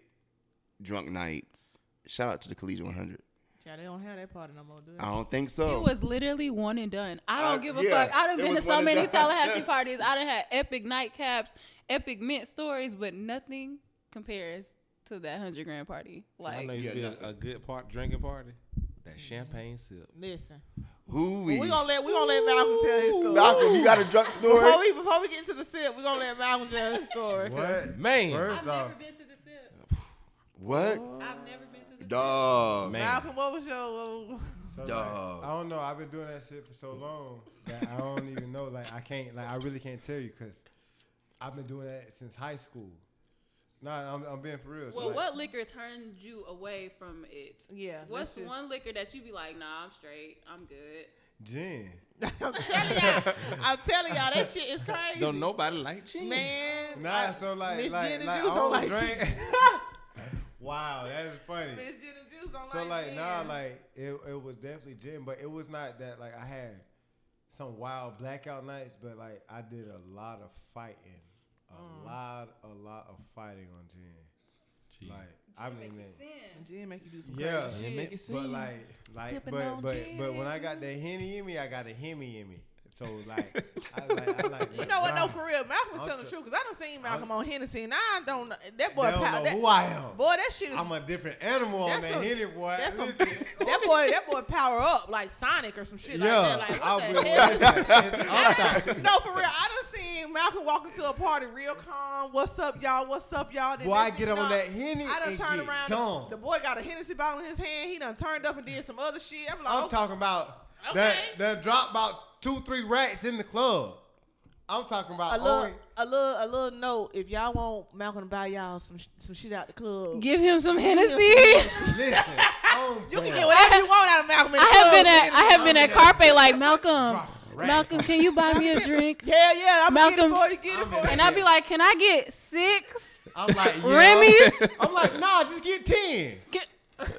[SPEAKER 2] drunk nights. Shout out to the Collegiate 100.
[SPEAKER 5] Yeah, they don't have that party no more, do
[SPEAKER 2] I don't think so.
[SPEAKER 3] It was literally one and done. I
[SPEAKER 2] Uh,
[SPEAKER 3] don't give a
[SPEAKER 2] yeah,
[SPEAKER 3] fuck. I done
[SPEAKER 2] it
[SPEAKER 3] been to
[SPEAKER 2] was
[SPEAKER 3] so
[SPEAKER 2] one and
[SPEAKER 3] many
[SPEAKER 2] done.
[SPEAKER 3] Tallahassee parties. I done had epic nightcaps, epic mint stories, but nothing compares to that hundred grand party.
[SPEAKER 6] I
[SPEAKER 3] Like
[SPEAKER 6] know you
[SPEAKER 2] Yeah,
[SPEAKER 6] feel
[SPEAKER 2] nothing.
[SPEAKER 6] a good part drinking party. That champagne sip.
[SPEAKER 5] Listen,
[SPEAKER 2] Who
[SPEAKER 5] We gonna let we gonna let Malcolm tell his story.
[SPEAKER 2] Malcolm, you got a drunk story?
[SPEAKER 5] Before we before we get into the sip, we are gonna let Malcolm tell his story. 'cause
[SPEAKER 4] What?
[SPEAKER 6] Man.
[SPEAKER 4] First
[SPEAKER 3] I've
[SPEAKER 4] off,
[SPEAKER 3] never been to the sip.
[SPEAKER 2] What?
[SPEAKER 3] I've never been to the
[SPEAKER 2] Dog.
[SPEAKER 6] Man.
[SPEAKER 5] Malcolm, what was your?
[SPEAKER 4] so like,
[SPEAKER 2] Dog.
[SPEAKER 4] I don't know. I've been doing that shit for so long that I don't even know. Like I can't. Like I really can't tell you because I've been doing that since high school. Nah, I'm, I'm being for real.
[SPEAKER 3] sip.
[SPEAKER 4] So,
[SPEAKER 3] Well,
[SPEAKER 4] like,
[SPEAKER 3] what liquor turned you away from it?
[SPEAKER 5] Yeah,
[SPEAKER 3] What's
[SPEAKER 5] that's just-
[SPEAKER 3] one liquor that you be like, nah, I'm straight, I'm good.
[SPEAKER 4] Gin.
[SPEAKER 5] I'm telling y'all, I'm telling y'all, that shit is crazy.
[SPEAKER 6] Don't nobody like gin.
[SPEAKER 5] man.
[SPEAKER 4] Nah,
[SPEAKER 5] I-
[SPEAKER 4] so like,
[SPEAKER 5] Miss
[SPEAKER 4] like,
[SPEAKER 5] Gin and
[SPEAKER 4] like,
[SPEAKER 5] Juice
[SPEAKER 4] I
[SPEAKER 5] don't
[SPEAKER 4] don't
[SPEAKER 5] like
[SPEAKER 4] drink.
[SPEAKER 5] gin.
[SPEAKER 4] wow, that's funny.
[SPEAKER 5] Miss Gin and Juice don't
[SPEAKER 4] So like,
[SPEAKER 5] gin.
[SPEAKER 4] nah, like it, it was definitely gin, but it was not that like I had some wild blackout nights, but like I did a lot of fighting, a
[SPEAKER 5] Mm.
[SPEAKER 4] lot, a lot of fighting on gin. Like I mean, that-
[SPEAKER 5] gin make you do some
[SPEAKER 4] yeah,
[SPEAKER 5] crazy
[SPEAKER 6] Gin
[SPEAKER 5] shit.
[SPEAKER 6] make you
[SPEAKER 4] but
[SPEAKER 6] sing.
[SPEAKER 4] like, like,
[SPEAKER 5] Sipping
[SPEAKER 4] but
[SPEAKER 5] on
[SPEAKER 4] but
[SPEAKER 5] gin.
[SPEAKER 4] but when I got the henny in me, I got a hemi in me. So like, I like, I like
[SPEAKER 5] You know what? No,
[SPEAKER 4] nah,
[SPEAKER 5] for real, Malcolm was
[SPEAKER 4] I'm
[SPEAKER 5] telling the
[SPEAKER 4] tr-
[SPEAKER 5] truth because I done seen Malcolm on Hennessy, and I don't. know- That boy,
[SPEAKER 4] They don't
[SPEAKER 5] pow-
[SPEAKER 4] know
[SPEAKER 5] that,
[SPEAKER 4] who I am.
[SPEAKER 5] boy, that shit is.
[SPEAKER 4] I'm a different animal on
[SPEAKER 5] That's
[SPEAKER 4] that
[SPEAKER 5] a-
[SPEAKER 4] henny boy.
[SPEAKER 5] that's some,
[SPEAKER 4] Listen.
[SPEAKER 5] that boy, that boy, power up like Sonic or some shit
[SPEAKER 4] yeah,
[SPEAKER 5] like that. Like,
[SPEAKER 4] I'll
[SPEAKER 5] what
[SPEAKER 4] be.
[SPEAKER 5] the hell?
[SPEAKER 4] listen, I'm not-
[SPEAKER 5] no, for real. I done seen Malcolm walk into a party real calm. What's up, y'all? What's up, y'all? Then
[SPEAKER 4] Boy, I
[SPEAKER 5] next thing
[SPEAKER 4] get
[SPEAKER 5] you
[SPEAKER 4] on
[SPEAKER 5] know,
[SPEAKER 4] that Henny
[SPEAKER 5] I done
[SPEAKER 4] and
[SPEAKER 5] turned
[SPEAKER 4] get
[SPEAKER 5] around.
[SPEAKER 4] gone.
[SPEAKER 5] The boy got a Hennessy bottle in his hand. He done turned up and did some other shit. I'm like,
[SPEAKER 4] I'm
[SPEAKER 5] okay.
[SPEAKER 4] talking about
[SPEAKER 3] Okay.
[SPEAKER 4] that that drop about two, three racks in the club. I'm talking about
[SPEAKER 5] a little,
[SPEAKER 4] only-
[SPEAKER 5] a little, a little note. If y'all want Malcolm to buy y'all some sh- some shit out the club,
[SPEAKER 3] Give him some
[SPEAKER 5] Hennessy.
[SPEAKER 4] listen. I'm
[SPEAKER 5] you can
[SPEAKER 4] done.
[SPEAKER 5] get whatever you want out of Malcolm. In the
[SPEAKER 3] I have
[SPEAKER 5] club,
[SPEAKER 3] been at
[SPEAKER 5] man.
[SPEAKER 3] I have been at Carpe like Malcolm.
[SPEAKER 4] Right.
[SPEAKER 3] Malcolm, can you buy me a drink?
[SPEAKER 5] Hell yeah, I'm
[SPEAKER 3] Malcolm-
[SPEAKER 5] gonna get it for you. Get it for you.
[SPEAKER 3] And I'd be like, can I get six
[SPEAKER 4] I'm like, yeah.
[SPEAKER 3] Remy's?
[SPEAKER 4] I'm like, nah, just get ten.
[SPEAKER 3] Can,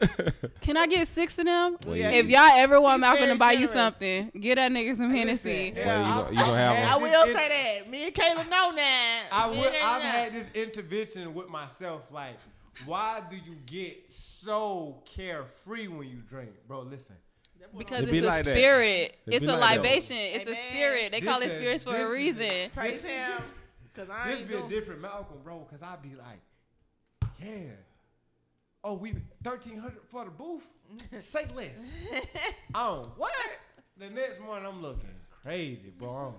[SPEAKER 3] can I get six of them?
[SPEAKER 5] yeah,
[SPEAKER 3] If
[SPEAKER 5] he-
[SPEAKER 3] y'all ever want
[SPEAKER 5] he's
[SPEAKER 3] Malcolm to
[SPEAKER 5] very
[SPEAKER 3] buy you
[SPEAKER 5] generous.
[SPEAKER 3] something, get that nigga some Hennessy.
[SPEAKER 5] Yeah,
[SPEAKER 6] Well, you
[SPEAKER 4] I-
[SPEAKER 6] gonna, you gonna
[SPEAKER 5] I
[SPEAKER 6] have
[SPEAKER 4] I've
[SPEAKER 6] one.
[SPEAKER 5] will
[SPEAKER 4] It- it-
[SPEAKER 5] say that me and Caleb know now.
[SPEAKER 4] I
[SPEAKER 5] Me
[SPEAKER 4] would,
[SPEAKER 5] and Caleb
[SPEAKER 4] I've
[SPEAKER 5] know.
[SPEAKER 4] had this intervention with myself, like, why do you get so carefree when you drink, bro? Listen,
[SPEAKER 3] Because
[SPEAKER 6] It be
[SPEAKER 3] it's a
[SPEAKER 6] like that.
[SPEAKER 3] spirit.
[SPEAKER 6] It
[SPEAKER 3] It's
[SPEAKER 6] be
[SPEAKER 3] a
[SPEAKER 6] like that.
[SPEAKER 3] libation. It's a
[SPEAKER 5] Amen.
[SPEAKER 3] spirit. They call it
[SPEAKER 4] This is-
[SPEAKER 3] spirits for
[SPEAKER 4] this
[SPEAKER 3] a
[SPEAKER 4] is-
[SPEAKER 3] reason.
[SPEAKER 5] praise him, cause I
[SPEAKER 4] this
[SPEAKER 5] ain't
[SPEAKER 4] be a
[SPEAKER 5] doing.
[SPEAKER 4] different Malcolm, bro, because I'd be like, yeah. Oh, we 1300 for the booth? Say less. Oh, what? The next morning, I'm looking crazy, bro. I'm,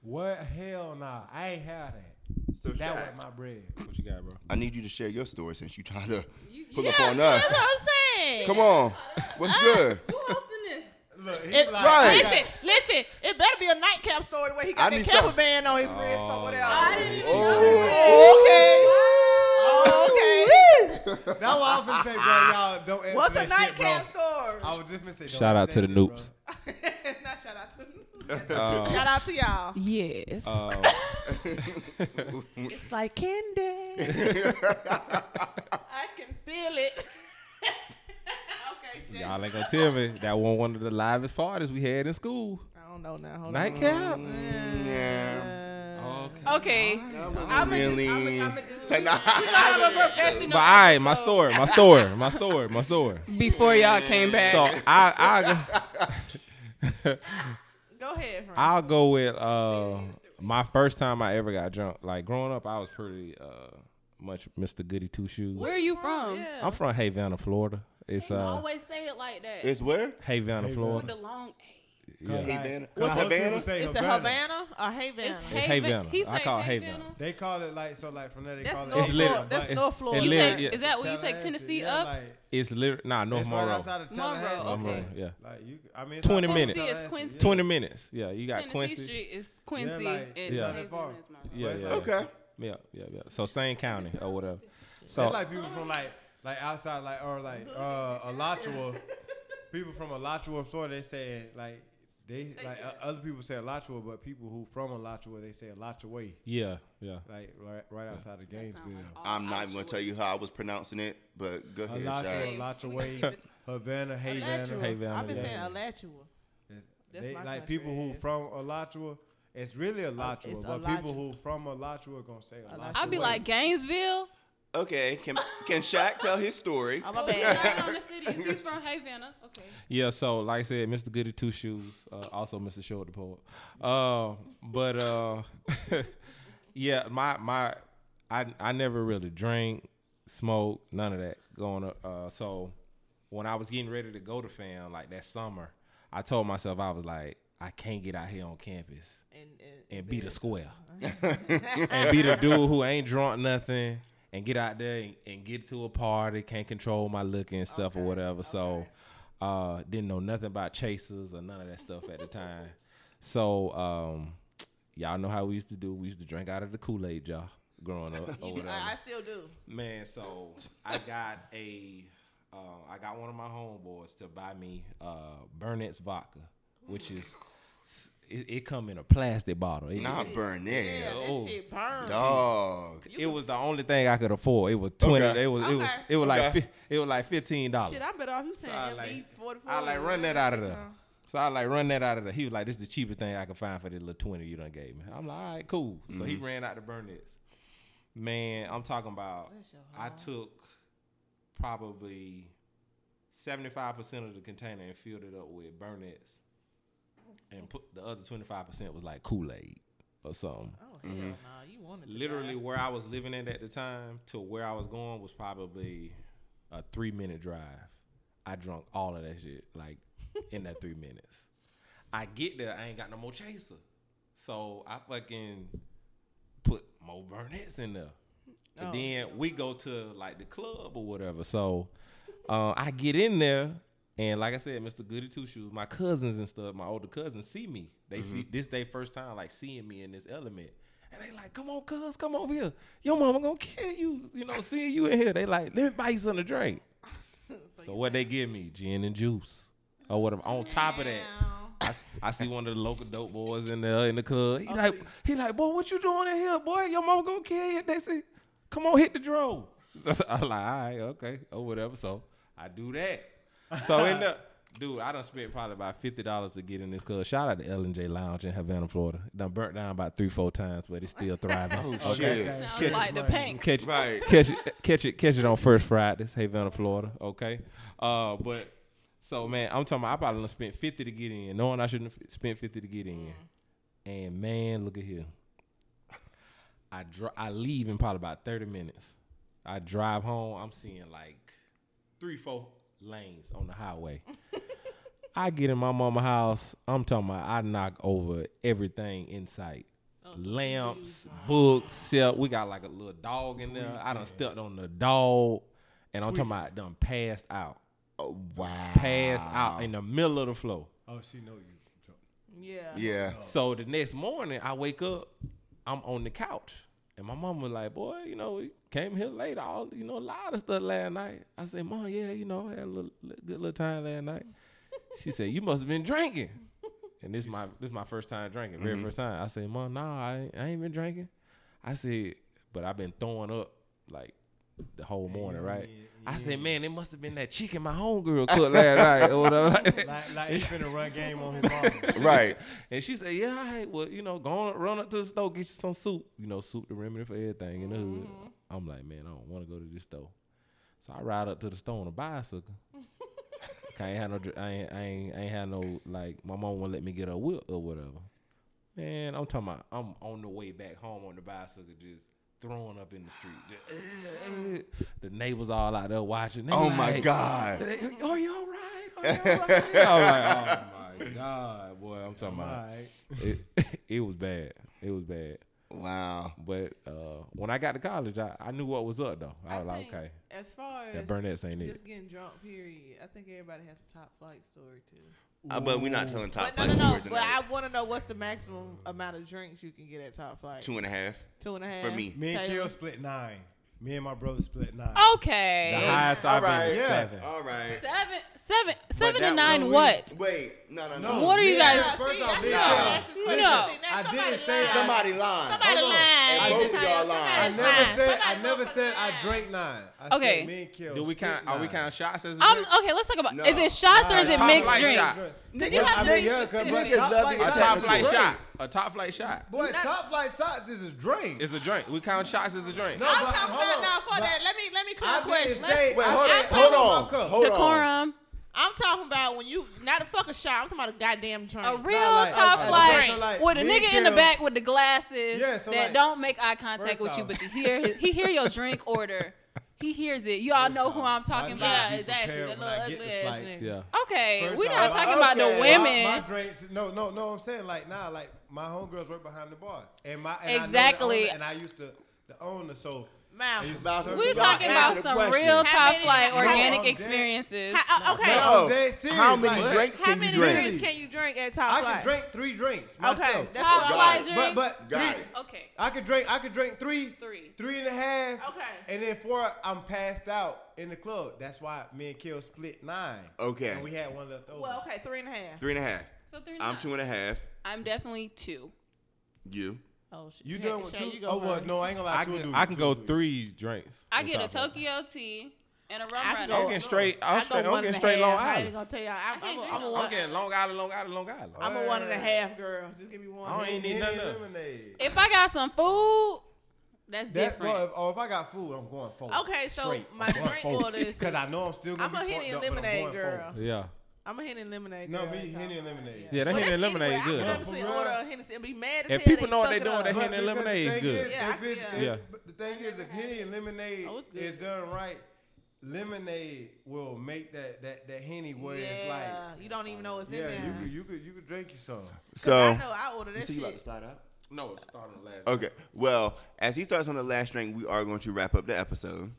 [SPEAKER 4] what hell nah. I ain't have that.
[SPEAKER 2] So
[SPEAKER 4] That
[SPEAKER 2] Shaq,
[SPEAKER 4] was my bread.
[SPEAKER 6] What you got, bro?
[SPEAKER 2] I need you to share your story since you trying to pull
[SPEAKER 3] yeah,
[SPEAKER 2] up on
[SPEAKER 5] That's
[SPEAKER 2] us.
[SPEAKER 5] what I'm saying.
[SPEAKER 2] Come on. What's good?
[SPEAKER 3] Who hosting
[SPEAKER 4] Look, he
[SPEAKER 5] It-
[SPEAKER 4] like,
[SPEAKER 2] Right.
[SPEAKER 4] I
[SPEAKER 5] Listen, listen. It better be a nightcap story where he
[SPEAKER 2] I
[SPEAKER 5] got that
[SPEAKER 2] need
[SPEAKER 5] camera
[SPEAKER 2] some-
[SPEAKER 5] band on his wrist or whatever.
[SPEAKER 2] Oh.
[SPEAKER 5] okay. okay.
[SPEAKER 4] got- That's why I'm finna say, bro, y'all don't answer
[SPEAKER 5] What's a
[SPEAKER 4] that shit, bro.
[SPEAKER 5] nightcap story?
[SPEAKER 4] I was just finna say, don't
[SPEAKER 6] Shout out
[SPEAKER 4] answer
[SPEAKER 6] to
[SPEAKER 4] that
[SPEAKER 6] the
[SPEAKER 4] shit, bro.
[SPEAKER 6] noobs. Uh,
[SPEAKER 5] Not shout out to. shout out to y'all.
[SPEAKER 3] Yes.
[SPEAKER 6] Um,
[SPEAKER 5] It's like candy. I can feel it. okay, shit.
[SPEAKER 6] y'all ain't gonna tell me that was one of the livest parties we had in school.
[SPEAKER 5] I don't know now. Hold on.
[SPEAKER 6] Nightcap. Oh.
[SPEAKER 2] Yeah.
[SPEAKER 6] Okay.
[SPEAKER 3] okay.
[SPEAKER 2] That was
[SPEAKER 3] I'ma just-
[SPEAKER 2] really.
[SPEAKER 3] I'ma- I'ma just-
[SPEAKER 2] Say, nah.
[SPEAKER 3] You know I'm a professional.
[SPEAKER 6] But all right, my story, my story, my story, my story.
[SPEAKER 3] Before y'all came back.
[SPEAKER 6] So I I
[SPEAKER 5] Go ahead, Frank.
[SPEAKER 6] I'll go with uh my first time I ever got drunk. Like growing up, I was pretty uh much Mr. Goody Two Shoes.
[SPEAKER 3] Where are you from?
[SPEAKER 5] Yeah.
[SPEAKER 6] I'm from Havana, Florida. It's
[SPEAKER 3] You
[SPEAKER 6] uh
[SPEAKER 3] always say it like that.
[SPEAKER 2] It's where?
[SPEAKER 6] Havana,
[SPEAKER 3] With the
[SPEAKER 6] Florida.
[SPEAKER 3] long A.
[SPEAKER 4] Cause
[SPEAKER 6] Yeah.
[SPEAKER 4] like-
[SPEAKER 2] Havana.
[SPEAKER 4] cause
[SPEAKER 2] What's
[SPEAKER 4] most people
[SPEAKER 2] Havana?
[SPEAKER 4] say
[SPEAKER 5] It's a Havana or Havana?
[SPEAKER 3] It's
[SPEAKER 6] It's
[SPEAKER 3] Haven-
[SPEAKER 6] Havana.
[SPEAKER 3] He
[SPEAKER 6] I
[SPEAKER 3] say
[SPEAKER 6] call it
[SPEAKER 3] Havana.
[SPEAKER 6] Havana.
[SPEAKER 4] They call it like, so like from there, they
[SPEAKER 5] That's
[SPEAKER 4] call it.
[SPEAKER 5] North
[SPEAKER 6] It's lit-
[SPEAKER 5] Florida. That's
[SPEAKER 6] it-
[SPEAKER 5] North
[SPEAKER 6] it
[SPEAKER 5] Florida.
[SPEAKER 3] You
[SPEAKER 6] lit-
[SPEAKER 3] take,
[SPEAKER 6] yeah.
[SPEAKER 3] Is that where you take
[SPEAKER 4] Tallahassee,
[SPEAKER 3] Tennessee
[SPEAKER 4] yeah,
[SPEAKER 3] up?
[SPEAKER 4] like,
[SPEAKER 6] It's literally nah, North
[SPEAKER 4] it's right
[SPEAKER 6] Monroe.
[SPEAKER 4] outside of
[SPEAKER 3] Monroe,
[SPEAKER 4] Tallahassee.
[SPEAKER 3] okay.
[SPEAKER 6] Monroe, yeah.
[SPEAKER 4] Like you, I mean,
[SPEAKER 6] 20
[SPEAKER 4] Tallahassee
[SPEAKER 6] minutes.
[SPEAKER 3] Tennessee is Quincy.
[SPEAKER 6] Twenty minutes. Yeah, you got
[SPEAKER 3] Tennessee
[SPEAKER 6] Quincy.
[SPEAKER 3] Street is Quincy.
[SPEAKER 4] Yeah, like,
[SPEAKER 3] and
[SPEAKER 4] it's
[SPEAKER 6] not
[SPEAKER 3] Haven
[SPEAKER 4] that far.
[SPEAKER 3] is Monroe.
[SPEAKER 6] Yeah,
[SPEAKER 4] But it's
[SPEAKER 6] yeah.
[SPEAKER 4] like-
[SPEAKER 2] Okay.
[SPEAKER 6] Yeah, yeah, yeah. So same county or whatever. So
[SPEAKER 4] It's like people from like like outside like or like uh Alachua. people from Alachua, Florida, they say like they like uh, other people say Alachua, but people who from Alachua they say Alachua.
[SPEAKER 6] yeah, yeah.
[SPEAKER 4] Like right, right outside of
[SPEAKER 3] That sound
[SPEAKER 4] Gainesville.
[SPEAKER 3] like all
[SPEAKER 2] I'm not even
[SPEAKER 3] Iowa.
[SPEAKER 2] gonna tell you how I was pronouncing it, but go ahead,
[SPEAKER 4] Alachua,
[SPEAKER 2] Shaq.
[SPEAKER 4] Alachua, Havana, Havana.
[SPEAKER 5] Alachua.
[SPEAKER 6] Hey, Vanna,
[SPEAKER 5] I've been
[SPEAKER 6] yeah.
[SPEAKER 5] saying Alachua.
[SPEAKER 4] It's-
[SPEAKER 5] That's
[SPEAKER 4] they,
[SPEAKER 5] my
[SPEAKER 4] like
[SPEAKER 5] country,
[SPEAKER 4] people who
[SPEAKER 5] yes.
[SPEAKER 4] from Alachua, it's really Alachua,
[SPEAKER 5] it's
[SPEAKER 4] but people
[SPEAKER 5] Alachua.
[SPEAKER 4] who from Alachua are gonna say Alachua. Oh,
[SPEAKER 3] I'd be like Gainesville.
[SPEAKER 2] Okay, can can Shaq tell his story?
[SPEAKER 5] Oh, my
[SPEAKER 3] Well,
[SPEAKER 5] bad.
[SPEAKER 3] he's not on the cities. He's from Havana. Okay.
[SPEAKER 6] Yeah, so like I said, Mr. Goody Two Shoes, uh, also Mr. Short the Poet. Uh, but uh, yeah, my my I I never really drink, smoke, none of that going up. Uh, so when I was getting ready to go to fam like that summer, I told myself I was like, I can't get out here on campus
[SPEAKER 5] And, and,
[SPEAKER 6] and be the square and be the dude who ain't drunk nothing and get out there and, and get to a party can't control my look and stuff or whatever so uh didn't know nothing about chasers or none of that stuff at the time so um y'all know how we used to do we used to drink out of the kool-aid jar growing up or
[SPEAKER 5] You do-
[SPEAKER 6] whatever.
[SPEAKER 5] I, I still do.
[SPEAKER 6] Man, so I got a, uh, I got one of my homeboys to buy me uh, Burnett's vodka, which is, it, it come in a plastic bottle. It,
[SPEAKER 2] Nah, burn
[SPEAKER 5] Yeah,
[SPEAKER 2] there.
[SPEAKER 6] oh,
[SPEAKER 5] that shit burns.
[SPEAKER 2] Dog.
[SPEAKER 6] it was the only thing I could afford. It was twenty.
[SPEAKER 2] Okay.
[SPEAKER 6] It was it was
[SPEAKER 5] Okay.
[SPEAKER 6] it was like
[SPEAKER 2] Okay.
[SPEAKER 6] like it was like fifteen dollars.
[SPEAKER 5] Shit, I bet off you saying
[SPEAKER 6] I
[SPEAKER 5] MD
[SPEAKER 6] like-
[SPEAKER 5] 44.
[SPEAKER 6] I like run that out of there.
[SPEAKER 5] Uh,
[SPEAKER 6] So I like run that out of there. He was like, "This is the cheapest thing I can find for the little twenty you done gave me." I'm like, "All right, cool." So he ran out to Burnett's. Man, I'm talking about.
[SPEAKER 5] Bless your
[SPEAKER 6] I took probably seventy five percent of the container and filled it up with Burnett's, and put the other twenty five percent was like Kool Aid or something
[SPEAKER 5] Oh, hell
[SPEAKER 2] Mm-hmm.
[SPEAKER 5] no. You wanted to
[SPEAKER 6] literally
[SPEAKER 5] die.
[SPEAKER 6] where I was living at at the time to where I was going was probably a three minute drive. I drunk all of that shit like in that three minutes. I get there, I ain't got no more chaser, so I fucking put Mo Burnett's in there. And then we go to like the club or whatever. So uh, I get in there, and like I said, Mr. Goody Two Shoes, my cousins and stuff, my older cousins see me. They see this day first time like seeing me in this element. And they like, come on, cuz, come over here. Your mama gonna kill you, you know, seeing you in here. They like, let me buy you something to drink. so what they give me? Gin and juice. Or whatever. On top of that.
[SPEAKER 5] Now,
[SPEAKER 6] I, s- I see one of the local dope boys in there in the club. He like he like, boy, what you doing in here, boy? Your mama gonna kill you. They say, come on, hit the drone. I'm like, all right, okay, or whatever. So I do that. So in the dude, I done spent probably about fifty dollars to get in this club. Shout out to L and J Lounge in Havana, Florida. Done burnt down about three, four times, but it's still thriving.
[SPEAKER 2] Oh, shit.
[SPEAKER 3] Sounds
[SPEAKER 6] Catch
[SPEAKER 3] like the pink.
[SPEAKER 6] Catch,
[SPEAKER 2] Right.
[SPEAKER 6] catch it, catch it, catch it on first Fridays, Havana, Florida. Okay, uh, but so man, I'm talking. About, I probably done spent fifty to get in, knowing I shouldn't have spent fifty to get in. And man, look at here. I dri I leave in probably about thirty minutes. I drive home. I'm seeing like three, four lanes on the highway. I get in my mama house. I'm talking about I knock over everything in sight. Lamps, books, shelf. We got like a little dog in there. I done stepped on the dog, and I'm talking about done passed out,
[SPEAKER 2] Oh, wow.
[SPEAKER 6] passed out in the middle of the floor.
[SPEAKER 4] Oh, she know you. drunk.
[SPEAKER 5] yeah.
[SPEAKER 2] Yeah.
[SPEAKER 6] So the next morning, I wake up, I'm on the couch, and my mom was like, "Boy, you know, we came here late, all you know, a lot of stuff last night." I said, "Mom, yeah, you know, I had a little, little- good little time last night." she said, "You must have been drinking," and this my this my first time drinking, very first time. I said, "Mom, nah, I ain't, I ain't been drinking." I said, "But I've been throwing up like." The whole morning, right? I said, man, it must have been that chicken my homegirl cooked last night or whatever.
[SPEAKER 4] Like, like he's finna run game on his mama.
[SPEAKER 2] Right.
[SPEAKER 6] And she said, "Yeah, all right. Well, you know, go on, run up to the store, get you some soup. You know, soup the remedy for everything in the hood." I'm like, man, I don't want to go to this store. So I ride up to the store on a bicycle. I ain't had no, dr- I ain't, I ain't, I ain't had no like. My mom won't let me get a whip or whatever. Man, I'm talking about. I'm on the way back home on the bicycle, just throwing up in the street. Just, the neighbors all out there watching. They
[SPEAKER 2] Oh, my
[SPEAKER 6] like,
[SPEAKER 2] God.
[SPEAKER 6] are you all right? Are you all right? I'm like, oh my god, boy! I'm talking
[SPEAKER 4] All
[SPEAKER 6] about
[SPEAKER 4] right.
[SPEAKER 6] it. It was bad. It was bad.
[SPEAKER 2] Wow.
[SPEAKER 6] But uh, when I got to college, I, I knew what was up though. I was like,
[SPEAKER 5] think
[SPEAKER 6] okay,
[SPEAKER 5] As far as
[SPEAKER 6] that Burnett's ain't it.
[SPEAKER 5] just getting drunk, period, I think everybody has a top flight story too.
[SPEAKER 2] Uh, but we're not telling top
[SPEAKER 5] But no,
[SPEAKER 2] five
[SPEAKER 5] no, no.
[SPEAKER 2] stories
[SPEAKER 5] But I
[SPEAKER 2] tonight.
[SPEAKER 5] want to know what's the maximum amount of drinks you can get at top flight?
[SPEAKER 2] Two and a half.
[SPEAKER 5] Two and a half.
[SPEAKER 2] me.
[SPEAKER 4] Me and
[SPEAKER 5] Taylor?
[SPEAKER 4] Kill split nine. Me and my brother split nine.
[SPEAKER 3] Oh,
[SPEAKER 6] The
[SPEAKER 3] Okay.
[SPEAKER 6] highest I've been was
[SPEAKER 4] Yeah.
[SPEAKER 6] seven.
[SPEAKER 2] All right.
[SPEAKER 3] Seven, seven, seven
[SPEAKER 6] that
[SPEAKER 3] and
[SPEAKER 6] was
[SPEAKER 3] nine.
[SPEAKER 6] when we-
[SPEAKER 3] What?
[SPEAKER 2] Wait. No, no, no.
[SPEAKER 4] No.
[SPEAKER 3] What are you
[SPEAKER 4] Yeah,
[SPEAKER 3] guys?
[SPEAKER 4] first off,
[SPEAKER 5] See,
[SPEAKER 4] yeah.
[SPEAKER 5] that's what I'm
[SPEAKER 3] No.
[SPEAKER 5] asking. See, now
[SPEAKER 4] I
[SPEAKER 5] somebody
[SPEAKER 4] didn't say
[SPEAKER 5] lied.
[SPEAKER 2] Somebody lying.
[SPEAKER 5] Somebody
[SPEAKER 4] Hold on.
[SPEAKER 5] lied.
[SPEAKER 4] I
[SPEAKER 2] both of
[SPEAKER 5] Somebody-
[SPEAKER 2] y'all lied.
[SPEAKER 5] somebody
[SPEAKER 4] I
[SPEAKER 2] That's
[SPEAKER 4] never
[SPEAKER 5] lied.
[SPEAKER 4] said I
[SPEAKER 5] Somebody
[SPEAKER 4] never
[SPEAKER 5] motherfucking
[SPEAKER 4] said I
[SPEAKER 5] lied.
[SPEAKER 4] drank nine. I
[SPEAKER 3] Okay.
[SPEAKER 4] Said me and Kill.
[SPEAKER 6] Do we count?
[SPEAKER 4] split
[SPEAKER 6] Are we
[SPEAKER 4] nine.
[SPEAKER 6] counting shots as a
[SPEAKER 3] I'm
[SPEAKER 6] drink?
[SPEAKER 3] okay. Let's talk about.
[SPEAKER 2] No.
[SPEAKER 3] Is it shots or is
[SPEAKER 6] Nah,
[SPEAKER 3] it
[SPEAKER 6] top
[SPEAKER 3] mixed
[SPEAKER 6] flight
[SPEAKER 3] drinks?
[SPEAKER 6] shots.
[SPEAKER 3] Did you
[SPEAKER 4] I
[SPEAKER 3] have
[SPEAKER 4] mean,
[SPEAKER 3] to-
[SPEAKER 4] yeah, 'cause
[SPEAKER 2] Niggas love me.
[SPEAKER 6] A
[SPEAKER 2] Top
[SPEAKER 6] top
[SPEAKER 2] flight
[SPEAKER 6] flight
[SPEAKER 4] drink.
[SPEAKER 6] shot. A top flight shot.
[SPEAKER 4] Boy, top flight shots is a drink.
[SPEAKER 6] It's a drink. We count shots as a drink.
[SPEAKER 4] No,
[SPEAKER 5] I'm
[SPEAKER 4] but
[SPEAKER 5] talking
[SPEAKER 4] hold
[SPEAKER 5] about
[SPEAKER 4] on.
[SPEAKER 5] now for
[SPEAKER 4] But
[SPEAKER 5] that. Let me let me clear
[SPEAKER 4] I
[SPEAKER 5] the
[SPEAKER 4] didn't
[SPEAKER 5] question.
[SPEAKER 4] say.
[SPEAKER 2] Wait,
[SPEAKER 4] I-
[SPEAKER 2] hold
[SPEAKER 4] I'm
[SPEAKER 2] on.
[SPEAKER 4] talking
[SPEAKER 2] Hold
[SPEAKER 4] about
[SPEAKER 2] on.
[SPEAKER 4] cup.
[SPEAKER 2] Hold on.
[SPEAKER 3] Decorum.
[SPEAKER 5] I'm talking about when you not a fucking shot. I'm talking about a goddamn drink.
[SPEAKER 3] A real
[SPEAKER 4] like-
[SPEAKER 3] top
[SPEAKER 4] okay,
[SPEAKER 3] flight
[SPEAKER 4] so like,
[SPEAKER 3] with a
[SPEAKER 4] me
[SPEAKER 3] nigga in the
[SPEAKER 4] kill-
[SPEAKER 3] back with the glasses
[SPEAKER 4] Yeah, so
[SPEAKER 3] that
[SPEAKER 4] like,
[SPEAKER 3] don't make eye contact
[SPEAKER 4] first
[SPEAKER 3] with you,
[SPEAKER 4] off-
[SPEAKER 3] but you hear his, he hear your drink order. He hears it. Y'all know who I'm talking about.
[SPEAKER 4] Yeah,
[SPEAKER 1] exactly.
[SPEAKER 4] exactly.
[SPEAKER 1] That
[SPEAKER 4] When
[SPEAKER 1] little
[SPEAKER 4] I get
[SPEAKER 1] ugly
[SPEAKER 4] the
[SPEAKER 1] ass
[SPEAKER 4] flight,
[SPEAKER 1] nigga.
[SPEAKER 6] Yeah.
[SPEAKER 3] Okay,
[SPEAKER 4] First
[SPEAKER 3] we're
[SPEAKER 4] off,
[SPEAKER 3] not talking about the
[SPEAKER 2] okay.
[SPEAKER 3] women.
[SPEAKER 4] My, my drinks, no, no, no. I'm saying like now, like my homegirls work behind the bar, and my and I know the
[SPEAKER 3] Exactly.
[SPEAKER 4] owner, and I used to the owner. So
[SPEAKER 5] Mouth.
[SPEAKER 4] I used to
[SPEAKER 2] About-
[SPEAKER 4] serve
[SPEAKER 3] we're
[SPEAKER 4] the
[SPEAKER 2] Y'all
[SPEAKER 3] talking
[SPEAKER 2] answer
[SPEAKER 3] about
[SPEAKER 2] the
[SPEAKER 3] some
[SPEAKER 2] question.
[SPEAKER 3] real
[SPEAKER 5] How
[SPEAKER 3] top
[SPEAKER 5] many-
[SPEAKER 3] flight
[SPEAKER 5] how many-
[SPEAKER 3] organic
[SPEAKER 4] Okay.
[SPEAKER 3] experiences.
[SPEAKER 4] uh,
[SPEAKER 5] How- okay.
[SPEAKER 4] No,
[SPEAKER 2] No.
[SPEAKER 4] dead serious,
[SPEAKER 2] How many
[SPEAKER 4] like-
[SPEAKER 2] drinks
[SPEAKER 5] How
[SPEAKER 2] can
[SPEAKER 5] many
[SPEAKER 2] you drink?
[SPEAKER 5] drinks can you drink at Top
[SPEAKER 4] I
[SPEAKER 5] Flight?
[SPEAKER 4] can drink three drinks
[SPEAKER 5] Okay,
[SPEAKER 4] myself.
[SPEAKER 5] that's
[SPEAKER 3] Top
[SPEAKER 5] what I
[SPEAKER 3] flight
[SPEAKER 5] like.
[SPEAKER 3] drinks.
[SPEAKER 4] oh, but but
[SPEAKER 2] Got
[SPEAKER 4] three,
[SPEAKER 2] it.
[SPEAKER 3] okay.
[SPEAKER 4] I could drink. I could drink three,
[SPEAKER 3] Three.
[SPEAKER 4] three and a half.
[SPEAKER 5] Okay.
[SPEAKER 4] And then four, I'm passed out in the club. That's why me and Kill split nine.
[SPEAKER 2] Okay.
[SPEAKER 4] And we had one left over.
[SPEAKER 5] Well, okay, three and a half.
[SPEAKER 2] Three and a half.
[SPEAKER 3] So three
[SPEAKER 2] I'm two and a half.
[SPEAKER 3] I'm definitely two.
[SPEAKER 2] You.
[SPEAKER 5] Oh shit.
[SPEAKER 4] you
[SPEAKER 5] Shay-
[SPEAKER 4] done with
[SPEAKER 5] Shay,
[SPEAKER 4] two?
[SPEAKER 5] you go
[SPEAKER 4] oh well,
[SPEAKER 5] first.
[SPEAKER 4] no, I ain't gonna lie.
[SPEAKER 6] I
[SPEAKER 4] two will
[SPEAKER 6] can,
[SPEAKER 4] do
[SPEAKER 6] I
[SPEAKER 4] it,
[SPEAKER 6] can
[SPEAKER 4] two will
[SPEAKER 6] go
[SPEAKER 4] do it.
[SPEAKER 6] three drinks.
[SPEAKER 3] I
[SPEAKER 6] on
[SPEAKER 3] get a
[SPEAKER 6] top of it.
[SPEAKER 3] Tokyo tea and a rum
[SPEAKER 5] I can
[SPEAKER 3] runner.
[SPEAKER 5] go-
[SPEAKER 6] I'm getting straight. I'm,
[SPEAKER 5] I
[SPEAKER 6] straight,
[SPEAKER 5] go
[SPEAKER 6] I'm
[SPEAKER 5] one
[SPEAKER 6] getting
[SPEAKER 5] and a
[SPEAKER 6] straight Long
[SPEAKER 5] half. I ain't
[SPEAKER 6] Island.
[SPEAKER 5] gonna tell y'all. I'm,
[SPEAKER 3] can't
[SPEAKER 5] I'm, a-
[SPEAKER 3] drink
[SPEAKER 5] I'm,
[SPEAKER 3] no
[SPEAKER 5] a
[SPEAKER 6] I'm
[SPEAKER 5] one,
[SPEAKER 6] getting Long Island, Long Island, Long Island.
[SPEAKER 5] I'm a one and a half girl. Just give me one.
[SPEAKER 6] I don't even need none of it.
[SPEAKER 4] Lemonade.
[SPEAKER 3] If I got some food, that's
[SPEAKER 4] That,
[SPEAKER 3] different.
[SPEAKER 4] bro, if, oh, if I got food, I'm going forward.
[SPEAKER 5] Okay, so my drink order is-
[SPEAKER 4] because I know I'm still gonna
[SPEAKER 5] I'm a
[SPEAKER 4] be
[SPEAKER 5] Henny and
[SPEAKER 4] fucked up, but I'm
[SPEAKER 5] lemonade
[SPEAKER 4] going
[SPEAKER 5] girl.
[SPEAKER 4] forward.
[SPEAKER 6] Yeah.
[SPEAKER 5] I'm a Henny and lemonade
[SPEAKER 4] No,
[SPEAKER 5] girl.
[SPEAKER 4] me
[SPEAKER 5] at Top
[SPEAKER 4] Henny and
[SPEAKER 5] Flight.
[SPEAKER 4] lemonade.
[SPEAKER 6] Yeah, that
[SPEAKER 5] Well,
[SPEAKER 6] Henny and
[SPEAKER 5] that's
[SPEAKER 6] lemonade is
[SPEAKER 5] anywhere.
[SPEAKER 6] good.
[SPEAKER 5] I
[SPEAKER 6] though.
[SPEAKER 5] can honestly
[SPEAKER 4] For real.
[SPEAKER 5] order a Hennessy and be mad as
[SPEAKER 6] If
[SPEAKER 5] hell
[SPEAKER 6] people
[SPEAKER 5] they
[SPEAKER 6] know what
[SPEAKER 5] fuck
[SPEAKER 6] they
[SPEAKER 5] it
[SPEAKER 6] doing,
[SPEAKER 5] up.
[SPEAKER 6] they
[SPEAKER 4] But
[SPEAKER 6] Henny and
[SPEAKER 4] because
[SPEAKER 6] lemonade
[SPEAKER 4] the
[SPEAKER 6] is
[SPEAKER 4] thing
[SPEAKER 6] good.
[SPEAKER 5] Yeah,
[SPEAKER 4] if
[SPEAKER 5] I-
[SPEAKER 4] it's,
[SPEAKER 5] yeah.
[SPEAKER 6] Yeah.
[SPEAKER 4] If, but the thing is, if Henny and lemonade
[SPEAKER 5] Oh, it's good.
[SPEAKER 4] is done right, lemonade will make that that that Henny where it's
[SPEAKER 5] Yeah,
[SPEAKER 4] like,
[SPEAKER 5] you don't even know what's in
[SPEAKER 4] yeah,
[SPEAKER 5] there.
[SPEAKER 4] you could you could you could drink you some.
[SPEAKER 2] So.
[SPEAKER 5] I know I ordered that
[SPEAKER 2] So you about to
[SPEAKER 5] shit.
[SPEAKER 2] start up?
[SPEAKER 6] No, it's starting last.
[SPEAKER 2] Okay. Well, as he starts on the last drink, we are going to wrap up the episode.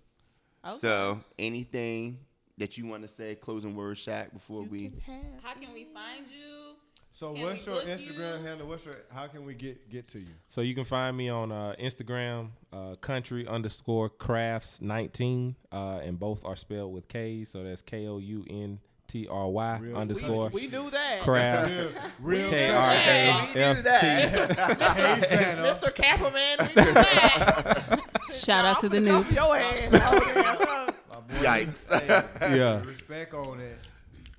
[SPEAKER 5] Okay.
[SPEAKER 2] So, anything that you want to say, closing words, Shaq, before
[SPEAKER 5] You
[SPEAKER 2] we
[SPEAKER 5] can have-
[SPEAKER 3] How can we find you?
[SPEAKER 4] So
[SPEAKER 3] Can
[SPEAKER 4] what's
[SPEAKER 3] we
[SPEAKER 4] your
[SPEAKER 3] book
[SPEAKER 4] Instagram
[SPEAKER 3] you?
[SPEAKER 4] handle? What's your how can we get get to you?
[SPEAKER 6] So you can find me on uh, Instagram, uh, country underscore crafts nineteen, uh, and both are spelled with K. So that's K O U N T R Y
[SPEAKER 4] Real-
[SPEAKER 6] underscore
[SPEAKER 5] We do that.
[SPEAKER 6] crafts
[SPEAKER 4] Real
[SPEAKER 6] K R A
[SPEAKER 2] We knew
[SPEAKER 6] F T.
[SPEAKER 4] Mister
[SPEAKER 5] Mr. Kapperman, we do that.
[SPEAKER 3] Shout
[SPEAKER 5] Nah,
[SPEAKER 3] out
[SPEAKER 5] I'm
[SPEAKER 3] to the
[SPEAKER 5] finna go for
[SPEAKER 3] niggas.
[SPEAKER 5] Your ass. Oh, damn.
[SPEAKER 2] Yikes.
[SPEAKER 6] Yeah.
[SPEAKER 4] Respect on it,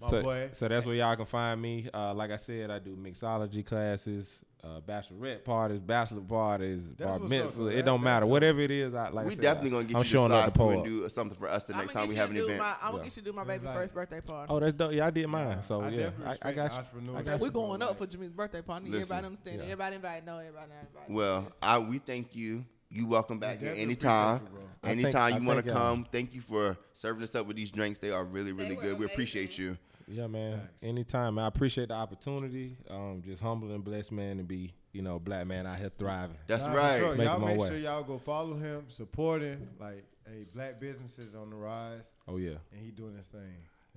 [SPEAKER 4] my
[SPEAKER 6] So,
[SPEAKER 4] boy.
[SPEAKER 6] so that's where y'all can find me. Uh, like I said, I do mixology classes, uh, bachelorette parties, bachelor parties, bar
[SPEAKER 4] That's what's up,
[SPEAKER 6] mitzvah.
[SPEAKER 4] man.
[SPEAKER 6] It don't
[SPEAKER 4] That's-
[SPEAKER 6] matter. Whatever it is, I like. I
[SPEAKER 2] we
[SPEAKER 6] said,
[SPEAKER 2] definitely
[SPEAKER 6] I-
[SPEAKER 2] going to get
[SPEAKER 6] I'm
[SPEAKER 2] you
[SPEAKER 6] showing
[SPEAKER 2] to
[SPEAKER 6] up
[SPEAKER 2] slide
[SPEAKER 6] the
[SPEAKER 2] through
[SPEAKER 6] pole.
[SPEAKER 2] and do something for us the
[SPEAKER 5] I'm
[SPEAKER 2] next
[SPEAKER 5] gonna
[SPEAKER 2] time we
[SPEAKER 5] get
[SPEAKER 2] have
[SPEAKER 5] you
[SPEAKER 2] an
[SPEAKER 5] to do
[SPEAKER 2] event.
[SPEAKER 5] my. I'm gonna
[SPEAKER 6] Yeah.
[SPEAKER 5] get you to do my baby's
[SPEAKER 4] Right.
[SPEAKER 5] first birthday party.
[SPEAKER 6] Oh, that's dope. Y'all did mine. So
[SPEAKER 4] I
[SPEAKER 6] yeah,
[SPEAKER 4] definitely
[SPEAKER 6] I, I
[SPEAKER 4] respect
[SPEAKER 6] got you.
[SPEAKER 4] entrepreneurs.
[SPEAKER 6] I got
[SPEAKER 4] that's
[SPEAKER 5] We're
[SPEAKER 4] what
[SPEAKER 6] you.
[SPEAKER 5] going
[SPEAKER 4] I'm
[SPEAKER 5] up for Jimmy's birthday party. I need
[SPEAKER 2] Listen,
[SPEAKER 5] everybody understand.
[SPEAKER 6] yeah.
[SPEAKER 5] Everybody invited. No, everybody invited.
[SPEAKER 2] Well, I we thank you. You welcome back here
[SPEAKER 4] definitely
[SPEAKER 2] anytime.
[SPEAKER 4] appreciate you,
[SPEAKER 6] I think-
[SPEAKER 2] anytime
[SPEAKER 6] I
[SPEAKER 2] you want
[SPEAKER 6] think,
[SPEAKER 2] to
[SPEAKER 6] uh,
[SPEAKER 2] come. Thank you for serving us up with these drinks. They are really, really
[SPEAKER 3] were
[SPEAKER 2] good. We appreciate
[SPEAKER 3] amazing.
[SPEAKER 2] you.
[SPEAKER 6] Yeah, man. Anytime, man. I appreciate the opportunity. Um, just humble and blessed, man, to be you know black man out here thriving.
[SPEAKER 2] That's
[SPEAKER 4] Nah, for
[SPEAKER 2] right.
[SPEAKER 4] sure.
[SPEAKER 6] Make
[SPEAKER 4] Y'all
[SPEAKER 6] him my
[SPEAKER 4] make
[SPEAKER 6] way.
[SPEAKER 4] sure y'all go follow him, support him. Like, hey, black businesses on the rise,
[SPEAKER 6] oh yeah.
[SPEAKER 4] and he doing his thing.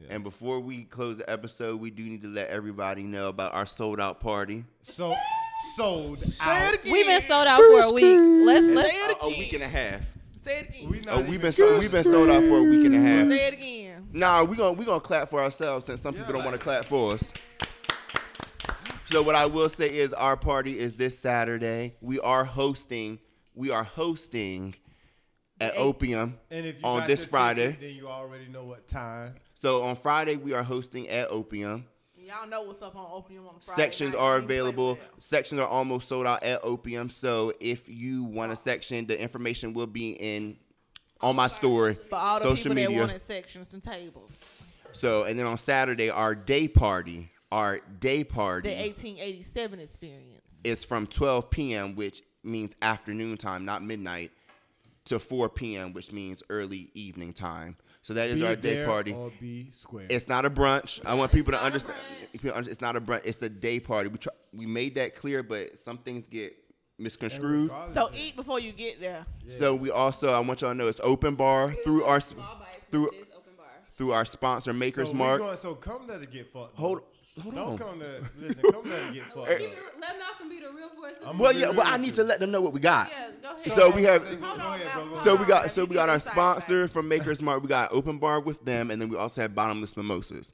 [SPEAKER 2] And before we close the episode, we do need to let everybody know about our sold out party.
[SPEAKER 4] So sold
[SPEAKER 5] Say
[SPEAKER 4] out.
[SPEAKER 5] it again.
[SPEAKER 3] We've been sold out for a week. Let's
[SPEAKER 5] Say
[SPEAKER 3] let's
[SPEAKER 5] it
[SPEAKER 2] A,
[SPEAKER 5] again.
[SPEAKER 2] a week and a half.
[SPEAKER 5] Say it again.
[SPEAKER 4] We not
[SPEAKER 2] Oh,
[SPEAKER 4] even-
[SPEAKER 2] we've been sold, we've been sold out for a week and a half.
[SPEAKER 5] Say it again.
[SPEAKER 2] Nah, we gonna we gonna clap for ourselves since some people don't want to clap for us. So what I will say is our party is this Saturday. We are hosting. We are hosting at
[SPEAKER 5] eight-
[SPEAKER 2] Opium
[SPEAKER 4] And if you
[SPEAKER 2] on
[SPEAKER 4] got
[SPEAKER 2] this
[SPEAKER 4] your
[SPEAKER 2] Friday.
[SPEAKER 4] ticket, then you already know what time.
[SPEAKER 2] So on Friday we are hosting at Opium.
[SPEAKER 5] Y'all know what's up on Opium on Friday.
[SPEAKER 2] Sections
[SPEAKER 5] night.
[SPEAKER 2] are
[SPEAKER 5] We play
[SPEAKER 2] available.
[SPEAKER 5] with them.
[SPEAKER 2] Sections are almost sold out at Opium. So if you want a section, the information will be in on my story,
[SPEAKER 5] For all the
[SPEAKER 2] social
[SPEAKER 5] people that
[SPEAKER 2] media.
[SPEAKER 5] wanted sections and tables,
[SPEAKER 2] So and then on Saturday our day party, our day
[SPEAKER 5] the
[SPEAKER 2] party
[SPEAKER 5] 1887 experience.
[SPEAKER 2] is from 12 p.m., which means afternoon time, not midnight, to 4 p.m., which means early evening time. So that is
[SPEAKER 4] Be
[SPEAKER 2] our day
[SPEAKER 4] there
[SPEAKER 2] party.
[SPEAKER 4] Or be square.
[SPEAKER 2] It's not a brunch. I want people to
[SPEAKER 3] not a
[SPEAKER 2] understand.
[SPEAKER 3] brunch.
[SPEAKER 2] people under- It's not a brunch. It's a day party. We try, we made that clear, but some things get misconstrued.
[SPEAKER 5] So eat before you get there.
[SPEAKER 2] So we also, I want y'all to know, it's open bar through our sp- through
[SPEAKER 3] open bar.
[SPEAKER 2] through our sponsor Makers
[SPEAKER 4] so we
[SPEAKER 2] Mark.
[SPEAKER 4] Going, so come there to get fucked. up.
[SPEAKER 2] Hold- hold
[SPEAKER 4] Don't
[SPEAKER 2] on.
[SPEAKER 4] come there. Listen, come there to get fucked. up.
[SPEAKER 3] Let Malcolm be the real voice. Of
[SPEAKER 4] I'm
[SPEAKER 2] well,
[SPEAKER 4] gonna
[SPEAKER 2] yeah,
[SPEAKER 4] be
[SPEAKER 2] well,
[SPEAKER 4] real
[SPEAKER 2] I
[SPEAKER 4] with
[SPEAKER 2] need
[SPEAKER 4] you.
[SPEAKER 2] to let them know what we got.
[SPEAKER 5] Yes, go ahead.
[SPEAKER 2] So we have-
[SPEAKER 5] Hold on,
[SPEAKER 4] Go ahead,
[SPEAKER 5] Malcolm,
[SPEAKER 4] bro, go
[SPEAKER 5] hold
[SPEAKER 2] So
[SPEAKER 5] on.
[SPEAKER 2] we got
[SPEAKER 5] Let
[SPEAKER 2] so
[SPEAKER 5] me
[SPEAKER 2] we got
[SPEAKER 5] get
[SPEAKER 2] our
[SPEAKER 5] this side
[SPEAKER 2] sponsor
[SPEAKER 5] back.
[SPEAKER 2] from Makers Mark. We got open bar with them, and then we also have bottomless mimosas.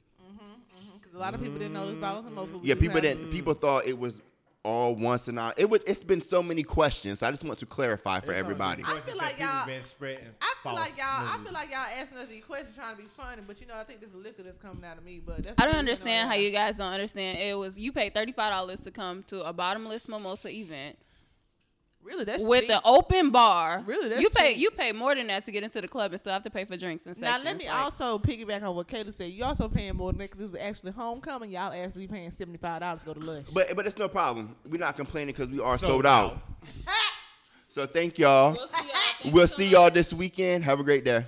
[SPEAKER 5] 'Cause A lot of people didn't know this bottles and mofo.
[SPEAKER 2] Yeah, people that people thought it was all once and all. It would. It's been so many questions. So I just want to clarify for
[SPEAKER 4] It's all
[SPEAKER 2] everybody.
[SPEAKER 4] these
[SPEAKER 5] I
[SPEAKER 4] questions
[SPEAKER 5] feel
[SPEAKER 4] that
[SPEAKER 5] like
[SPEAKER 4] people
[SPEAKER 5] y'all-
[SPEAKER 4] been spreading
[SPEAKER 5] I feel like
[SPEAKER 4] false
[SPEAKER 5] y'all. I
[SPEAKER 4] news.
[SPEAKER 5] feel like y'all asking us these questions trying to be funny, but you know, I think this is liquor that's coming out of me. But that's
[SPEAKER 3] I don't
[SPEAKER 5] neither here nor
[SPEAKER 3] understand how
[SPEAKER 5] there.
[SPEAKER 3] you guys don't understand. It was you paid thirty five dollars to come to a bottomless mimosa event
[SPEAKER 5] really that's
[SPEAKER 3] with
[SPEAKER 5] cheap.
[SPEAKER 3] an open bar.
[SPEAKER 5] Really, that's
[SPEAKER 3] you pay
[SPEAKER 5] cheap.
[SPEAKER 3] you pay more than that to get into the club and still have to pay for drinks and
[SPEAKER 5] Now
[SPEAKER 3] sections.
[SPEAKER 5] let me
[SPEAKER 3] Like,
[SPEAKER 5] also piggyback on what Kayla said. You also paying more than that because it was actually homecoming. Y'all asked to be paying seventy five dollars to go to Lush.
[SPEAKER 2] But but it's no problem. We're not complaining because we are
[SPEAKER 4] Sold
[SPEAKER 2] sold out. So thank y'all.
[SPEAKER 3] We'll see y'all. Thank you
[SPEAKER 2] We'll
[SPEAKER 3] so
[SPEAKER 2] see
[SPEAKER 3] much.
[SPEAKER 2] y'all this weekend. Have a great day.